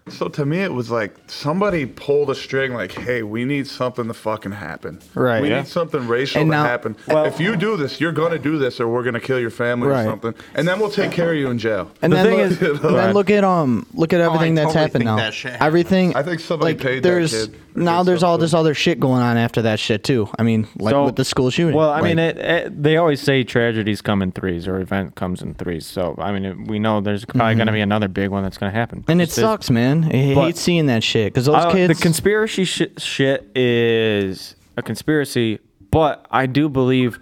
Speaker 3: So to me, it was like somebody pulled a string, like, "Hey, we need something to fucking happen.
Speaker 5: Right.
Speaker 3: We
Speaker 5: Yeah.
Speaker 3: need something racial
Speaker 5: And
Speaker 3: to
Speaker 5: now-
Speaker 3: happen. if you do this, you're gonna do this, or we're gonna kill your family
Speaker 5: Right.
Speaker 3: or something, and then we'll take care of you in jail.
Speaker 5: And
Speaker 4: The
Speaker 5: then,
Speaker 4: thing
Speaker 5: look,
Speaker 4: is-
Speaker 5: and then look at um look
Speaker 4: Oh,
Speaker 5: at everything that's
Speaker 1: totally
Speaker 5: happened
Speaker 1: think
Speaker 5: now.
Speaker 1: that shit happened.
Speaker 5: everything
Speaker 3: I think somebody
Speaker 5: like,
Speaker 3: paid that
Speaker 5: there's
Speaker 3: kid or
Speaker 5: now
Speaker 3: did
Speaker 5: there's all this
Speaker 3: something.
Speaker 5: other shit going on after that shit too. I mean, like
Speaker 4: So-
Speaker 5: with the school shooting.
Speaker 4: Well, I mean,
Speaker 5: like,
Speaker 4: it, it, they always say tragedies come in threes or event comes in threes. So, I mean, it, we know there's probably going to be another big one that's going to happen.
Speaker 5: Mm-hmm. and it
Speaker 4: Just as-
Speaker 5: sucks, man. I
Speaker 4: but-
Speaker 5: hate seeing that shit because those
Speaker 4: Uh,
Speaker 5: kids.
Speaker 4: The conspiracy shi shit is a conspiracy, but I do believe,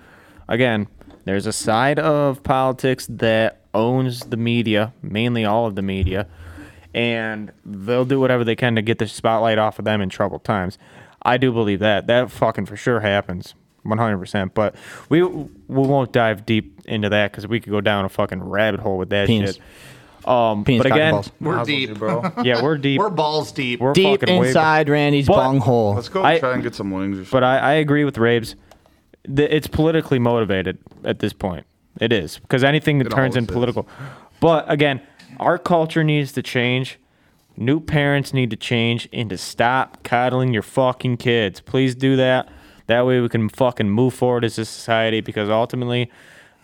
Speaker 4: again, there's a side of politics that owns the media, mainly all of the media, and they'll do whatever they can to get the spotlight off of them in troubled times. I do believe that. That fucking for sure happens. 100%. But we we won't dive deep into that because we could go down a fucking rabbit hole with that
Speaker 5: Penis.
Speaker 4: shit. Um,
Speaker 5: Penis,
Speaker 4: but
Speaker 5: cock, and
Speaker 4: again,
Speaker 5: balls.
Speaker 1: We're
Speaker 3: Might as well
Speaker 1: deep.
Speaker 3: do, bro.
Speaker 4: yeah, we're deep.
Speaker 1: We're balls deep.
Speaker 4: We're
Speaker 5: deep
Speaker 4: fucking way-
Speaker 5: inside Randy's
Speaker 4: But-
Speaker 5: bung hole.
Speaker 3: Let's go
Speaker 4: I-
Speaker 3: try and get some wings or something.
Speaker 4: but I, I agree with Rabes. Th- It's politically motivated at this point. It is because anything that
Speaker 3: It
Speaker 4: turns in
Speaker 3: always is.
Speaker 4: political. But again, our culture needs to change. New parents need to change and to stop coddling your fucking kids. Please do that. That way we can fucking move forward as a society because ultimately,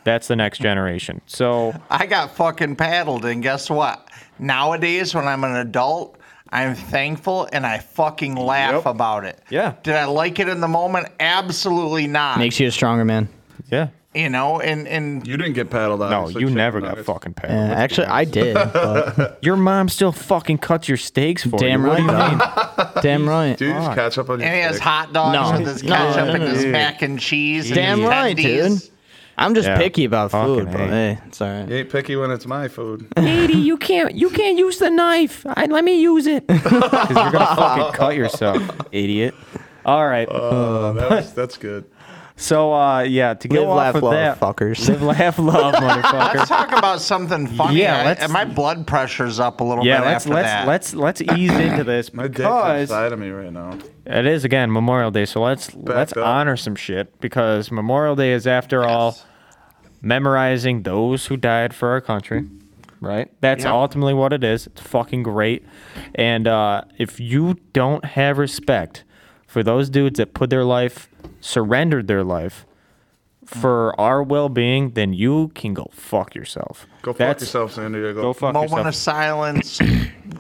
Speaker 4: that's the next generation. So
Speaker 1: I got fucking paddled, and guess what? Nowadays, when I'm an adult, I'm thankful and I fucking laugh
Speaker 4: Yep.
Speaker 1: about it.
Speaker 4: Yeah.
Speaker 1: Did I like it in the moment? Absolutely not.
Speaker 5: Makes you a stronger man.
Speaker 4: yeah,
Speaker 1: you know, and and
Speaker 3: you didn't get paddled out.
Speaker 4: no,
Speaker 3: so
Speaker 4: you
Speaker 3: chicken
Speaker 4: never got
Speaker 3: nuggets.
Speaker 4: fucking paid.
Speaker 5: Yeah, actually, I did. but-
Speaker 4: Your mom still fucking cuts your steaks for
Speaker 5: damn
Speaker 4: you. What do
Speaker 5: right.
Speaker 4: you mean?
Speaker 5: Damn right.
Speaker 3: Do you just catch up on your
Speaker 1: and he has
Speaker 3: steak?
Speaker 1: hot dogs
Speaker 5: No.
Speaker 1: with his
Speaker 5: No,
Speaker 1: ketchup
Speaker 5: no,
Speaker 1: and
Speaker 5: no,
Speaker 1: his
Speaker 4: no.
Speaker 1: mac and cheese.
Speaker 5: Damn
Speaker 1: and his
Speaker 5: right,
Speaker 1: tendies.
Speaker 5: dude. I'm just
Speaker 4: Yeah.
Speaker 5: picky about
Speaker 4: Fucking
Speaker 5: food, but
Speaker 4: hate.
Speaker 5: hey, it's all right.
Speaker 3: You ain't picky when it's my food.
Speaker 4: Katie, you can't you can't use the knife. I, let me use it. Because you're gonna fucking cut yourself, idiot. All right.
Speaker 3: Uh, that was, that's good.
Speaker 4: so uh, yeah, to go
Speaker 5: Live,
Speaker 4: off
Speaker 5: laugh,
Speaker 4: of
Speaker 5: love,
Speaker 4: that,
Speaker 5: fuckers.
Speaker 4: live, laugh, love, motherfucker.
Speaker 1: Let's talk about something funny.
Speaker 4: Yeah,
Speaker 1: I-
Speaker 4: let's-
Speaker 1: my blood pressure's up a little
Speaker 4: Yeah,
Speaker 1: bit
Speaker 4: let's
Speaker 1: after
Speaker 4: let's
Speaker 1: that.
Speaker 4: let's let's ease into this
Speaker 3: My dick's
Speaker 4: because
Speaker 3: inside of me right now.
Speaker 4: it is again Memorial Day, so let's let's
Speaker 3: up.
Speaker 4: honor some shit because Memorial Day is after all memorizing those who died for our country, right? That's
Speaker 1: Yeah.
Speaker 4: ultimately what it is. It's fucking great. And uh, if you don't have respect for those dudes that put their life, surrendered their life for our well being, then you can go fuck yourself.
Speaker 3: Go fuck
Speaker 4: That's-
Speaker 3: yourself, San Diego.
Speaker 4: Go fuck
Speaker 1: moment of
Speaker 4: yourself.
Speaker 1: silence,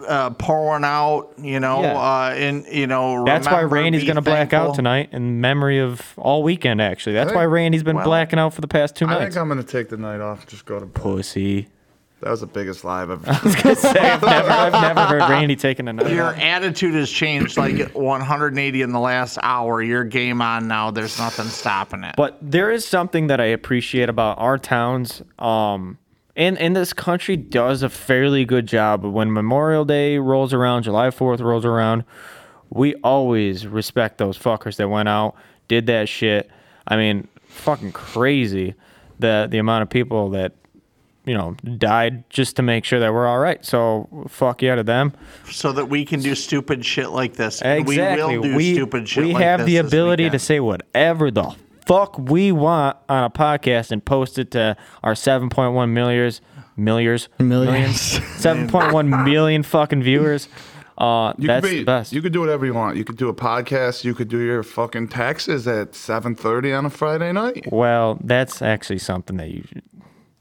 Speaker 1: uh, pouring out. You know,
Speaker 4: Yeah.
Speaker 1: uh, and you know.
Speaker 4: That's why
Speaker 1: remember,
Speaker 4: Randy's
Speaker 1: be
Speaker 4: going to black out
Speaker 1: thankful.
Speaker 4: tonight in memory of all weekend, actually. That's
Speaker 3: think-
Speaker 4: why Randy's been
Speaker 1: well,
Speaker 4: blacking out for the past two
Speaker 3: I
Speaker 4: nights.
Speaker 3: think I'm gonna take the night off. Just go to bed.
Speaker 4: Pussy.
Speaker 3: That was the biggest lie I've ever.
Speaker 4: Say, I've, never, I've never heard Randy taking a night
Speaker 1: Your
Speaker 4: off.
Speaker 1: attitude has changed like 180 in the last hour. You're game on now. There's nothing stopping it.
Speaker 4: But there is something that I appreciate about our towns. Um, and, and this country does a fairly good job. When Memorial Day rolls around, July 4th rolls around, we always respect those fuckers that went out, did that shit. I mean, fucking crazy the, the amount of people that, you know, died just to make sure that we're all right. So fuck yeah to them.
Speaker 1: so that we can do stupid shit like this. And
Speaker 4: Exactly.
Speaker 1: We will do stupid shit
Speaker 4: we
Speaker 1: like
Speaker 4: have
Speaker 1: this
Speaker 4: the
Speaker 1: this
Speaker 4: ability to
Speaker 1: weekend.
Speaker 4: say whatever the fuck we want on a podcast and post it to our 7.1 millions, millions,
Speaker 5: Millions.
Speaker 4: 7.1 million fucking viewers. Uh,
Speaker 3: You
Speaker 4: that's
Speaker 3: could be,
Speaker 4: the best.
Speaker 3: You could do whatever you want. You could do a podcast. You could do your fucking taxes at 7:30 on a Friday night.
Speaker 4: well, that's actually something that you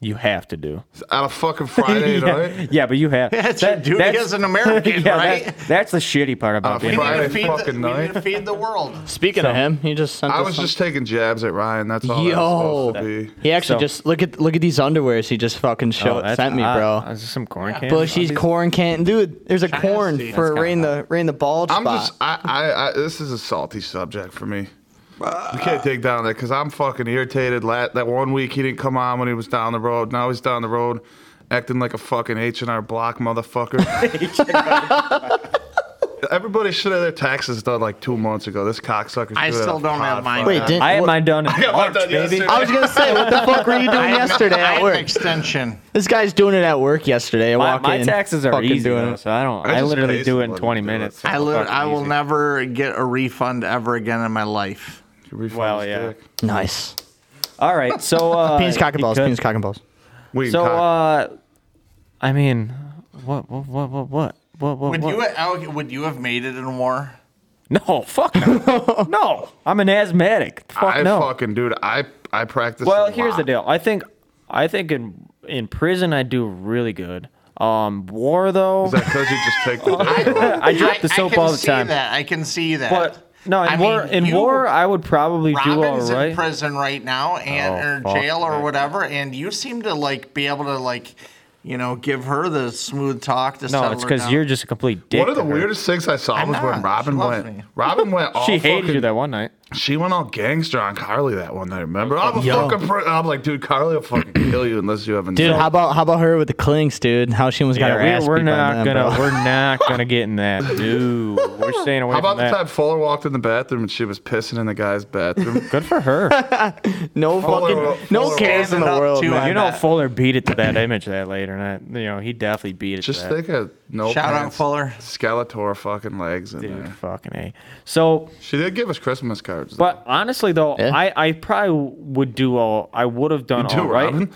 Speaker 4: you have to do.
Speaker 3: On a fucking Friday
Speaker 4: yeah,
Speaker 3: night.
Speaker 4: yeah, but you have
Speaker 1: That's your duty as an American,
Speaker 4: yeah,
Speaker 1: right? Oh,
Speaker 4: that- that's the shitty part about
Speaker 3: Uh,
Speaker 4: being.
Speaker 1: We need, to
Speaker 3: Friday
Speaker 1: feed the,
Speaker 3: fucking
Speaker 1: we need to
Speaker 3: night.
Speaker 1: feed the world.
Speaker 5: Speaking of him, he just sent.
Speaker 3: I
Speaker 5: us
Speaker 3: was
Speaker 5: some-
Speaker 3: just taking jabs at Ryan. That's all.
Speaker 5: Yo.
Speaker 3: Yo. That was supposed to be.
Speaker 5: He actually
Speaker 4: So-
Speaker 5: just look at look at these underwears he just fucking
Speaker 4: Oh,
Speaker 5: showed
Speaker 4: that's-
Speaker 5: sent me, bro.
Speaker 4: Uh, is this some corn candy?
Speaker 5: Bushy's corn can dude. There's a
Speaker 1: That's
Speaker 5: corn for
Speaker 4: kinda
Speaker 5: rain the rain the bald
Speaker 3: I'm
Speaker 5: spot.
Speaker 3: just. I, I. I. This is a salty subject for me. We can't dig down that because I'm fucking irritated. Lat that one week he didn't come on when he was down the road. Now he's down the road, acting like a fucking H and R Block motherfucker. Everybody should have their taxes done like two months ago. This cocksucker.
Speaker 1: I
Speaker 3: should
Speaker 1: still
Speaker 3: a
Speaker 1: don't have
Speaker 3: pod
Speaker 1: mine.
Speaker 3: fucking-
Speaker 5: Wait, did
Speaker 4: I had
Speaker 5: what-
Speaker 4: mine done in
Speaker 3: got mine
Speaker 4: March,
Speaker 3: done
Speaker 4: baby.
Speaker 3: yesterday.
Speaker 5: I was gonna say, what the fuck were you doing yesterday
Speaker 1: I
Speaker 5: at
Speaker 1: have an
Speaker 5: work?
Speaker 1: extension.
Speaker 5: This guy's doing it at work yesterday. I
Speaker 4: My,
Speaker 5: walk
Speaker 4: my
Speaker 5: in,
Speaker 4: taxes are
Speaker 5: fucking
Speaker 4: easy,
Speaker 5: doing
Speaker 4: though,
Speaker 5: it.
Speaker 4: so I don't.
Speaker 3: I
Speaker 4: I,
Speaker 3: just
Speaker 4: literally
Speaker 3: pay
Speaker 4: do it in
Speaker 3: somebody
Speaker 4: 20
Speaker 3: to do it.
Speaker 4: minutes.
Speaker 1: I, li-
Speaker 4: Fucking
Speaker 1: I will
Speaker 4: easy.
Speaker 1: never get a refund ever again in my life.
Speaker 3: Refunds
Speaker 4: Well, yeah.
Speaker 3: dick.
Speaker 5: Nice.
Speaker 4: All right, so uh,
Speaker 5: Penis cock and balls.
Speaker 4: because-
Speaker 5: Penis cock and balls.
Speaker 3: We
Speaker 4: So,
Speaker 3: cock-
Speaker 4: uh, I mean, what, what, what, what, what, what, what?
Speaker 1: Would
Speaker 4: what?
Speaker 1: you, Al, would you have made it in war?
Speaker 4: no, fuck no, no. I'm an asthmatic. uh, Fuck
Speaker 3: I
Speaker 4: no.
Speaker 3: fucking dude, I I practice.
Speaker 4: Well,
Speaker 3: a
Speaker 4: here's the
Speaker 3: lot.
Speaker 4: deal. I think, I think in in prison I do really good. Um, war though,
Speaker 3: Is that because you just take the day?
Speaker 4: I drop the
Speaker 1: I
Speaker 4: soap
Speaker 1: can
Speaker 4: all the
Speaker 1: see
Speaker 4: time.
Speaker 1: That. I can see that.
Speaker 4: But no, in
Speaker 1: I
Speaker 4: war,
Speaker 1: mean,
Speaker 4: in
Speaker 1: you-
Speaker 4: war, I would probably do all
Speaker 1: Robin's
Speaker 4: right.
Speaker 1: in prison right now, and
Speaker 4: Oh,
Speaker 1: or
Speaker 4: fuck,
Speaker 1: jail or
Speaker 4: man.
Speaker 1: whatever, and you seem to like be able to like, you know, give her the smooth talk to
Speaker 4: no, it's because you're just a complete dick.
Speaker 3: One of the
Speaker 4: to her.
Speaker 3: weirdest things I saw
Speaker 1: I'm
Speaker 3: was when
Speaker 1: not.
Speaker 3: Robin
Speaker 1: She
Speaker 3: went.
Speaker 1: loves me.
Speaker 3: Robin went all.
Speaker 4: She hated
Speaker 3: fucking-
Speaker 4: you that one night.
Speaker 3: She went all gangster on Carly that one night. Remember? I'm a
Speaker 5: Yo.
Speaker 3: fucking. Pr- I'm like, dude, Carly will fucking kill you unless you have a.
Speaker 5: Dude, how about how about her with the clinks, dude? How she almost got her
Speaker 4: Yeah,
Speaker 5: ass
Speaker 4: we're, we're
Speaker 5: beat by
Speaker 4: not
Speaker 5: them,
Speaker 4: gonna
Speaker 5: bro.
Speaker 4: we're not gonna get in that, dude. We're staying away
Speaker 3: How about
Speaker 4: from
Speaker 3: the
Speaker 4: that.
Speaker 3: time Fuller walked in the bathroom and she was pissing in the guy's bathroom?
Speaker 4: Good for her.
Speaker 5: No
Speaker 3: Fuller-
Speaker 5: fucking no
Speaker 3: Fuller-
Speaker 5: cares in the
Speaker 1: Standing up
Speaker 5: world,
Speaker 1: to
Speaker 5: man.
Speaker 1: I
Speaker 4: you know,
Speaker 1: bet.
Speaker 4: Fuller beat it to that image that later, and I, you know he definitely beat it.
Speaker 3: Just
Speaker 4: to that.
Speaker 3: think of no.
Speaker 1: Shout out
Speaker 3: pants,
Speaker 1: Fuller.
Speaker 3: Skeletor fucking legs in
Speaker 4: dude,
Speaker 3: there.
Speaker 4: fucking a. So,
Speaker 3: She did give us Christmas cards. though.
Speaker 4: but honestly though,
Speaker 5: Yeah.
Speaker 4: I I probably would do all. I would have done
Speaker 3: You do,
Speaker 4: all right.
Speaker 3: Robin?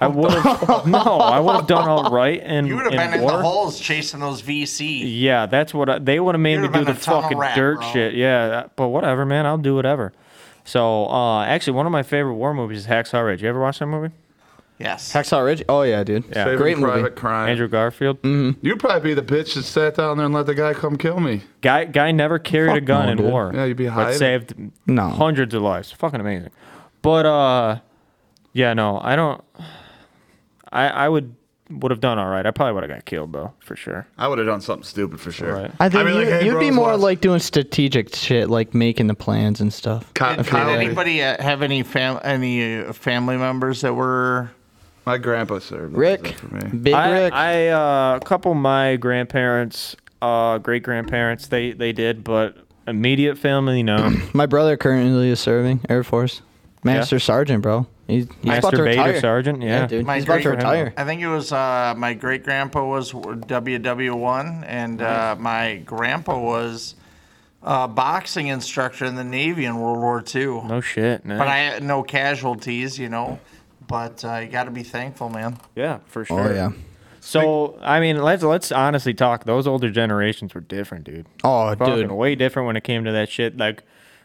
Speaker 4: I would have no. I would have done all right, and
Speaker 1: you would have
Speaker 4: in
Speaker 1: been in
Speaker 4: war.
Speaker 1: the holes chasing those VC.
Speaker 4: Yeah, that's what I, they would have made
Speaker 1: You'd
Speaker 4: me
Speaker 1: have
Speaker 4: do
Speaker 1: been
Speaker 4: the
Speaker 1: a tunnel
Speaker 4: fucking
Speaker 1: rat,
Speaker 4: dirt
Speaker 1: bro.
Speaker 4: shit. Yeah, but whatever, man. I'll do whatever. So, uh, actually, one of my favorite war movies is Hacksaw Ridge. You ever watch that movie?
Speaker 1: Yes.
Speaker 5: Hacksaw Ridge. Oh yeah, dude.
Speaker 4: Yeah.
Speaker 3: Saving
Speaker 5: Great
Speaker 3: Private
Speaker 5: movie.
Speaker 3: Crime.
Speaker 4: Andrew Garfield.
Speaker 3: You'd probably be the bitch that sat down there and let the guy come kill me.
Speaker 4: Guy, guy never carried a
Speaker 5: Fuck
Speaker 4: gun
Speaker 5: no,
Speaker 4: in
Speaker 5: dude.
Speaker 4: war.
Speaker 3: Yeah, you'd be
Speaker 4: But
Speaker 3: hiding.
Speaker 4: saved
Speaker 5: No.
Speaker 4: hundreds of lives. Fucking amazing. But uh, yeah, no, I don't. I I would would have done all right. I probably would have got killed though, for sure.
Speaker 3: I would have done something stupid for sure.
Speaker 4: Right.
Speaker 5: I think
Speaker 3: I'd be
Speaker 5: you,
Speaker 3: like, "Hey,
Speaker 5: you'd be
Speaker 3: bros,
Speaker 5: more
Speaker 3: let's-"
Speaker 5: like doing strategic shit, like making the plans and stuff.
Speaker 3: Ky-
Speaker 1: Did, did
Speaker 3: Kylie,
Speaker 1: anybody uh, have any fam- any uh, family members that were?
Speaker 3: my grandpa served. as
Speaker 5: Rick,
Speaker 3: that for me.
Speaker 5: Big
Speaker 4: I,
Speaker 5: Rick.
Speaker 4: I uh, a couple of my grandparents, uh, great grandparents, they they did, but immediate family, no.
Speaker 5: My brother currently is serving Air Force, Master
Speaker 4: Yeah.
Speaker 5: Sergeant, bro. He's, he's about to
Speaker 4: Master Vader
Speaker 5: retire.
Speaker 4: Sergeant, yeah.
Speaker 5: dude,
Speaker 1: My
Speaker 5: he's about to
Speaker 1: great-
Speaker 5: retire.
Speaker 1: I think it was uh, my great grandpa was WW1, and uh, my grandpa was a boxing instructor in the Navy in World War II.
Speaker 4: No shit, no.
Speaker 1: But I had no casualties, you know. but uh, you got to be thankful, man.
Speaker 4: Yeah, for sure.
Speaker 5: Oh yeah.
Speaker 4: So I mean, let's let's honestly talk. Those older generations were different, dude.
Speaker 5: Oh,
Speaker 4: Fucking
Speaker 5: dude.
Speaker 4: way different when it came to that shit. Like,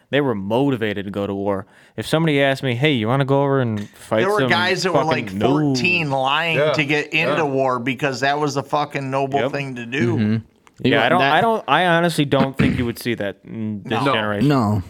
Speaker 4: they were motivated to go to war. If somebody asked me, "Hey, you want to go over and fight?"
Speaker 1: There were
Speaker 4: some
Speaker 1: guys that were
Speaker 4: fucking-
Speaker 1: like
Speaker 4: No.
Speaker 1: 14 lying
Speaker 3: Yeah,
Speaker 1: to get into
Speaker 3: yeah.
Speaker 1: war because that was the fucking noble
Speaker 4: Yep.
Speaker 1: thing to do.
Speaker 4: Yeah, I don't.
Speaker 5: That-
Speaker 4: I don't. I honestly don't think you would see that in this
Speaker 3: No.
Speaker 4: generation.
Speaker 5: No.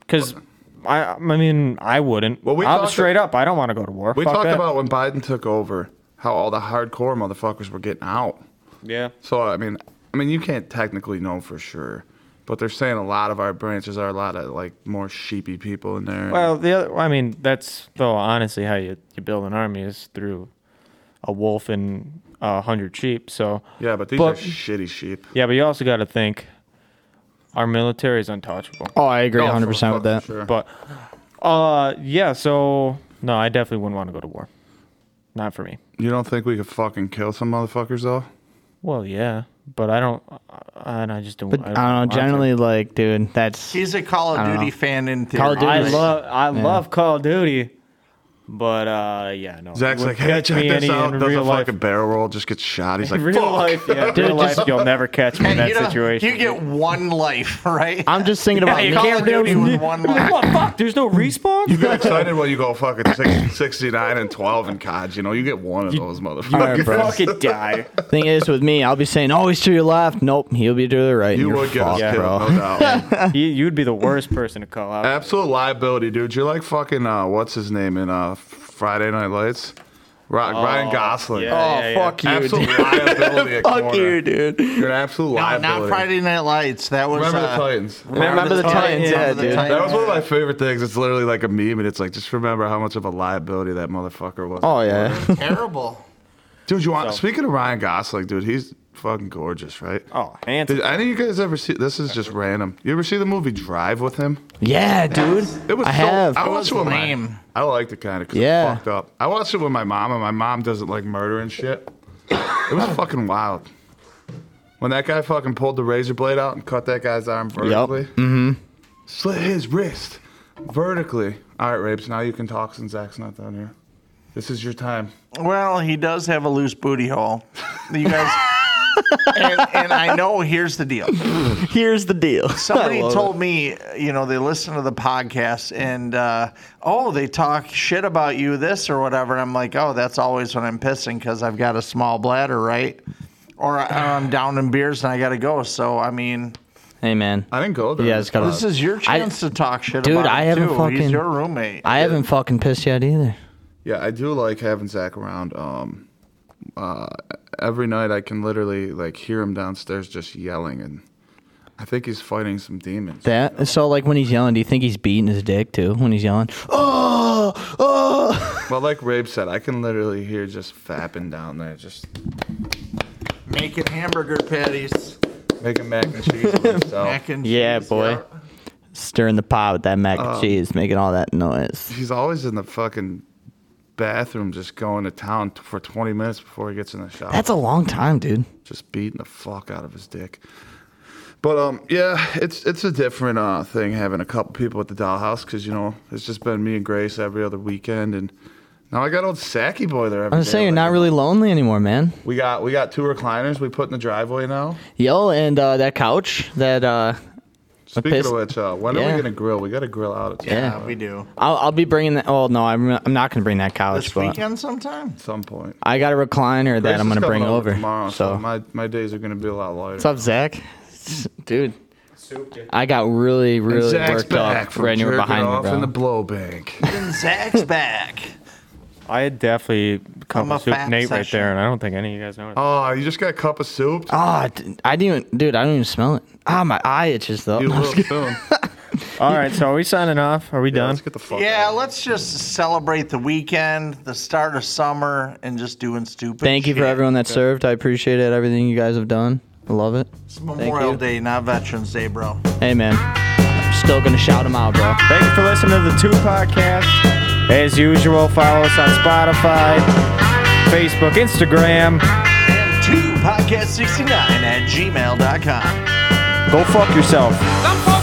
Speaker 4: because I. I mean, I wouldn't.
Speaker 3: Well, we
Speaker 4: I'm
Speaker 3: talked-
Speaker 4: straight up. I don't want to go to war.
Speaker 3: We
Speaker 4: Fuck
Speaker 3: talked
Speaker 4: that.
Speaker 3: about when Biden took over, how all the hardcore motherfuckers were getting out.
Speaker 4: yeah.
Speaker 3: So I mean, I mean, you can't technically know for sure, but they're saying a lot of our branches are a lot of like more sheepy people in there.
Speaker 4: Well, the other, I mean, that's though honestly how you, you build an army is through a wolf and a hundred sheep. So
Speaker 3: yeah, but these are
Speaker 4: but-
Speaker 3: shitty sheep.
Speaker 4: yeah, but you also got to think our military is untouchable.
Speaker 5: Oh, I agree
Speaker 3: Oh,
Speaker 5: 100 percent with
Speaker 3: for
Speaker 5: that.
Speaker 3: sure.
Speaker 4: But uh, yeah. So no, I definitely wouldn't want to go to war. Not for me.
Speaker 3: You don't think we could fucking kill some motherfuckers though?
Speaker 4: Well, yeah, but I don't. I, I just don't.
Speaker 5: But I don't
Speaker 4: want
Speaker 5: know.
Speaker 4: to.
Speaker 5: Generally, like, dude, that's
Speaker 1: He's a Call of
Speaker 5: don't
Speaker 1: Duty
Speaker 5: know.
Speaker 1: fan in theory.
Speaker 5: Call of Duty.
Speaker 4: I
Speaker 5: Dude.
Speaker 4: love I love Call of Duty, but uh, yeah, no.
Speaker 3: Zach's
Speaker 4: You
Speaker 3: like,
Speaker 4: wouldn't
Speaker 3: hey,
Speaker 4: catch
Speaker 3: check
Speaker 4: me
Speaker 3: this
Speaker 4: any
Speaker 3: out.
Speaker 4: in
Speaker 3: Does a
Speaker 4: real life.
Speaker 3: fucking barrel roll just get shot? He's like,
Speaker 4: In real
Speaker 3: fuck.
Speaker 4: life, yeah, real life, you'll never catch me in that
Speaker 1: you know,
Speaker 4: situation.
Speaker 1: You get one life, right?
Speaker 5: I'm just thinking
Speaker 4: Yeah,
Speaker 5: about
Speaker 4: you
Speaker 5: me.
Speaker 1: Call of Duty with one
Speaker 4: Like,
Speaker 1: life.
Speaker 4: what? Fuck, there's no respawn.
Speaker 3: You get excited when you go fucking six, 69 and 12 in COD. You know, you get one of those motherfuckers.
Speaker 5: Alright, bro.
Speaker 4: fucking die.
Speaker 5: Thing is, with me, I'll be saying, "Oh, he's to your left." Nope, he'll be to the right.
Speaker 3: You
Speaker 5: You're
Speaker 3: would get us
Speaker 5: fucked,
Speaker 3: killed,
Speaker 5: bro.
Speaker 3: no doubt.
Speaker 4: You, you'd be the worst person to call out.
Speaker 3: Absolute liability, dude. You're like fucking, uh, what's his name in uh, Friday Night Lights? Ro-
Speaker 1: Oh,
Speaker 3: Ryan Gosling.
Speaker 4: yeah.
Speaker 5: Oh, fuck you,
Speaker 3: Absolute
Speaker 5: dude.
Speaker 3: liability at
Speaker 5: Fuck
Speaker 3: corner.
Speaker 5: you, dude.
Speaker 3: You're an absolute
Speaker 1: No,
Speaker 3: liability.
Speaker 1: not Friday Night Lights. That was
Speaker 3: Remember
Speaker 1: uh,
Speaker 3: the Titans.
Speaker 5: Remember the Titans, yeah,
Speaker 1: Remember the
Speaker 5: dude.
Speaker 1: Titans.
Speaker 3: That was one of my favorite things. It's literally like a meme, and it's like, just remember how much of a liability that motherfucker was.
Speaker 5: Oh yeah.
Speaker 1: terrible.
Speaker 3: Dude, you want?
Speaker 4: So-
Speaker 3: Speaking of Ryan Gosling, dude, he's fucking gorgeous, right?
Speaker 4: Oh, handsome.
Speaker 3: Did any of you guys ever see? This is just random. You ever see the movie Drive with him?
Speaker 5: Yeah, dude.
Speaker 3: It was.
Speaker 5: I
Speaker 3: so,
Speaker 5: have.
Speaker 3: I
Speaker 1: That
Speaker 3: watched it
Speaker 1: was
Speaker 3: with my.
Speaker 1: lame.
Speaker 3: I liked it kind of.
Speaker 5: Yeah.
Speaker 3: Fucked up. I watched it with my mom, and my mom doesn't like murder and shit. It was fucking wild. When that guy fucking pulled the razor blade out and cut that guy's arm vertically. Mm-hmm. Slit his wrist vertically. All right, rapes. Now you can talk since Zach's not down here. This is your time.
Speaker 1: Well, he does have a loose booty hole. You guys. and, and I know here's the deal.
Speaker 5: Here's the deal.
Speaker 1: Somebody
Speaker 5: I love
Speaker 1: told me, you know, they listen to the podcast and, uh, oh, they talk shit about you, this or whatever. And I'm like, oh, that's always when I'm pissing because I've got a small bladder, right? Or, I- or I'm down in beers and I got to go. So, I mean,
Speaker 5: it. Hey, man.
Speaker 3: I didn't go there.
Speaker 5: Yeah, it's gotta-
Speaker 1: this is your
Speaker 5: I-
Speaker 1: chance to talk shit
Speaker 5: Dude,
Speaker 1: about
Speaker 5: I
Speaker 1: it,
Speaker 5: haven't
Speaker 1: too. He's
Speaker 5: fucking-
Speaker 1: your roommate.
Speaker 5: I haven't fucking pissed yet either.
Speaker 3: Yeah, I do like having Zach around. Um, uh, every night I can literally like hear him downstairs just yelling, and I think he's fighting some demons.
Speaker 5: That so like when he's yelling, do you think he's beating his dick too when he's yelling? Oh, oh.
Speaker 3: Well, like Rabe said, I can literally hear just fapping down there, just
Speaker 1: Making hamburger patties.
Speaker 3: making mac and cheese with himself.
Speaker 1: Mac and
Speaker 5: Yeah,
Speaker 1: cheese,
Speaker 5: boy. Stirring the pot with that mac and
Speaker 3: Oh.
Speaker 5: cheese, making all that noise.
Speaker 3: He's always in the fucking bathroom, just going to town t- for 20 minutes before he gets in the shower.
Speaker 5: That's a long time, dude.
Speaker 3: just beating the fuck out of his dick. But um, yeah, it's it's a different uh, thing having a couple people at the dollhouse because you know it's just been me and Grace every other weekend, and now I got old Sacky boy there. Every
Speaker 5: I'm just
Speaker 3: day,
Speaker 5: saying, you're
Speaker 3: like-
Speaker 5: not really lonely anymore, man.
Speaker 3: We got we got two recliners we put in the driveway now.
Speaker 5: Yo, and uh, that couch, that uh,
Speaker 3: Speaking
Speaker 5: piss-
Speaker 3: of which, uh, when are
Speaker 5: Yeah.
Speaker 3: we gonna grill? We got to grill out at
Speaker 5: Yeah.
Speaker 1: Yeah, we do.
Speaker 5: I'll, I'll be bringing that. Oh no, I'm, I'm not gonna bring that couch,
Speaker 1: This
Speaker 5: but
Speaker 1: weekend sometime.
Speaker 3: some point.
Speaker 5: I got a recliner
Speaker 3: Grace
Speaker 5: that I'm
Speaker 3: is
Speaker 5: gonna
Speaker 3: coming
Speaker 5: bring over.
Speaker 3: tomorrow, so,
Speaker 5: so
Speaker 3: my my days are gonna be a lot lighter.
Speaker 5: what's up, Zach? Dude, I got really, really
Speaker 3: Zach's
Speaker 5: worked
Speaker 3: back
Speaker 5: up
Speaker 3: from
Speaker 5: right
Speaker 3: jerking
Speaker 5: behind me,
Speaker 3: off
Speaker 5: bro.
Speaker 3: in the blow bank.
Speaker 1: And Zach's back.
Speaker 4: I definitely
Speaker 1: I'm a
Speaker 4: called Soup
Speaker 1: fat
Speaker 4: Nate right
Speaker 1: session.
Speaker 4: there, and I don't think any of you guys know it.
Speaker 3: oh, you just got a cup of soup.
Speaker 5: Ah, d- I didn't, even- dude. I don't even smell it. Ah, my eye itches though.
Speaker 3: You
Speaker 5: No, I'm
Speaker 3: little
Speaker 5: just kidding.
Speaker 3: spoon.
Speaker 4: All right, so are we signing off? Are we
Speaker 3: Yeah,
Speaker 4: done?
Speaker 3: let's get the fuck.
Speaker 1: Yeah,
Speaker 3: out of
Speaker 1: let's just celebrate the weekend, the start of summer, and just doing stupid.
Speaker 5: Thank you for
Speaker 1: shit.
Speaker 5: everyone that served. I appreciate it. Everything you guys have done. I love it.
Speaker 1: It's Memorial
Speaker 5: you.
Speaker 1: Day, not Veterans Day, bro.
Speaker 5: Hey, man. I'm still gonna shout them out, bro.
Speaker 4: Thank you for listening to the Two Podcast. As usual, follow us on Spotify, Facebook, Instagram.
Speaker 1: And two podcast69 at gmail.com.
Speaker 4: Go fuck yourself.
Speaker 2: Some folks